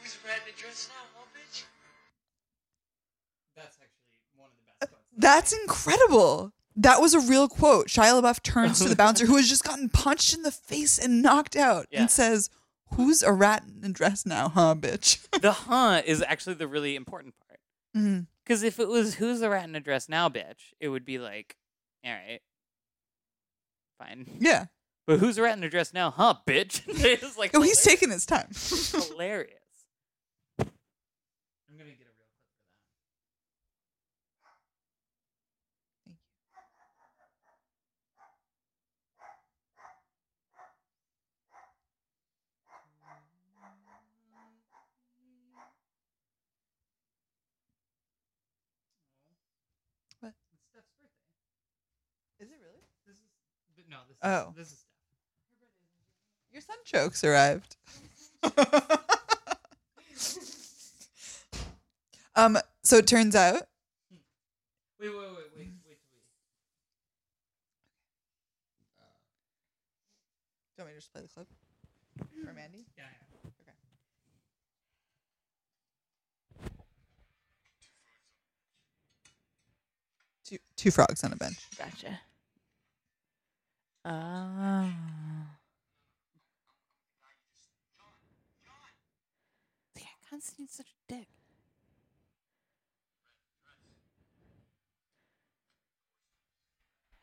[SPEAKER 6] Who's red in a dress now, huh, bitch?
[SPEAKER 1] That's actually one of the best quotes.
[SPEAKER 5] That's incredible. That was a real quote. Shia LaBeouf turns to the bouncer who has just gotten punched in the face and knocked out
[SPEAKER 1] Yeah.
[SPEAKER 5] and says, Who's a rat in a dress now, huh, bitch?
[SPEAKER 1] the huh is actually the really important part.
[SPEAKER 5] Mhm.
[SPEAKER 1] Because if it was who's the rat in a dress now, bitch, it would be like, all right, fine.
[SPEAKER 5] Yeah.
[SPEAKER 1] But who's the rat in a dress now, huh, bitch? it's like
[SPEAKER 5] Oh, he's
[SPEAKER 1] hilarious.
[SPEAKER 5] taking his time.
[SPEAKER 1] hilarious. I'm gonna get a real clip for that.
[SPEAKER 5] What?
[SPEAKER 1] It's Steph's birthday.
[SPEAKER 5] Is it really?
[SPEAKER 1] This is th- no. This is,
[SPEAKER 5] Oh.
[SPEAKER 1] this is Steph.
[SPEAKER 5] Your sun chokes arrived. um, so it turns out
[SPEAKER 1] Hmm. Wait, wait, wait, wait, wait, wait.
[SPEAKER 5] Do you want me to just play the clip for Mandy?
[SPEAKER 1] Yeah, yeah.
[SPEAKER 5] Two, two frogs on a bench.
[SPEAKER 2] Gotcha. Oh.
[SPEAKER 1] Yeah, Constantine's such a dick.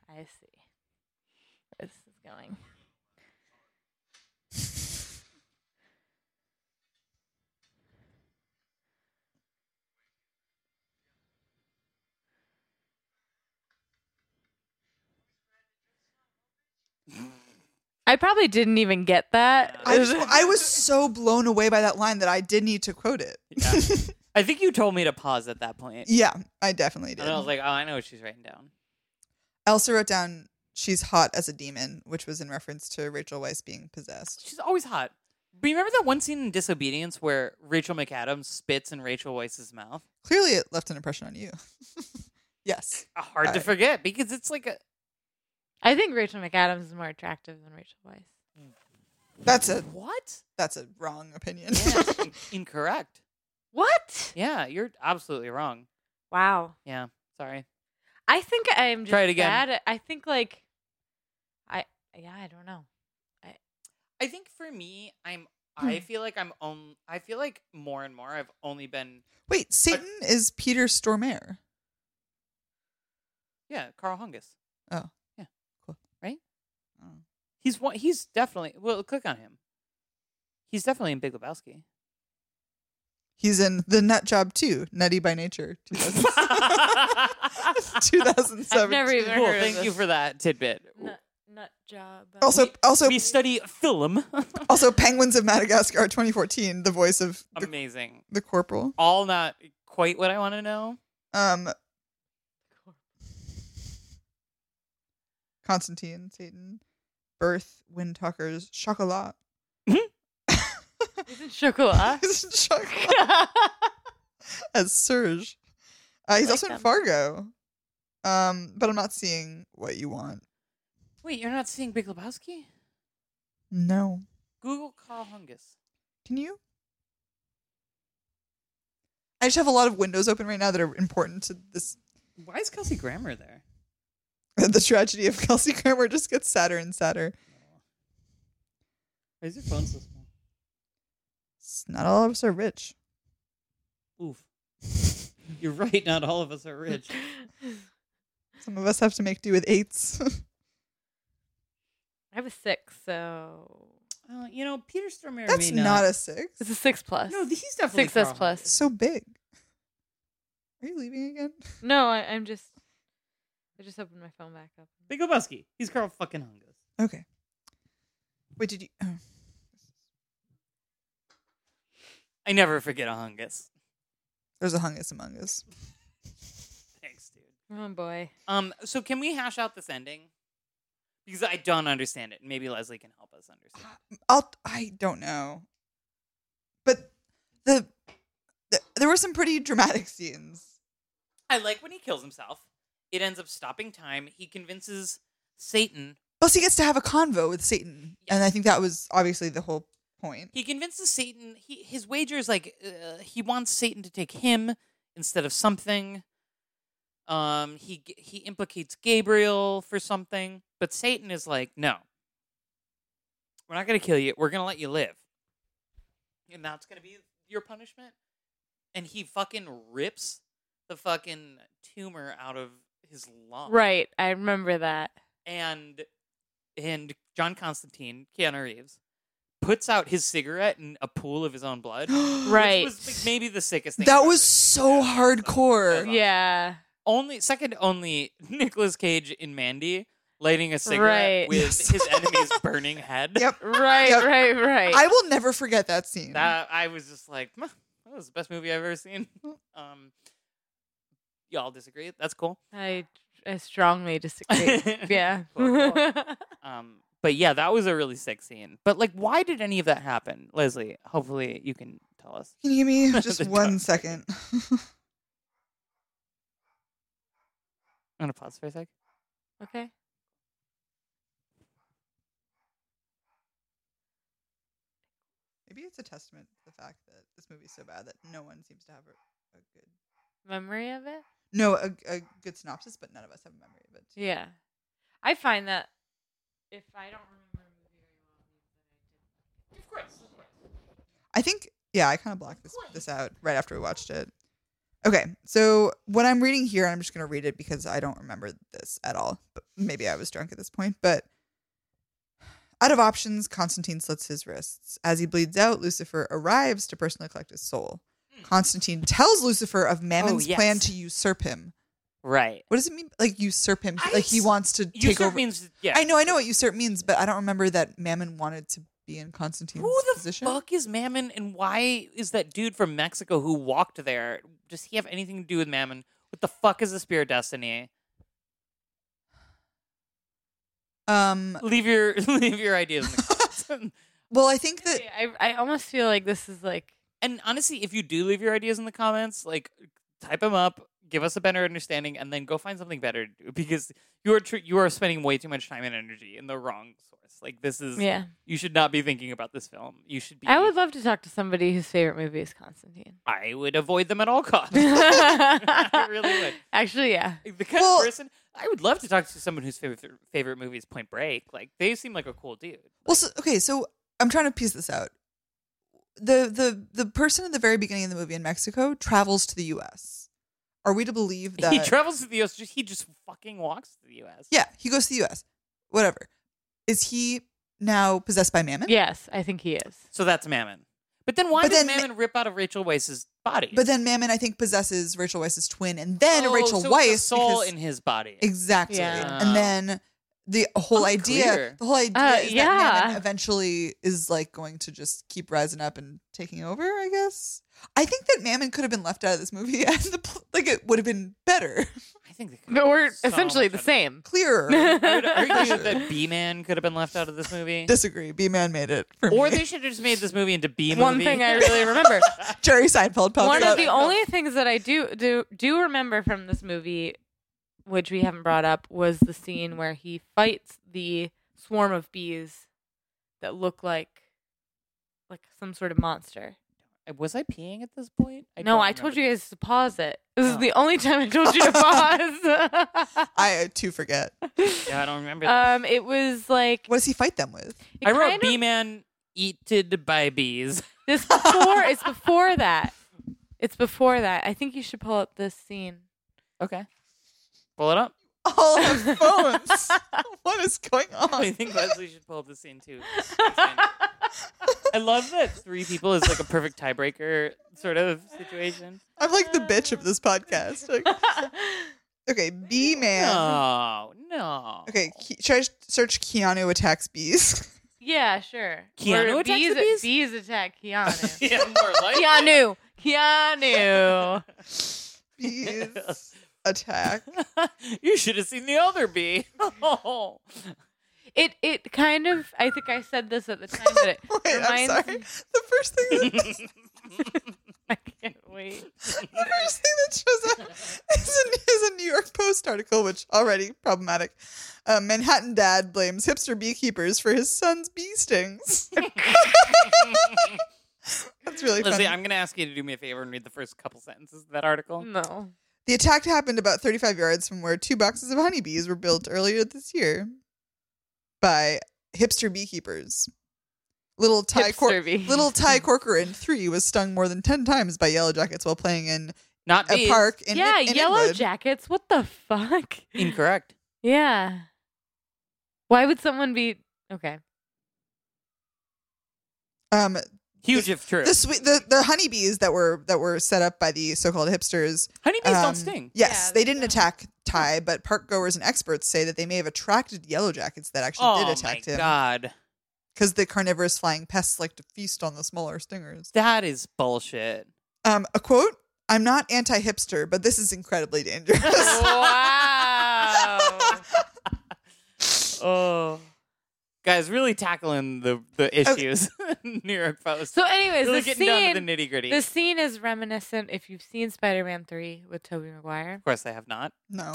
[SPEAKER 2] I see. Where this is going. I probably didn't even get that.
[SPEAKER 5] I, just, I was so blown away by that line that I did need to quote it.
[SPEAKER 1] Yeah. I think you told me to pause at that point.
[SPEAKER 5] Yeah, I definitely did.
[SPEAKER 1] And I was like, oh, I know what she's writing down.
[SPEAKER 5] I also wrote down she's hot as a demon, which was in reference to Rachel Weisz being possessed.
[SPEAKER 1] She's always hot. But you remember that one scene in Disobedience where Rachel McAdams spits in Rachel Weisz's mouth?
[SPEAKER 5] Clearly, it left an impression on you. yes.
[SPEAKER 1] Uh, Hard to
[SPEAKER 5] Right.
[SPEAKER 1] forget because it's like a
[SPEAKER 2] I think Rachel McAdams is more attractive than Rachel Weisz.
[SPEAKER 5] That's a
[SPEAKER 1] what?
[SPEAKER 5] that's a wrong opinion.
[SPEAKER 1] Yeah, in- incorrect.
[SPEAKER 2] What?
[SPEAKER 1] Yeah, you're absolutely wrong.
[SPEAKER 2] Wow.
[SPEAKER 1] Yeah, sorry.
[SPEAKER 2] I think I'm just
[SPEAKER 1] Try it again.
[SPEAKER 2] bad at- I think like I yeah, I don't know.
[SPEAKER 1] I think for me, I'm. I
[SPEAKER 5] Hmm.
[SPEAKER 1] feel like I'm on. I feel like more and more I've only been.
[SPEAKER 5] Wait, Satan is Peter Stormare.
[SPEAKER 1] Yeah, Carl Hungus.
[SPEAKER 5] Oh.
[SPEAKER 1] Yeah.
[SPEAKER 5] Cool.
[SPEAKER 1] Right?
[SPEAKER 5] Oh.
[SPEAKER 1] He's one. He's definitely. Well, click on him. He's definitely in Big Lebowski.
[SPEAKER 5] He's in The Nut Job 2, Nutty by Nature, 2007.
[SPEAKER 2] I've never even
[SPEAKER 1] Cool.
[SPEAKER 2] heard of
[SPEAKER 1] Thank you
[SPEAKER 2] this.
[SPEAKER 1] for that tidbit.
[SPEAKER 2] Nut, nut job.
[SPEAKER 5] Also, also,
[SPEAKER 1] we study film.
[SPEAKER 5] also, Penguins of Madagascar 2014, the voice of the,
[SPEAKER 1] Amazing.
[SPEAKER 5] the corporal.
[SPEAKER 1] All not quite what I want to know.
[SPEAKER 5] Um, Constantine, Satan, Birth, Wind Talkers, Chocolat.
[SPEAKER 2] Isn't chocolate?
[SPEAKER 5] Chocolat as Serge. Uh, he's
[SPEAKER 2] like
[SPEAKER 5] also in
[SPEAKER 2] them.
[SPEAKER 5] Fargo. Um, but I'm not seeing what you want.
[SPEAKER 1] Wait, you're not seeing Big Lebowski?
[SPEAKER 5] No.
[SPEAKER 1] Google Carl Hungus.
[SPEAKER 5] Can you? I just have a lot of windows open right now that are important to this.
[SPEAKER 1] Why is Kelsey Grammer there?
[SPEAKER 5] The tragedy of Kelsey Grammer just gets sadder and sadder.
[SPEAKER 1] Why is your phone so small?
[SPEAKER 5] It's not all of us are rich.
[SPEAKER 1] Oof. You're right. Not all of us are rich.
[SPEAKER 5] Some of us have to make do with eights.
[SPEAKER 2] I have a six, so
[SPEAKER 1] Uh, you know, Peter Stormare.
[SPEAKER 5] That's
[SPEAKER 1] may
[SPEAKER 5] not a six.
[SPEAKER 2] it's a six plus.
[SPEAKER 1] No, he's definitely
[SPEAKER 2] Six S
[SPEAKER 1] Carl
[SPEAKER 2] plus.
[SPEAKER 5] It's so big. Are you leaving again?
[SPEAKER 2] No, I, I'm just I just opened my phone back up.
[SPEAKER 1] Big Lebowski. He's Carl fucking Hungus.
[SPEAKER 5] Okay. Wait, did you? Oh.
[SPEAKER 1] I never forget a Hungus.
[SPEAKER 5] There's a hungus among us.
[SPEAKER 1] Thanks, dude.
[SPEAKER 2] Oh boy.
[SPEAKER 1] Um, so can we hash out this ending? Because I don't understand it. Maybe Leslie can help us understand.
[SPEAKER 5] I'll I don't know. But the, the there were some pretty dramatic scenes.
[SPEAKER 1] I like when he kills himself. It ends up stopping time. He convinces Satan.
[SPEAKER 5] Plus he gets to have a convo with Satan. And I think that was obviously the whole point.
[SPEAKER 1] He convinces Satan. He his wager is like uh, he wants Satan to take him instead of something. Um, he g- he implicates Gabriel for something, but Satan is like, no, we're not gonna kill you. We're gonna let you live, and that's gonna be your punishment. And he fucking rips the fucking tumor out of his
[SPEAKER 5] Oh.
[SPEAKER 1] lung,
[SPEAKER 2] Right, I remember that.
[SPEAKER 1] and and John Constantine, Keanu Reeves, puts out his cigarette in a pool of his own blood. which
[SPEAKER 2] Right.
[SPEAKER 1] was like, maybe the sickest thing.
[SPEAKER 5] That
[SPEAKER 1] I've
[SPEAKER 5] was
[SPEAKER 1] ever seen.
[SPEAKER 5] so
[SPEAKER 1] Yeah, that was
[SPEAKER 5] hardcore.
[SPEAKER 1] awesome.
[SPEAKER 2] Yeah.
[SPEAKER 1] Only second only Nicolas Cage in Mandy lighting a cigarette
[SPEAKER 2] Right.
[SPEAKER 1] with
[SPEAKER 5] Yes.
[SPEAKER 1] his enemy's burning head.
[SPEAKER 5] Yep.
[SPEAKER 2] Right,
[SPEAKER 5] Yep.
[SPEAKER 2] right, right.
[SPEAKER 5] I will never forget that scene.
[SPEAKER 1] That I was just like, "Meh, that was the best movie I've ever seen. Um Y'all disagree? That's cool.
[SPEAKER 2] I I strongly disagree. yeah.
[SPEAKER 1] Cool, cool. Um, but yeah, that was a really sick scene. But like, why did any of that happen, Leslie? Hopefully, you can tell us.
[SPEAKER 5] Can you give me just
[SPEAKER 1] The
[SPEAKER 5] one
[SPEAKER 1] dog.
[SPEAKER 5] second?
[SPEAKER 1] I'm gonna pause for a sec.
[SPEAKER 2] okay.
[SPEAKER 5] Maybe it's a testament to the fact that this movie's so bad that no one seems to have a, a good
[SPEAKER 2] Memory of it?
[SPEAKER 5] no a, a good synopsis, but none of us have a memory of it.
[SPEAKER 2] Yeah. I find that if I don't remember a movie
[SPEAKER 5] I think yeah, I kind of blocked this this out right after we watched it. Okay, so what I'm reading here, I'm just gonna read it because I don't remember this at all. But maybe I was drunk at this point. But out of options, Constantine slits his wrists. As he bleeds out, Lucifer arrives to personally collect his soul. Constantine tells Lucifer of Mammon's
[SPEAKER 1] Hmm. Oh, yes.
[SPEAKER 5] plan to usurp him.
[SPEAKER 1] Right.
[SPEAKER 5] What does it mean? Like usurp him?
[SPEAKER 1] I
[SPEAKER 5] like he
[SPEAKER 1] just-
[SPEAKER 5] wants to take
[SPEAKER 1] Usurp
[SPEAKER 5] over?
[SPEAKER 1] means yeah.
[SPEAKER 5] I know, I know what usurp means, but I don't remember that Mammon wanted to be in Constantine's
[SPEAKER 1] Who the
[SPEAKER 5] position.
[SPEAKER 1] fuck is Mammon, and why is that dude from Mexico who walked there? Does he have anything to do with Mammon? What the fuck is the Spear of Destiny?
[SPEAKER 5] Um,
[SPEAKER 1] Leave your leave your ideas in the comments.
[SPEAKER 5] well, I think that
[SPEAKER 2] I, I almost feel like this is like
[SPEAKER 1] and honestly, if you do leave your ideas in the comments, like type them up, give us a better understanding, and then go find something better to do because you are tr- you are spending way too much time and energy in the wrong source. Like this is
[SPEAKER 2] yeah.
[SPEAKER 1] you should not be thinking about this film. You should be.
[SPEAKER 2] I would love to talk to somebody whose favorite movie is Constantine.
[SPEAKER 1] I would avoid them at all costs.
[SPEAKER 2] I
[SPEAKER 1] really would.
[SPEAKER 2] Actually, yeah.
[SPEAKER 1] the kind
[SPEAKER 5] Well-
[SPEAKER 1] of person I would love to talk to someone whose favorite favorite movie is Point Break. Like they seem like a cool dude.
[SPEAKER 5] Well, so, okay, so I'm trying to piece this out. The the the person at the very beginning of the movie in Mexico travels to the U.S. Are we to believe that?
[SPEAKER 1] he travels to the U.S. Just, he just fucking walks to the U.S.
[SPEAKER 5] yeah, he goes to the U.S. Whatever. Is he now possessed by Mammon?
[SPEAKER 2] Yes, I think he is.
[SPEAKER 1] So that's Mammon. But then why
[SPEAKER 5] But
[SPEAKER 1] does
[SPEAKER 5] then Ma-
[SPEAKER 1] Mammon rip out of Rachel Weisz's body?
[SPEAKER 5] But then Mammon, I think, possesses Rachel Weisz's twin, and then
[SPEAKER 1] Oh,
[SPEAKER 5] Rachel
[SPEAKER 1] so
[SPEAKER 5] Weisz
[SPEAKER 1] It's a soul
[SPEAKER 5] because-
[SPEAKER 1] in his body.
[SPEAKER 5] exactly,
[SPEAKER 2] Yeah.
[SPEAKER 5] and then the whole idea,
[SPEAKER 1] Unclear.
[SPEAKER 5] the whole idea
[SPEAKER 2] Uh,
[SPEAKER 5] is that Mammon
[SPEAKER 2] yeah.
[SPEAKER 5] eventually is like going to just keep rising up and taking over. I guess. I think that Mammon could have been left out of this movie, and the pl- like it would have been better,
[SPEAKER 1] I think they could've
[SPEAKER 2] But we're
[SPEAKER 1] done so
[SPEAKER 2] essentially
[SPEAKER 1] much
[SPEAKER 2] the
[SPEAKER 1] better.
[SPEAKER 2] same.
[SPEAKER 5] clearer.
[SPEAKER 1] I would argue that B Man could have been left out of this movie.
[SPEAKER 5] Disagree. B Man made it for
[SPEAKER 1] Or
[SPEAKER 5] me.
[SPEAKER 1] they should have just made this movie into B movie.
[SPEAKER 2] One thing I really remember.
[SPEAKER 5] Jerry Seinfeld popped
[SPEAKER 2] One
[SPEAKER 5] up.
[SPEAKER 2] of the only things that I do do do remember from this movie, which we haven't brought up, was the scene where he fights the swarm of bees that look like like some sort of monster.
[SPEAKER 1] was I peeing at this point?
[SPEAKER 2] no,
[SPEAKER 1] don't
[SPEAKER 2] I told
[SPEAKER 1] remember.
[SPEAKER 2] you guys to pause it. This is
[SPEAKER 1] Oh.
[SPEAKER 2] the only time I told you to pause.
[SPEAKER 5] I uh, too forget.
[SPEAKER 1] Yeah, I don't remember. that.
[SPEAKER 2] um, it was like
[SPEAKER 5] What does he fight them with?
[SPEAKER 2] it
[SPEAKER 1] I wrote
[SPEAKER 2] kind
[SPEAKER 1] B
[SPEAKER 2] of-
[SPEAKER 1] Man eated by bees.
[SPEAKER 2] this before. it's before that. It's before that. I think you should pull up this scene.
[SPEAKER 1] Okay. Pull it up.
[SPEAKER 5] All have phones. what is going
[SPEAKER 1] I
[SPEAKER 5] on?
[SPEAKER 1] think Leslie should pull up the scene too. I love that three people is like a perfect tiebreaker sort of situation.
[SPEAKER 5] I'm like the bitch of this podcast. Like, okay, B Man.
[SPEAKER 1] No, Oh, no.
[SPEAKER 5] Okay, Ke- should I s- search Keanu attacks bees?
[SPEAKER 2] Yeah, sure.
[SPEAKER 1] Keanu
[SPEAKER 2] Or
[SPEAKER 1] attacks the bees?
[SPEAKER 2] bees, bees attack Keanu.
[SPEAKER 1] Yeah, more like
[SPEAKER 2] Keanu. Keanu.
[SPEAKER 5] bees attack.
[SPEAKER 1] you should have seen the other bee. Oh.
[SPEAKER 2] It it kind of I think I said this at the time that it
[SPEAKER 5] Wait, I'm
[SPEAKER 2] reminds
[SPEAKER 5] sorry.
[SPEAKER 2] me-
[SPEAKER 5] The first thing, that, the
[SPEAKER 2] I can't wait.
[SPEAKER 5] first thing that shows up is a, is a New York Post article, which already problematic. Uh, Manhattan dad blames hipster beekeepers for his son's bee stings. That's really funny.
[SPEAKER 1] Leslie, I'm going to ask you to do me a favor and read the first couple sentences of that article.
[SPEAKER 2] No.
[SPEAKER 5] The attack happened about 35 yards from where two boxes of honeybees were built earlier this year by hipster beekeepers. Little Ty, Cor-
[SPEAKER 2] Hipster bee.
[SPEAKER 5] little Ty Corcoran three was stung more than 10 times by yellow jackets while playing in
[SPEAKER 1] Not
[SPEAKER 5] a
[SPEAKER 1] bees.
[SPEAKER 5] park in
[SPEAKER 2] yeah,
[SPEAKER 5] in
[SPEAKER 2] yellow
[SPEAKER 5] England.
[SPEAKER 2] jackets. What the fuck?
[SPEAKER 1] Incorrect.
[SPEAKER 2] Yeah. Why would someone be okay?
[SPEAKER 5] Um,
[SPEAKER 1] Huge if true.
[SPEAKER 5] the, swe- the the honeybees that were that were set up by the so-called hipsters.
[SPEAKER 1] Honeybees
[SPEAKER 5] um,
[SPEAKER 1] don't sting.
[SPEAKER 5] Yes,
[SPEAKER 2] Yeah,
[SPEAKER 5] they
[SPEAKER 2] they
[SPEAKER 5] didn't
[SPEAKER 2] don't.
[SPEAKER 5] attack Ty, but park goers and experts say that they may have attracted yellow jackets that actually
[SPEAKER 1] oh
[SPEAKER 5] did attack
[SPEAKER 1] my
[SPEAKER 5] him
[SPEAKER 1] god,
[SPEAKER 5] because the carnivorous flying pests like to feast on the smaller stingers.
[SPEAKER 1] that is bullshit.
[SPEAKER 5] Um, a quote: "I'm not anti-hipster, but this is incredibly dangerous."
[SPEAKER 2] wow.
[SPEAKER 1] Oh, guys, really tackling the the issues. New York Post.
[SPEAKER 2] So, anyways,
[SPEAKER 1] really
[SPEAKER 2] the
[SPEAKER 1] getting down to
[SPEAKER 2] scene,
[SPEAKER 1] the nitty gritty.
[SPEAKER 2] the
[SPEAKER 1] Of
[SPEAKER 2] scene is reminiscent. If you've seen Spider-Man three with Tobey Maguire,
[SPEAKER 1] course, I have not.
[SPEAKER 5] no,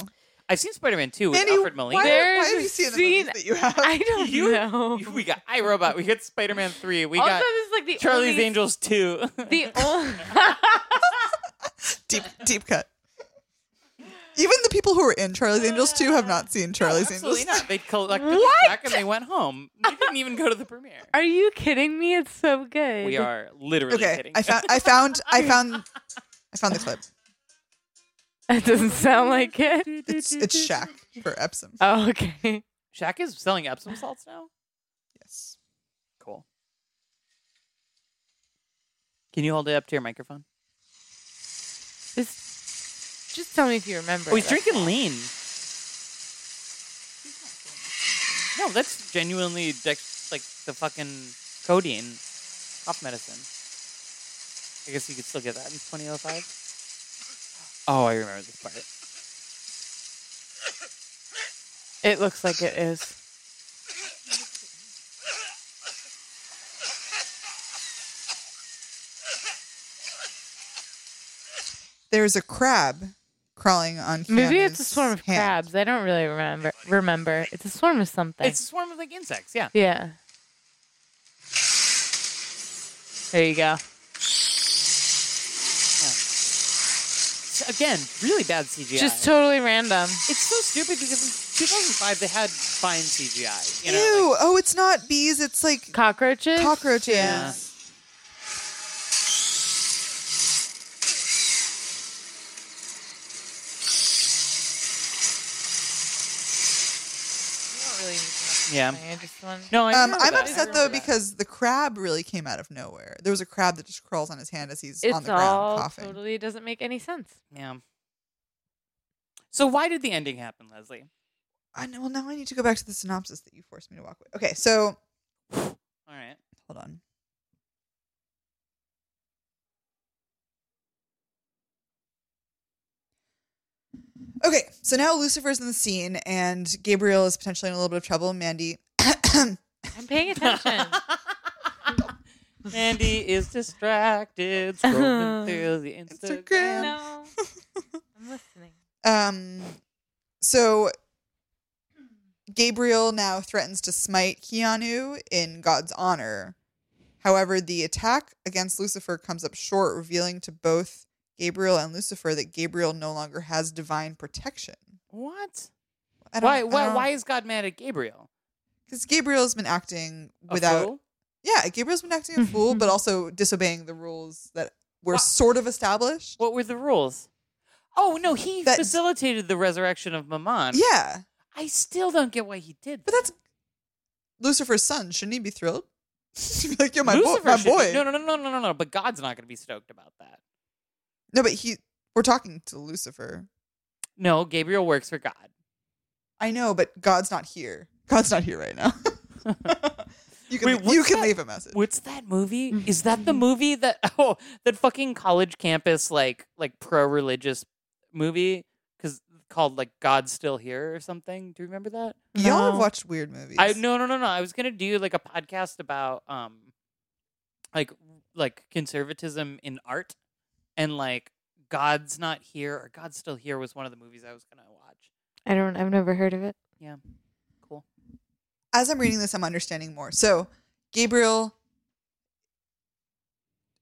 [SPEAKER 1] I've seen Spider Man Two with
[SPEAKER 5] Mandy,
[SPEAKER 1] Alfred
[SPEAKER 5] Why,
[SPEAKER 1] Molina.
[SPEAKER 2] There's
[SPEAKER 5] why have
[SPEAKER 2] a
[SPEAKER 5] you seen the
[SPEAKER 2] scene-
[SPEAKER 5] movies that you have?
[SPEAKER 2] I don't
[SPEAKER 1] You-
[SPEAKER 2] know.
[SPEAKER 1] We got iRobot. We got Spider Man Three. We
[SPEAKER 2] also,
[SPEAKER 1] got
[SPEAKER 2] this is like the
[SPEAKER 1] Charlie's
[SPEAKER 2] only,
[SPEAKER 1] Angels Two.
[SPEAKER 2] The only.
[SPEAKER 5] deep, deep cut. Even the people who were in Charlie's Angels 2 have not seen Charlie's
[SPEAKER 1] Absolutely
[SPEAKER 5] Angels.
[SPEAKER 1] not. They collected
[SPEAKER 2] What?
[SPEAKER 1] the check and they went home. They didn't even go to the premiere.
[SPEAKER 2] Are you kidding me? It's so good.
[SPEAKER 1] We are literally
[SPEAKER 5] Okay,
[SPEAKER 1] kidding.
[SPEAKER 5] I found, I found, I found, I found the clip.
[SPEAKER 2] That doesn't sound like it.
[SPEAKER 5] It's it's Shaq for Epsom.
[SPEAKER 1] Uh,
[SPEAKER 2] Oh, okay.
[SPEAKER 1] Shaq is selling Epsom salts now.
[SPEAKER 5] Yes.
[SPEAKER 1] Cool. Can you hold it up to your microphone?
[SPEAKER 2] Just, just tell me if you remember.
[SPEAKER 1] Oh, he's
[SPEAKER 2] it.
[SPEAKER 1] drinking lean. No, that's genuinely dex- like the fucking codeine, cough medicine. I guess you could still get that in 2005. Oh, I remember this part.
[SPEAKER 2] It looks like it is.
[SPEAKER 5] There's a crab crawling on.
[SPEAKER 2] Maybe
[SPEAKER 5] Keanu's
[SPEAKER 2] it's a swarm of
[SPEAKER 5] hand.
[SPEAKER 2] crabs. I don't really remember. Remember, it's a swarm of something.
[SPEAKER 1] It's a swarm of like insects. Yeah.
[SPEAKER 2] yeah. There you go.
[SPEAKER 1] It's, Again, really bad CGI.
[SPEAKER 2] Just totally random.
[SPEAKER 1] it's so stupid because in 2005 they had fine CGI. You know,
[SPEAKER 5] Ew!
[SPEAKER 1] like- uh,
[SPEAKER 5] oh, it's not bees. It's like
[SPEAKER 2] Cockroaches.
[SPEAKER 5] cockroaches.
[SPEAKER 1] Yeah.
[SPEAKER 2] I don't really need to
[SPEAKER 1] Yeah.
[SPEAKER 2] know something. I just want-
[SPEAKER 1] no, I
[SPEAKER 5] Um,
[SPEAKER 1] remember
[SPEAKER 5] I'm
[SPEAKER 1] that.
[SPEAKER 5] upset though because the crab really came out of nowhere. There was a crab that just crawls on his hand as he's
[SPEAKER 2] It's
[SPEAKER 5] on the
[SPEAKER 2] all
[SPEAKER 5] ground coughing.
[SPEAKER 2] totally doesn't make any sense.
[SPEAKER 1] Yeah. So why did the ending happen, Leslie?
[SPEAKER 5] I know. Well, now I need to go back to the synopsis that you forced me to walk with. Okay, so
[SPEAKER 1] All right.
[SPEAKER 5] hold on. Okay, so now Lucifer's in the scene, and Gabriel is potentially in a little bit of trouble. Mandy,
[SPEAKER 2] I'm paying attention.
[SPEAKER 1] Mandy is distracted, scrolling through the Instagram.
[SPEAKER 5] Instagram.
[SPEAKER 2] no, I'm listening.
[SPEAKER 5] um, so Gabriel now threatens to smite Keanu in God's honor. However, the attack against Lucifer comes up short, revealing to both Gabriel and Lucifer that Gabriel no longer has divine protection.
[SPEAKER 1] What?
[SPEAKER 5] I don't,
[SPEAKER 1] Why? Why? Why is God mad at Gabriel?
[SPEAKER 5] Because Gabriel's been acting
[SPEAKER 1] A
[SPEAKER 5] without.
[SPEAKER 1] fool?
[SPEAKER 5] Yeah, Gabriel's been acting a fool, but also disobeying the rules that were
[SPEAKER 1] Wha-
[SPEAKER 5] sort of established.
[SPEAKER 1] What were the rules? Oh no, he
[SPEAKER 5] That-
[SPEAKER 1] facilitated the resurrection of Mammon.
[SPEAKER 5] Yeah,
[SPEAKER 1] I still don't get why he did.
[SPEAKER 5] but
[SPEAKER 1] that.
[SPEAKER 5] that's Lucifer's son. Shouldn't he be thrilled? He'd be like, yo, my, boy,
[SPEAKER 1] Lucifer
[SPEAKER 5] my
[SPEAKER 1] should be-
[SPEAKER 5] boy.
[SPEAKER 1] No, no, no, no, no, no, no. But God's not going to be stoked about that.
[SPEAKER 5] No, but he. We're talking to Lucifer.
[SPEAKER 1] No, Gabriel works for God.
[SPEAKER 5] I know, but God's not here. God's not here right now. you can
[SPEAKER 1] Wait,
[SPEAKER 5] leave-
[SPEAKER 1] what's
[SPEAKER 5] you can
[SPEAKER 1] that-
[SPEAKER 5] leave a message.
[SPEAKER 1] What's that movie? Is that the movie that oh that fucking college campus like like pro religious movie? Because called like God's Still Here or something. Do you remember that?
[SPEAKER 5] Y'all
[SPEAKER 2] No.
[SPEAKER 5] have watched weird movies.
[SPEAKER 1] I no no no no. I was gonna do like a podcast about um like like conservatism in art and like God's not here or God's still here was one of the movies I was gonna watch.
[SPEAKER 2] I don't. I've never heard of it.
[SPEAKER 1] Yeah. Cool.
[SPEAKER 5] as I'm reading this, I'm understanding more. So Gabriel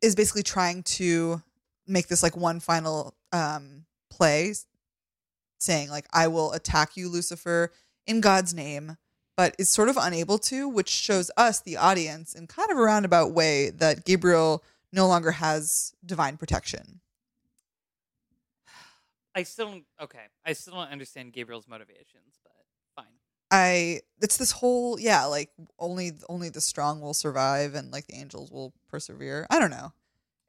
[SPEAKER 5] is basically trying to make this like one final um play saying like I will attack you Lucifer in God's name but is sort of unable to which shows us the audience in kind of a roundabout way that Gabriel no longer has divine protection
[SPEAKER 1] I still don't okay. I still don't understand Gabriel's motivations, but fine.
[SPEAKER 5] I it's this whole yeah like only only the strong will survive and like the angels will persevere. I don't know.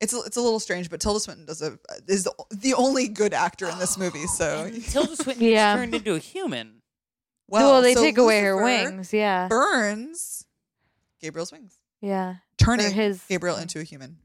[SPEAKER 5] It's a, it's a little strange, but Tilda Swinton does a uh, is the, the only good actor in this movie. So
[SPEAKER 1] And Tilda Swinton is
[SPEAKER 2] Yeah.
[SPEAKER 1] turned into a human.
[SPEAKER 2] Well, they
[SPEAKER 5] so
[SPEAKER 2] take away her
[SPEAKER 5] Lucifer
[SPEAKER 2] wings. Yeah.
[SPEAKER 5] Burns Gabriel's wings,
[SPEAKER 2] yeah.
[SPEAKER 5] turning
[SPEAKER 2] his-
[SPEAKER 5] Gabriel into a human.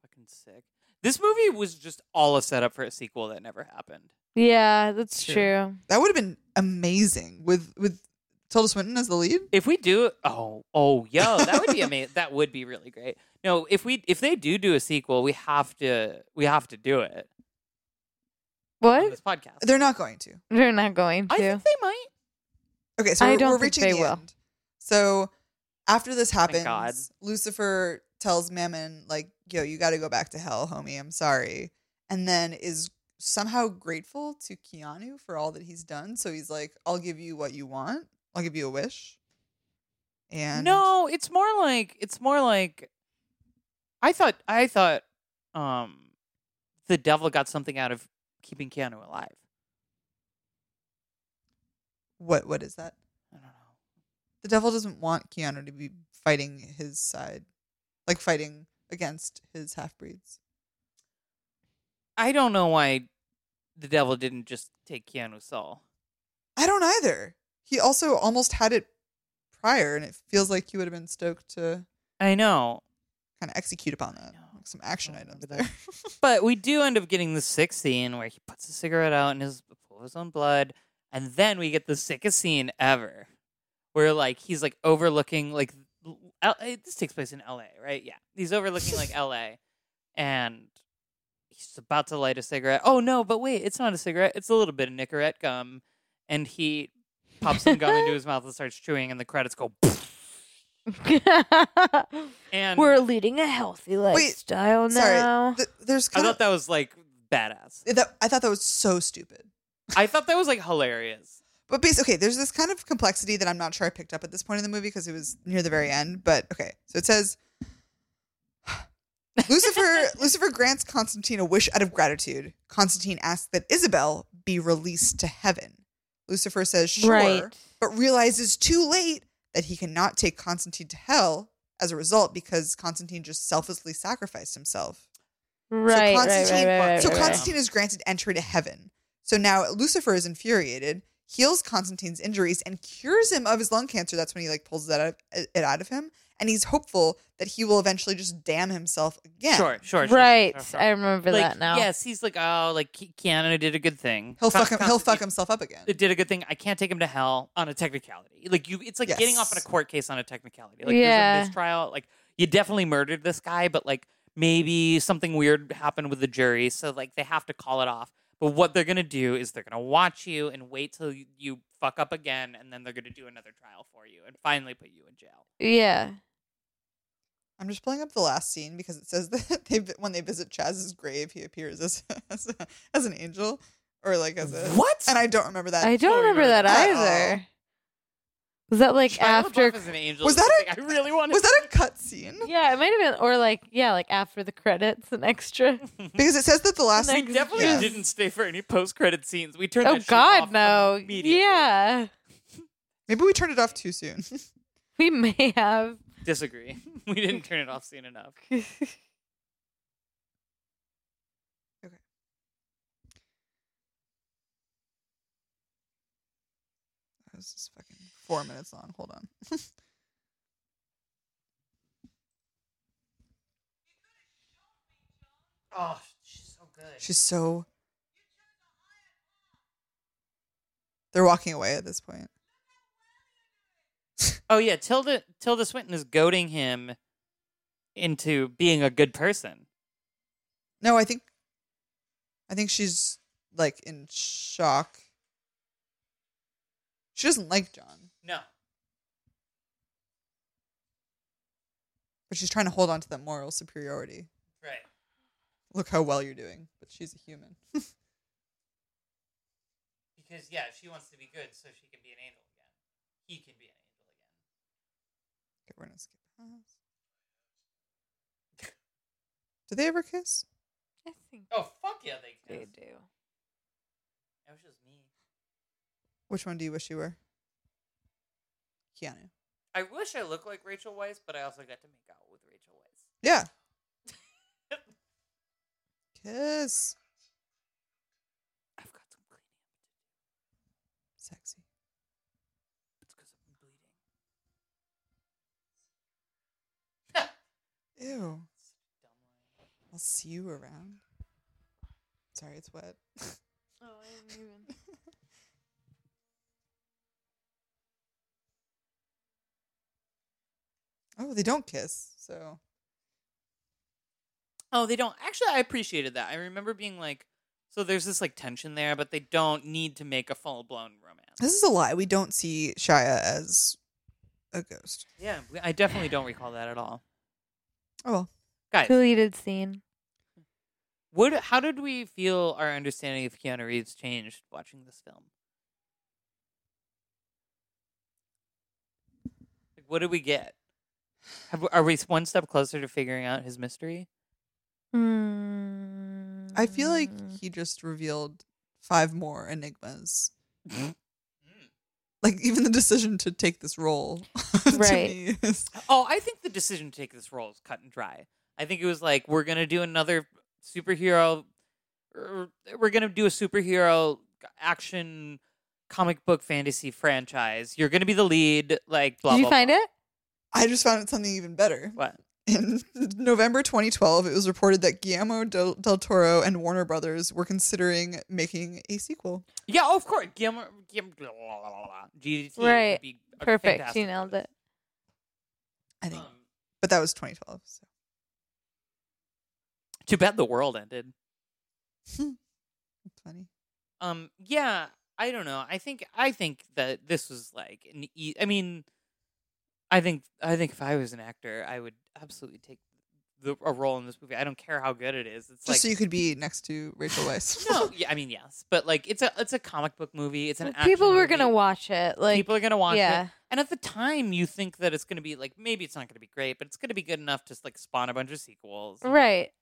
[SPEAKER 1] Fucking sick. This movie was just all a setup for a sequel that never happened.
[SPEAKER 2] Yeah, that's
[SPEAKER 1] Sure.
[SPEAKER 2] true.
[SPEAKER 5] That would have been amazing with with Tilda Swinton as the lead.
[SPEAKER 1] If we do, oh, oh, yo, that would be amazing. that would be really great. No, if we if they do do a sequel, we have to we have to do it on
[SPEAKER 2] What?
[SPEAKER 1] this podcast.
[SPEAKER 5] They're not going to.
[SPEAKER 2] They're not going to.
[SPEAKER 1] I think they might.
[SPEAKER 5] Okay, so
[SPEAKER 2] I
[SPEAKER 5] we're,
[SPEAKER 2] don't
[SPEAKER 5] we're
[SPEAKER 2] think
[SPEAKER 5] reaching
[SPEAKER 2] they
[SPEAKER 5] the
[SPEAKER 2] will.
[SPEAKER 5] end. So after this happens,
[SPEAKER 1] God.
[SPEAKER 5] Lucifer tells Mammon, like, yo, you got to go back to hell, homie. I'm sorry. And then is somehow grateful to Keanu for all that he's done. So he's like, I'll give you what you want. I'll give you a wish. And
[SPEAKER 1] No, it's more like it's more like I thought I thought um the devil got something out of keeping Keanu alive.
[SPEAKER 5] what what is that?
[SPEAKER 1] I don't know.
[SPEAKER 5] The devil doesn't want Keanu to be fighting his side, like fighting against his half breeds.
[SPEAKER 1] I don't know why the devil didn't just take Keanu's soul.
[SPEAKER 5] I don't either. He also almost had it prior, and it feels like he would have been stoked to
[SPEAKER 1] I know.
[SPEAKER 5] kind of execute upon that.
[SPEAKER 1] know.
[SPEAKER 5] Like some action
[SPEAKER 1] I
[SPEAKER 5] items
[SPEAKER 1] remember
[SPEAKER 5] there.
[SPEAKER 1] But we do end up getting the sixth scene where he puts a cigarette out in his full of his own blood, and then we get the sickest scene ever, where like he's like overlooking like l- L- eh, this takes place in L.A. right? Yeah, he's overlooking like L.A. and he's about to light a cigarette. Oh no, but wait, it's not a cigarette. It's a little bit of Nicorette gum, and he pops some gum into his mouth and starts chewing, and the credits go. And
[SPEAKER 2] We're leading a healthy lifestyle now.
[SPEAKER 5] Sorry, th- there's
[SPEAKER 1] I
[SPEAKER 5] kind
[SPEAKER 1] thought
[SPEAKER 5] of
[SPEAKER 1] that was like badass.
[SPEAKER 5] that, I thought that was so stupid.
[SPEAKER 1] I thought that was like hilarious.
[SPEAKER 5] But basically, okay, there's this kind of complexity that I'm not sure I picked up at this point in the movie because it was near the very end. But okay, so it says Lucifer Lucifer grants Constantine a wish out of gratitude. Constantine asks that Isabel be released to heaven. Lucifer says sure,
[SPEAKER 2] Right.
[SPEAKER 5] but realizes too late that he cannot take Constantine to hell as a result because Constantine just selflessly sacrificed himself.
[SPEAKER 2] Right,
[SPEAKER 5] So
[SPEAKER 2] right, right,
[SPEAKER 5] Constantine,
[SPEAKER 2] right, right,
[SPEAKER 5] so
[SPEAKER 2] right, right.
[SPEAKER 5] Constantine is granted entry to heaven. So now Lucifer is infuriated, heals Constantine's injuries, and cures him of his lung cancer. That's when he like pulls that out of, uh, it out of him, and he's hopeful that he will eventually just damn himself again.
[SPEAKER 1] Sure, sure, sure,
[SPEAKER 2] Right,
[SPEAKER 1] sure, sure.
[SPEAKER 2] I remember
[SPEAKER 1] Like,
[SPEAKER 2] that now.
[SPEAKER 1] Yes, he's like, oh, like Ke- Keanu did a good thing.
[SPEAKER 5] He'll
[SPEAKER 1] Con-
[SPEAKER 5] fuck him, he'll fuck
[SPEAKER 1] Constantine
[SPEAKER 5] himself up again.
[SPEAKER 1] Did a good thing. I can't take him to hell on a technicality. Like you, it's like getting off on a
[SPEAKER 5] Yes.
[SPEAKER 1] court case on a technicality. Like
[SPEAKER 2] Yeah.
[SPEAKER 1] there's a mistrial. Like you definitely murdered this guy, but like maybe something weird happened with the jury, so like they have to call it off. But what they're gonna do is they're gonna watch you and wait till you- you fuck up again, and then they're gonna do another trial for you and finally put you in jail.
[SPEAKER 2] Yeah.
[SPEAKER 5] I'm just pulling up the last scene because it says that they vi- when they visit Chaz's grave, he appears as as, as an angel or like as a
[SPEAKER 1] What?
[SPEAKER 5] And I don't remember that.
[SPEAKER 2] I don't
[SPEAKER 1] Sorry,
[SPEAKER 2] remember that
[SPEAKER 1] Meredith.
[SPEAKER 5] Uh-oh.
[SPEAKER 2] either. Was that like
[SPEAKER 1] Shia
[SPEAKER 2] after
[SPEAKER 1] LaBeouf is an angel
[SPEAKER 5] Was
[SPEAKER 1] is
[SPEAKER 5] that a-
[SPEAKER 1] something I really wanted.
[SPEAKER 5] was that a cut scene?
[SPEAKER 2] Yeah, it might have been or like yeah, like after the credits and extra.
[SPEAKER 5] Because it says that the last
[SPEAKER 2] Like,
[SPEAKER 5] scene
[SPEAKER 1] We definitely
[SPEAKER 5] Yeah.
[SPEAKER 1] didn't stay for any post-credit scenes. We turned.
[SPEAKER 2] oh
[SPEAKER 1] that shit
[SPEAKER 2] god,
[SPEAKER 1] off
[SPEAKER 2] no.
[SPEAKER 1] immediately.
[SPEAKER 2] Yeah.
[SPEAKER 5] Maybe we turned it off too soon.
[SPEAKER 2] We may have
[SPEAKER 1] Disagree. We didn't turn it off soon enough.
[SPEAKER 5] This is fucking four minutes long. Hold on.
[SPEAKER 1] Oh, she's so good.
[SPEAKER 5] She's so. They're walking away at this point.
[SPEAKER 1] Oh yeah, Tilda Tilda Swinton is goading him into being a good person.
[SPEAKER 5] No, I think. I think she's like in shock. She doesn't like John,
[SPEAKER 1] No.
[SPEAKER 5] but she's trying to hold on to that moral superiority.
[SPEAKER 1] Right.
[SPEAKER 5] Look how well you're doing, but she's a human.
[SPEAKER 1] Because yeah, she wants to be good so she can be an angel again. He can be an angel again.
[SPEAKER 5] Okay, we're gonna skip past. Do they ever kiss?
[SPEAKER 2] I think
[SPEAKER 1] Oh fuck yeah, they
[SPEAKER 2] they
[SPEAKER 1] can.
[SPEAKER 2] do.
[SPEAKER 1] That was just me.
[SPEAKER 5] Which one do you wish you were? Keanu.
[SPEAKER 1] I wish I looked like Rachel Weisz, but I also got to make out with Rachel Weisz.
[SPEAKER 5] Yeah. Kiss.
[SPEAKER 1] I've got some cleaning.
[SPEAKER 5] Sexy.
[SPEAKER 1] It's because I'm bleeding.
[SPEAKER 5] Ew. I'll see you around. Sorry, it's wet.
[SPEAKER 2] Oh, I didn't even.
[SPEAKER 5] Oh, they don't kiss. So
[SPEAKER 1] Oh, they don't. Actually, I appreciated that. I remember being like, so there's this like tension there, but they don't need to make a full blown romance.
[SPEAKER 5] this is a lie. We don't see Shia as a ghost.
[SPEAKER 1] Yeah, we- I definitely don't recall that at all.
[SPEAKER 5] Oh well.
[SPEAKER 1] Guys,
[SPEAKER 2] Deleted scene.
[SPEAKER 1] what? How did we feel our understanding of Keanu Reeves changed watching this film? Like, what did we get? Have, are we one step closer to figuring out his mystery?
[SPEAKER 2] Hmm.
[SPEAKER 5] I feel like
[SPEAKER 2] Mm.
[SPEAKER 5] he just revealed five more enigmas. like even the decision to take this role to
[SPEAKER 2] Right.
[SPEAKER 5] me is-
[SPEAKER 1] Oh, I think the decision to take this role is cut and dry. I think it was like we're gonna do another superhero. er, We're gonna do a superhero action comic book fantasy franchise. You're gonna be the lead. Like, blah,
[SPEAKER 2] Did you
[SPEAKER 1] blah,
[SPEAKER 2] find
[SPEAKER 1] blah.
[SPEAKER 2] it?
[SPEAKER 5] I just found something even better.
[SPEAKER 1] What?
[SPEAKER 5] In November 2012, it was reported that Guillermo del, del Toro and Warner Brothers were considering making a sequel.
[SPEAKER 1] Yeah, oh, of course. Guillermo, Guillermo, blah, blah, blah, blah, blah. GDT would
[SPEAKER 2] Right.
[SPEAKER 1] be a
[SPEAKER 2] Perfect.
[SPEAKER 1] fantastic
[SPEAKER 2] You nailed it.
[SPEAKER 1] artist.
[SPEAKER 5] I think,
[SPEAKER 1] Um,
[SPEAKER 5] but that was 2012. So.
[SPEAKER 1] too bad the world ended.
[SPEAKER 5] Hmm. funny.
[SPEAKER 1] Um, yeah, I don't know. I think I think that this was like an e- I mean, I think I think if I was an actor, I would absolutely take the, a role in this movie. I don't care how good it is. It's
[SPEAKER 5] Just
[SPEAKER 1] like
[SPEAKER 5] so you could be next to Rachel Weisz.
[SPEAKER 1] no, yeah, I mean yes, but like it's a it's a comic book movie. It's an
[SPEAKER 2] Well,
[SPEAKER 1] action
[SPEAKER 2] people were gonna
[SPEAKER 1] movie.
[SPEAKER 2] watch it. Like
[SPEAKER 1] people are gonna watch
[SPEAKER 2] yeah.
[SPEAKER 1] it, and at the time you think that it's gonna be like maybe it's not gonna be great, but it's gonna be good enough to like spawn a bunch of sequels.
[SPEAKER 2] Right.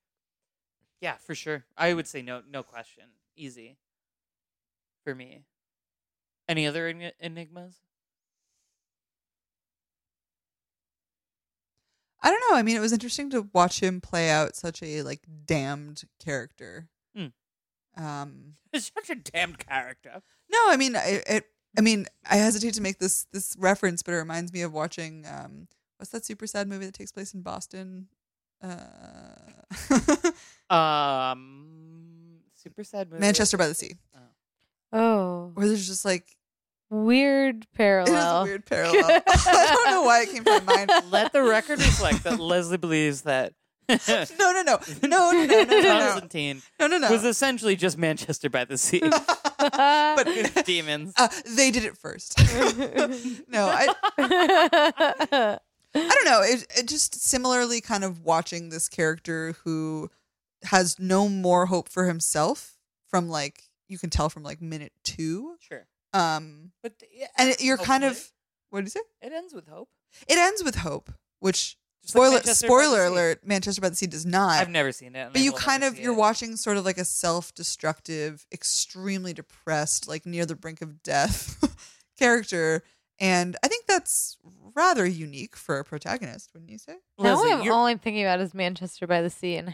[SPEAKER 1] Yeah, for sure. I would say no, no question, easy for me. Any other en- enigmas?
[SPEAKER 5] I don't know. I mean, it was interesting to watch him play out such a like damned character.
[SPEAKER 1] Mm.
[SPEAKER 5] Um,
[SPEAKER 1] It's such a damned character.
[SPEAKER 5] no, I mean, it, it. I mean, I hesitate to make this this reference, but it reminds me of watching um, what's that super sad movie that takes place in Boston? Uh,
[SPEAKER 1] Um, super sad movie.
[SPEAKER 5] Manchester by the Sea,
[SPEAKER 2] Oh,
[SPEAKER 5] where there's just like
[SPEAKER 2] weird
[SPEAKER 5] it is a
[SPEAKER 2] parallel.
[SPEAKER 5] weird parallel. I don't know why it came to my mind.
[SPEAKER 1] Let the record reflect that Leslie believes that
[SPEAKER 5] No, no, no, no, no, no, no, no,
[SPEAKER 1] Constantine
[SPEAKER 5] no, no, no.
[SPEAKER 1] was essentially just Manchester by the Sea. with demons.
[SPEAKER 5] uh, they did it first. no, I, I don't know. It, it just similarly kind of watching this character who has no more hope for himself from like you can tell from like minute two.
[SPEAKER 1] Sure,
[SPEAKER 5] Um,
[SPEAKER 1] but th- yeah,
[SPEAKER 5] and it, you're kind
[SPEAKER 1] hopefully.
[SPEAKER 5] of what did you say?
[SPEAKER 1] It ends with hope.
[SPEAKER 5] It ends with hope, which
[SPEAKER 1] Just like
[SPEAKER 5] spoiler
[SPEAKER 1] Manchester by the
[SPEAKER 5] spoiler
[SPEAKER 1] Sea.
[SPEAKER 5] alert, Manchester by the Sea does not.
[SPEAKER 1] I've never seen it, and
[SPEAKER 5] but
[SPEAKER 1] I
[SPEAKER 5] you
[SPEAKER 1] will
[SPEAKER 5] kind
[SPEAKER 1] never
[SPEAKER 5] of
[SPEAKER 1] see
[SPEAKER 5] you're
[SPEAKER 1] it.
[SPEAKER 5] watching sort of like a self-destructive extremely depressed like near the brink of death character and i think that's rather unique for a protagonist wouldn't you say
[SPEAKER 2] now
[SPEAKER 1] Leslie,
[SPEAKER 2] I'm
[SPEAKER 1] you're-
[SPEAKER 2] all I'm thinking about is Manchester by the Sea and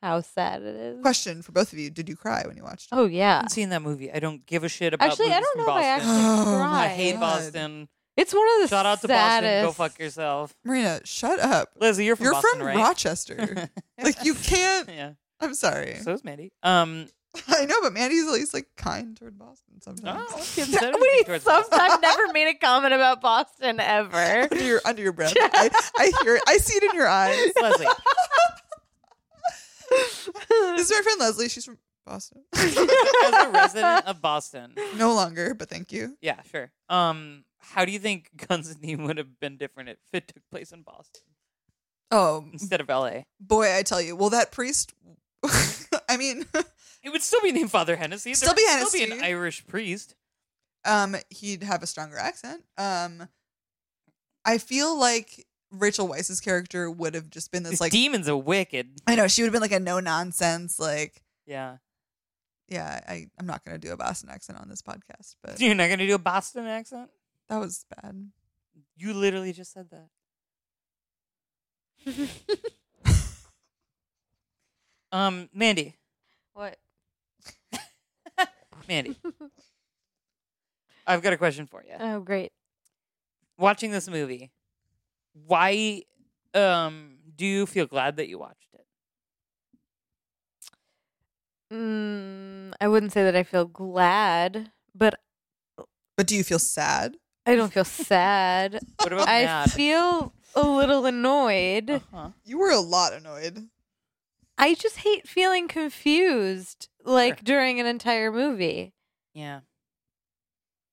[SPEAKER 2] how sad it is.
[SPEAKER 5] question for both of you did you cry when you watched it
[SPEAKER 2] Oh yeah.
[SPEAKER 1] haven't seen that movie. I don't give a shit about.
[SPEAKER 2] Actually, I
[SPEAKER 1] movies
[SPEAKER 2] don't
[SPEAKER 1] from
[SPEAKER 2] know if I
[SPEAKER 1] Boston.
[SPEAKER 2] actually
[SPEAKER 5] Oh,
[SPEAKER 2] cried.
[SPEAKER 1] I hate
[SPEAKER 5] God.
[SPEAKER 1] Boston.
[SPEAKER 2] It's one of the
[SPEAKER 1] Shout out to Boston. Go
[SPEAKER 2] saddest-
[SPEAKER 1] fuck yourself,
[SPEAKER 5] marina shut up
[SPEAKER 1] Leslie. You're from
[SPEAKER 5] you're
[SPEAKER 1] Boston,
[SPEAKER 5] from
[SPEAKER 1] right?
[SPEAKER 5] rochester like you can't
[SPEAKER 1] yeah.
[SPEAKER 5] i'm sorry
[SPEAKER 1] So is Mandy. Um.
[SPEAKER 5] i know but mandy's at least like kind toward boston sometimes
[SPEAKER 1] Oh, kids, that would be
[SPEAKER 2] Wait,
[SPEAKER 1] towards
[SPEAKER 2] some-
[SPEAKER 1] Boston.
[SPEAKER 2] I've never made a comment about Boston ever.
[SPEAKER 5] under your under your breath I, I hear it i see it in your eyes
[SPEAKER 1] Leslie.
[SPEAKER 5] this is my friend leslie she's from boston
[SPEAKER 1] As a resident of Boston.
[SPEAKER 5] no longer but thank you
[SPEAKER 1] Yeah, sure. Um, how do you think Guns N' Roses would have been different if it took place in Boston
[SPEAKER 5] oh
[SPEAKER 1] instead of LA?
[SPEAKER 5] boy, I tell you. Well, that priest. I mean,
[SPEAKER 1] It would still be named Father Hennessy. There
[SPEAKER 5] Still
[SPEAKER 1] would
[SPEAKER 5] be
[SPEAKER 1] Still be an
[SPEAKER 5] Hennessy.
[SPEAKER 1] Irish priest.
[SPEAKER 5] um, he'd have a stronger accent. Um, I feel like Rachel Weisz's character would have just been
[SPEAKER 1] These
[SPEAKER 5] this like.
[SPEAKER 1] demons are wicked.
[SPEAKER 5] I know she would have been like a no nonsense like.
[SPEAKER 1] Yeah,
[SPEAKER 5] Yeah, I, I'm not gonna do a Boston accent on this podcast, but
[SPEAKER 1] you're not gonna do a Boston accent.
[SPEAKER 5] that was bad.
[SPEAKER 1] You literally just said that. um, Mandy,
[SPEAKER 2] what?
[SPEAKER 1] Mandy, I've got a question for you.
[SPEAKER 2] Oh great.
[SPEAKER 1] watching this movie, why um do you feel glad that you watched it?
[SPEAKER 2] Mm, I wouldn't say that I feel glad, but
[SPEAKER 5] But do you feel sad?
[SPEAKER 2] I don't feel sad.
[SPEAKER 1] What about
[SPEAKER 2] I
[SPEAKER 1] mad?
[SPEAKER 2] feel a little annoyed.
[SPEAKER 1] Uh-huh.
[SPEAKER 5] You were a lot annoyed.
[SPEAKER 2] I just hate feeling confused like
[SPEAKER 1] Sure.
[SPEAKER 2] during an entire movie.
[SPEAKER 1] Yeah.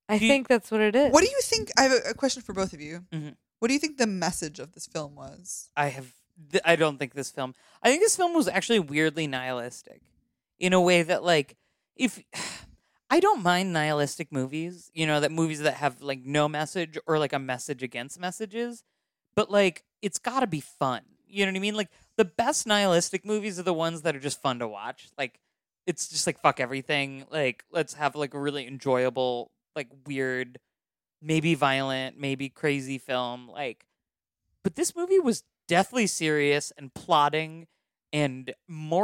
[SPEAKER 2] I
[SPEAKER 1] Do you-
[SPEAKER 2] think that's what it is.
[SPEAKER 5] What do you think? I have a, a question for both of you.
[SPEAKER 1] Mhm.
[SPEAKER 5] What do you think the message of this film was?
[SPEAKER 1] I have th- I don't think this film I think this film was actually weirdly nihilistic in a way that like if I don't mind nihilistic movies, you know, that movies that have like no message or like a message against messages, but like it's got to be fun. You know what I mean? Like the best nihilistic movies are the ones that are just fun to watch. Like it's just like fuck everything. Like let's have like a really enjoyable, like weird, maybe violent, maybe crazy film. Like, but this movie was deathly serious and plotting and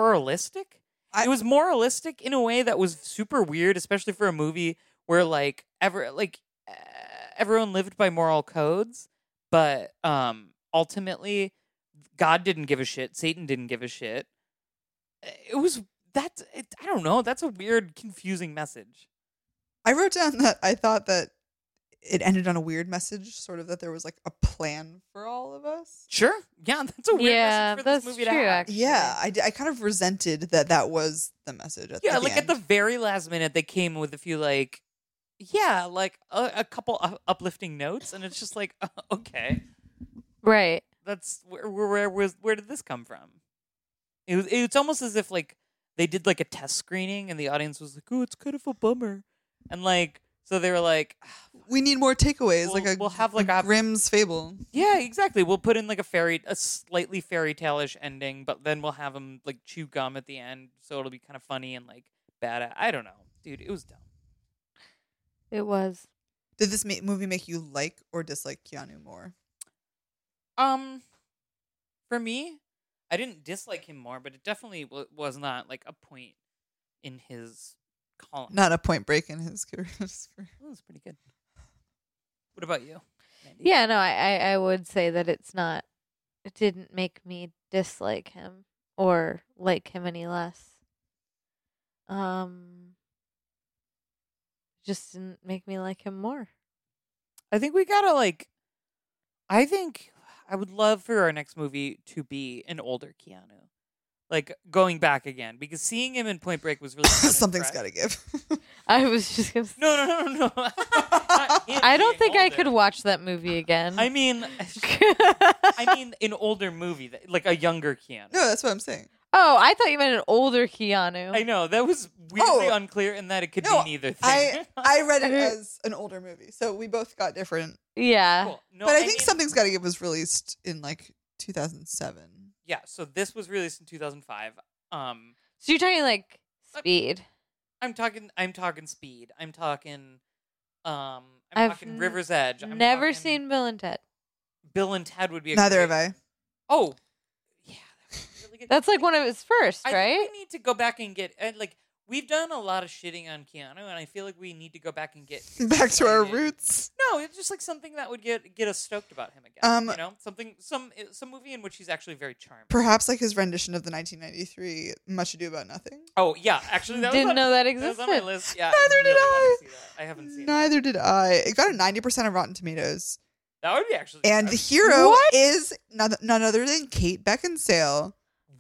[SPEAKER 1] moralistic.
[SPEAKER 5] I-
[SPEAKER 1] it was moralistic in a way that was super weird, especially for a movie where like ever like uh, everyone lived by moral codes, but um ultimately God didn't give a shit, Satan didn't give a shit. E, It was that's it, I don't know. That's a weird, confusing message.
[SPEAKER 5] I wrote down that I thought that it ended on a weird message, sort of that there was like a plan for all of us.
[SPEAKER 1] Sure. Yeah, that's a weird
[SPEAKER 2] Yeah,
[SPEAKER 1] message for this
[SPEAKER 2] that's
[SPEAKER 1] movie
[SPEAKER 2] true,
[SPEAKER 1] to have.
[SPEAKER 2] actually.
[SPEAKER 5] Yeah, I, d- I kind of resented that that was the message. At
[SPEAKER 1] Yeah,
[SPEAKER 5] the
[SPEAKER 1] like at
[SPEAKER 5] end.
[SPEAKER 1] the very last minute, they came with a few like, yeah, like a, a couple u- uplifting notes, and it's just like, uh, okay,
[SPEAKER 2] Right.
[SPEAKER 1] that's where where where was where did this come from? It was it's almost as if like they did like a test screening, and the audience was like, oh, it's kind of a bummer, and like so they were like,
[SPEAKER 5] we need more takeaways. like
[SPEAKER 1] We'll-
[SPEAKER 5] a,
[SPEAKER 1] we'll have, like, a-
[SPEAKER 5] Grimm's Fable.
[SPEAKER 1] yeah, exactly, we'll put in like a fairy a slightly fairy tale-ish ending, but then we'll have them like chew gum at the end, so it'll be kind of funny and like bad. I don't know, dude, it was dumb.
[SPEAKER 2] It was.
[SPEAKER 5] Did this ma- movie make you like or dislike Keanu more?
[SPEAKER 1] Um, for me, I didn't dislike him more, but it definitely w- was not like a point in his column.
[SPEAKER 5] Not a Point Break in his career. his career.
[SPEAKER 1] That was pretty good. What about you? Mandy?
[SPEAKER 2] Yeah, no, I, I, I would say that it's not. It didn't make me dislike him or like him any less. Um, just didn't make me like him more.
[SPEAKER 1] I think we gotta like. I think I would love for our next movie to be an older Keanu, like going back again, because seeing him in Point Break was really fun and
[SPEAKER 5] Something's
[SPEAKER 1] fresh.
[SPEAKER 5] got to give.
[SPEAKER 2] I was just gonna. Say,
[SPEAKER 1] No, no, no, no. Not him
[SPEAKER 2] I don't
[SPEAKER 1] being
[SPEAKER 2] think I could
[SPEAKER 1] older.
[SPEAKER 2] watch that movie again.
[SPEAKER 1] I mean, I mean, an older movie, that, like a younger Keanu.
[SPEAKER 5] no, that's what I'm saying.
[SPEAKER 2] oh, I thought you meant an older Keanu.
[SPEAKER 1] I know that was weirdly
[SPEAKER 5] Oh.
[SPEAKER 1] unclear, in that it could
[SPEAKER 5] No,
[SPEAKER 1] be neither thing.
[SPEAKER 5] I I read it as an older movie, so we both got different.
[SPEAKER 2] yeah.
[SPEAKER 1] Cool. No,
[SPEAKER 5] but I,
[SPEAKER 1] mean-
[SPEAKER 5] think Something's Got to Give was released in like 2007.
[SPEAKER 1] Yeah, so this was released in 2005. Um,
[SPEAKER 2] So you're talking like
[SPEAKER 1] Uh,
[SPEAKER 2] speed.
[SPEAKER 1] I'm talking, I'm talking speed. I'm talking, um, I'm
[SPEAKER 2] I've
[SPEAKER 1] talking
[SPEAKER 2] n-
[SPEAKER 1] River's Edge. I'm
[SPEAKER 2] Never
[SPEAKER 1] talking
[SPEAKER 2] seen Bill and Ted.
[SPEAKER 1] Bill and Ted would be a
[SPEAKER 5] Neither
[SPEAKER 1] great-
[SPEAKER 5] have I.
[SPEAKER 1] Oh, yeah, that was really good.
[SPEAKER 2] That's like one of his first,
[SPEAKER 1] I
[SPEAKER 2] right?
[SPEAKER 1] think we need to go back and get and like we've done a lot of shitting on Keanu, and I feel like we need to go back and get
[SPEAKER 5] Back to our
[SPEAKER 1] excited.
[SPEAKER 5] roots.
[SPEAKER 1] No, it's just like something that would get get us stoked about him again.
[SPEAKER 5] Um,
[SPEAKER 1] you know, something some some movie in which he's actually very charming.
[SPEAKER 5] Perhaps like his rendition of the 1993 Much Ado About Nothing.
[SPEAKER 1] oh yeah, actually, that
[SPEAKER 2] Didn't
[SPEAKER 1] was on,
[SPEAKER 2] know that
[SPEAKER 1] that was
[SPEAKER 2] existed.
[SPEAKER 1] on my list. Yeah,
[SPEAKER 5] Neither did
[SPEAKER 1] really wanna see that. I haven't seen that.
[SPEAKER 5] Neither did I. It got a 90% of Rotten Tomatoes.
[SPEAKER 1] That would be actually
[SPEAKER 5] And the
[SPEAKER 1] I-
[SPEAKER 5] hero
[SPEAKER 2] What?
[SPEAKER 5] is none, none other than Kate Beckinsale.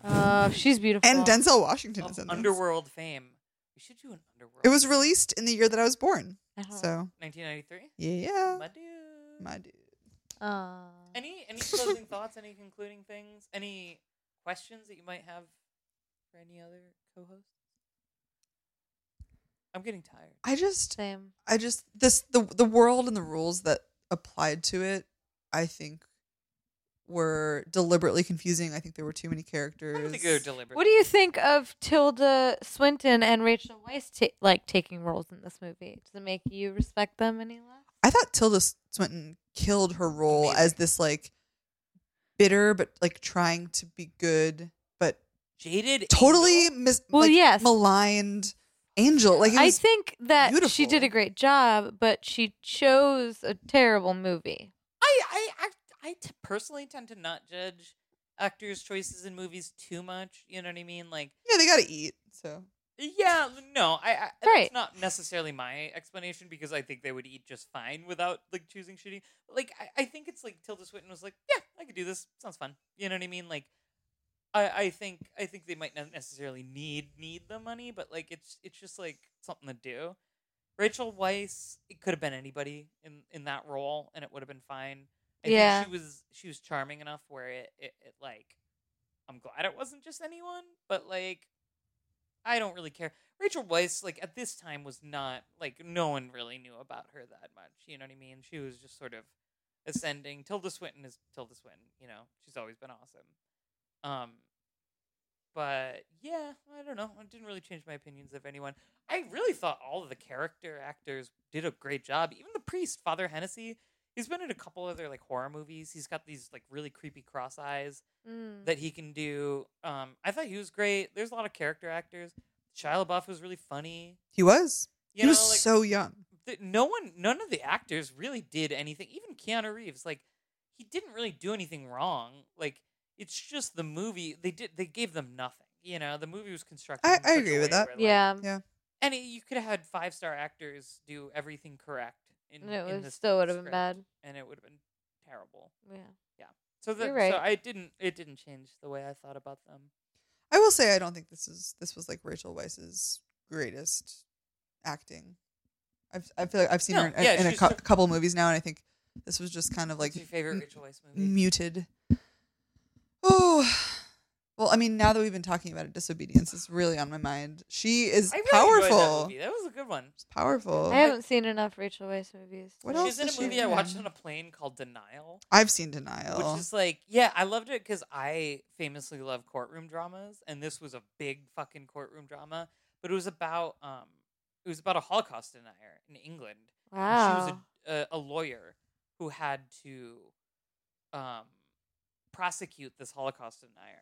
[SPEAKER 2] Oh, she's beautiful.
[SPEAKER 5] And Denzel Washington
[SPEAKER 1] of
[SPEAKER 5] is in this.
[SPEAKER 1] underworld fame. We should do an underworld.
[SPEAKER 5] It was released in the year that I was born.
[SPEAKER 2] I don't-
[SPEAKER 5] So,
[SPEAKER 1] 1993.
[SPEAKER 5] yeah.
[SPEAKER 1] Uh-huh. My dude.
[SPEAKER 5] Uh, My dude.
[SPEAKER 1] Uh,
[SPEAKER 2] Aw.
[SPEAKER 1] Any any closing thoughts? Any concluding things? Any questions that you might have for any other co-hosts? I'm getting tired.
[SPEAKER 5] I just
[SPEAKER 2] Same.
[SPEAKER 5] I just this the the world and the rules that applied to it, I think were deliberately confusing. I think there were too many characters.
[SPEAKER 1] I don't think they were deliberate.
[SPEAKER 2] What do you think of Tilda Swinton and Rachel Weisz ta- like taking roles in this movie? Does it make you respect them any less?
[SPEAKER 5] I thought Tilda Swinton killed her role as this like bitter but like trying to be good but
[SPEAKER 1] jaded?
[SPEAKER 5] totally
[SPEAKER 1] angel?
[SPEAKER 5] mis-
[SPEAKER 2] Well,
[SPEAKER 5] like,
[SPEAKER 2] yes.
[SPEAKER 5] maligned angel. Like it
[SPEAKER 2] I
[SPEAKER 5] was
[SPEAKER 2] think that she did
[SPEAKER 5] beautiful.
[SPEAKER 2] a great job, but she chose a terrible movie.
[SPEAKER 1] I I I, I t- personally tend to not judge actors' choices in movies too much. You know what I mean? Like,
[SPEAKER 5] yeah, they got to eat. So
[SPEAKER 1] yeah, no, I, I
[SPEAKER 2] Right.
[SPEAKER 1] that's not necessarily my explanation because I think they would eat just fine without like choosing shitty. Like, I, I think it's like Tilda Swinton was like, yeah, I could do this. Sounds fun. You know what I mean? Like. I, I think I think they might not necessarily need need the money, but like it's it's just like something to do. Rachel Weisz, it could have been anybody in in that role, and it would have been fine. I
[SPEAKER 2] Yeah.
[SPEAKER 1] think she was she was charming enough where it, it it like I'm glad it wasn't just anyone, but like I don't really care. Rachel Weisz, like at this time, was not like no one really knew about her that much. You know what I mean? She was just sort of ascending. Tilda Swinton is Tilda Swinton. You know, she's always been awesome. Um, but yeah, I don't know. It didn't really change my opinions of anyone. I really thought all of the character actors did a great job. Even the priest, Father Hennessy, he's been in a couple other like horror movies. He's got these like really creepy cross eyes
[SPEAKER 2] Mm.
[SPEAKER 1] that he
[SPEAKER 5] Mm-hmm.
[SPEAKER 1] can do. Um, I thought he was great. There's a lot of character actors. Shia LaBeouf was really funny.
[SPEAKER 5] he was.
[SPEAKER 1] You
[SPEAKER 5] he
[SPEAKER 1] know,
[SPEAKER 5] was
[SPEAKER 1] like,
[SPEAKER 5] so young.
[SPEAKER 1] th- no one, none of the actors really did anything. Even Keanu Reeves, like he didn't really do anything wrong. Like it's just the movie. They did. They gave them nothing. You know, the movie was constructed.
[SPEAKER 5] I-
[SPEAKER 1] in
[SPEAKER 5] I
[SPEAKER 1] such a
[SPEAKER 5] agree with
[SPEAKER 1] way
[SPEAKER 5] that.
[SPEAKER 1] where, like,
[SPEAKER 2] Yeah.
[SPEAKER 5] Yeah.
[SPEAKER 1] and it- you could have had five star actors do everything correct in,
[SPEAKER 2] And it
[SPEAKER 1] in
[SPEAKER 2] was
[SPEAKER 1] the
[SPEAKER 2] still would have been
[SPEAKER 1] script,
[SPEAKER 2] bad.
[SPEAKER 1] and it would have been terrible.
[SPEAKER 2] Yeah.
[SPEAKER 1] So the,
[SPEAKER 2] You're
[SPEAKER 1] so
[SPEAKER 2] right.
[SPEAKER 1] I didn't it didn't change the way I thought about them.
[SPEAKER 5] I will say I don't think this is this was like Rachel Weisz's greatest acting. I've I feel like I've seen her
[SPEAKER 1] No,
[SPEAKER 5] in,
[SPEAKER 1] yeah,
[SPEAKER 5] in a
[SPEAKER 1] she's
[SPEAKER 5] cou-
[SPEAKER 1] so-
[SPEAKER 5] couple movies now, and I think this was just kind of like
[SPEAKER 1] What's your favorite
[SPEAKER 5] m-
[SPEAKER 1] Rachel Weisz movie?
[SPEAKER 5] muted. Oh, well, I mean, now that we've been talking about it, disobedience is really on my mind. She is
[SPEAKER 1] I really enjoyed That,
[SPEAKER 5] powerful.
[SPEAKER 1] movie. that was a good one.
[SPEAKER 5] She's powerful.
[SPEAKER 2] I haven't seen enough Rachel Weisz movies.
[SPEAKER 5] What
[SPEAKER 2] to-
[SPEAKER 5] else
[SPEAKER 1] She's in a
[SPEAKER 5] is she
[SPEAKER 1] movie I watched
[SPEAKER 5] in?
[SPEAKER 1] on a plane called Denial,
[SPEAKER 5] I've seen denial.
[SPEAKER 1] which is like, yeah, I loved it because I famously love courtroom dramas, and this was a big fucking courtroom drama. But it was about um, it was about a Holocaust denier in England. And
[SPEAKER 2] Wow.
[SPEAKER 1] She was a, uh, a, a lawyer who had to um, prosecute this Holocaust denier.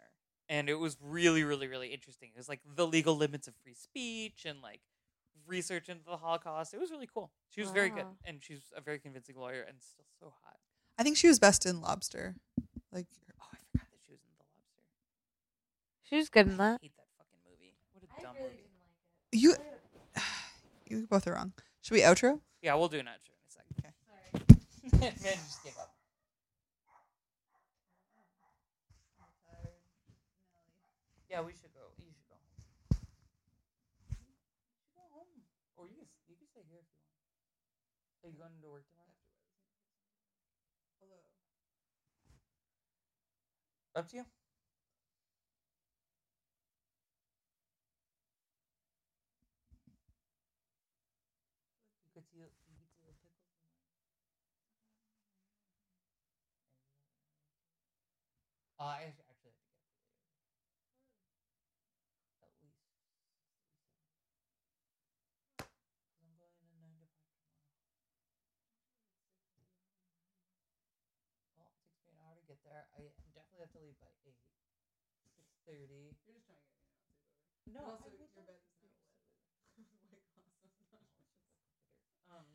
[SPEAKER 1] And it was really, really, really interesting. It was like the legal limits of free speech and like research into the Holocaust. It was really cool. She was very good.
[SPEAKER 2] Wow.
[SPEAKER 1] And she's a very convincing lawyer and still so hot.
[SPEAKER 5] I think she was best in Lobster. Like
[SPEAKER 1] Oh, I forgot that she was in The Lobster.
[SPEAKER 2] She was good in
[SPEAKER 1] I
[SPEAKER 2] that.
[SPEAKER 1] hate that fucking movie. What a dumb movie.
[SPEAKER 5] you, you both are wrong. Should we outro?
[SPEAKER 1] Yeah, we'll do an outro in a second.
[SPEAKER 5] Okay.
[SPEAKER 1] Man just gave up. Yeah, we should go. You should go home. You should go home. Or you can, you can stay here if you want. Are you going to work tomorrow? Up to you. You get to, you get to pick Uh, I actually have to get at least. I'm going to nine to five tomorrow. Well, it takes me an hour to get there. I definitely have to leave by eight. Six thirty. You're just trying to get No, also, your bed is not wet. um.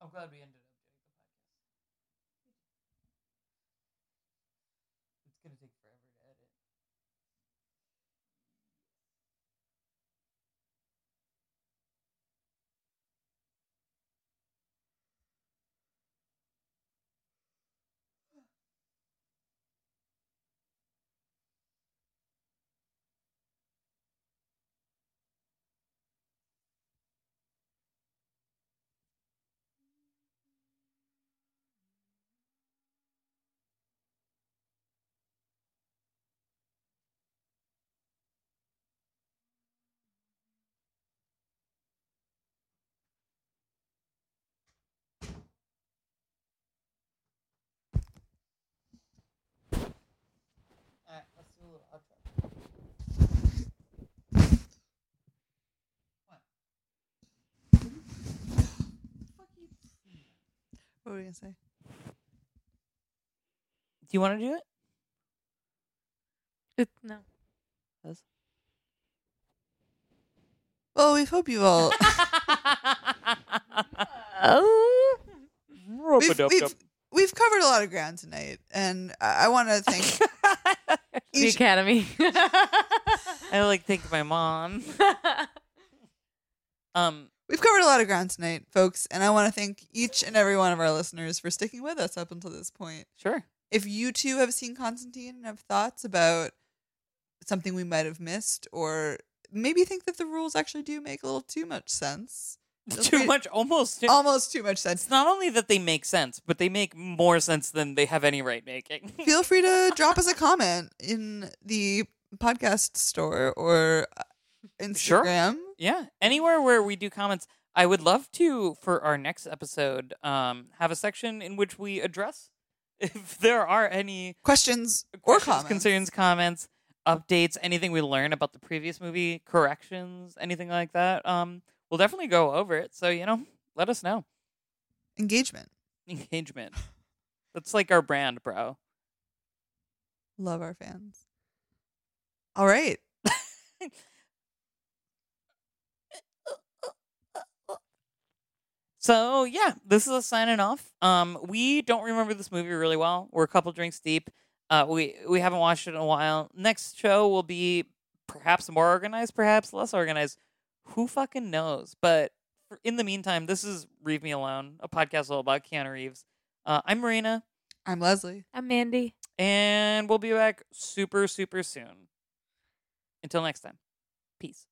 [SPEAKER 1] I'm glad we ended up doing the podcast. It's gonna take forever to edit. Alright, let's do a little outro.
[SPEAKER 5] What were you gonna say?
[SPEAKER 1] Do you want to do it?
[SPEAKER 2] It, no.
[SPEAKER 5] Well, we hope you all.
[SPEAKER 2] Oh.
[SPEAKER 5] we've, we've, we've covered a lot of ground tonight, and I, I want to thank
[SPEAKER 2] The
[SPEAKER 5] each.
[SPEAKER 2] Academy.
[SPEAKER 1] I like thank my mom. Um,
[SPEAKER 5] We've covered a lot of ground tonight, folks, and I want to thank each and every one of our listeners for sticking with us up until this point.
[SPEAKER 1] sure.
[SPEAKER 5] If you too have seen Constantine and have thoughts about something we might have missed, or maybe think that the rules actually do make a little too much sense, feel
[SPEAKER 1] Too
[SPEAKER 5] free-
[SPEAKER 1] much, almost.
[SPEAKER 5] almost too much sense.
[SPEAKER 1] It's not only that they make sense, but they make more sense than they have any right making.
[SPEAKER 5] feel free to drop us a comment in the podcast store or uh,
[SPEAKER 1] Sure.
[SPEAKER 5] Instagram.
[SPEAKER 1] yeah, anywhere where we do comments, I would love to for our next episode um, have a section in which we address if there are any
[SPEAKER 5] Questions, or
[SPEAKER 1] questions,
[SPEAKER 5] comments.
[SPEAKER 1] concerns, comments, updates, anything we learn about the previous movie, corrections, anything like that. Um, we'll definitely go over it. So you know, let us know.
[SPEAKER 5] Engagement.
[SPEAKER 1] Engagement. That's like our brand, bro.
[SPEAKER 5] Love our fans. All right.
[SPEAKER 1] So yeah, this is us signing off. Um, we don't remember this movie really well. We're a couple drinks deep. Uh, we we haven't watched it in a while. Next show will be perhaps more organized, perhaps less organized. Who fucking knows? But for- in the meantime, this is Reeve Me Alone, a podcast all about Keanu Reeves. Uh, I'm Marina,
[SPEAKER 5] I'm Leslie.
[SPEAKER 2] I'm Mandy.
[SPEAKER 1] and we'll be back super super soon. Until next time, peace.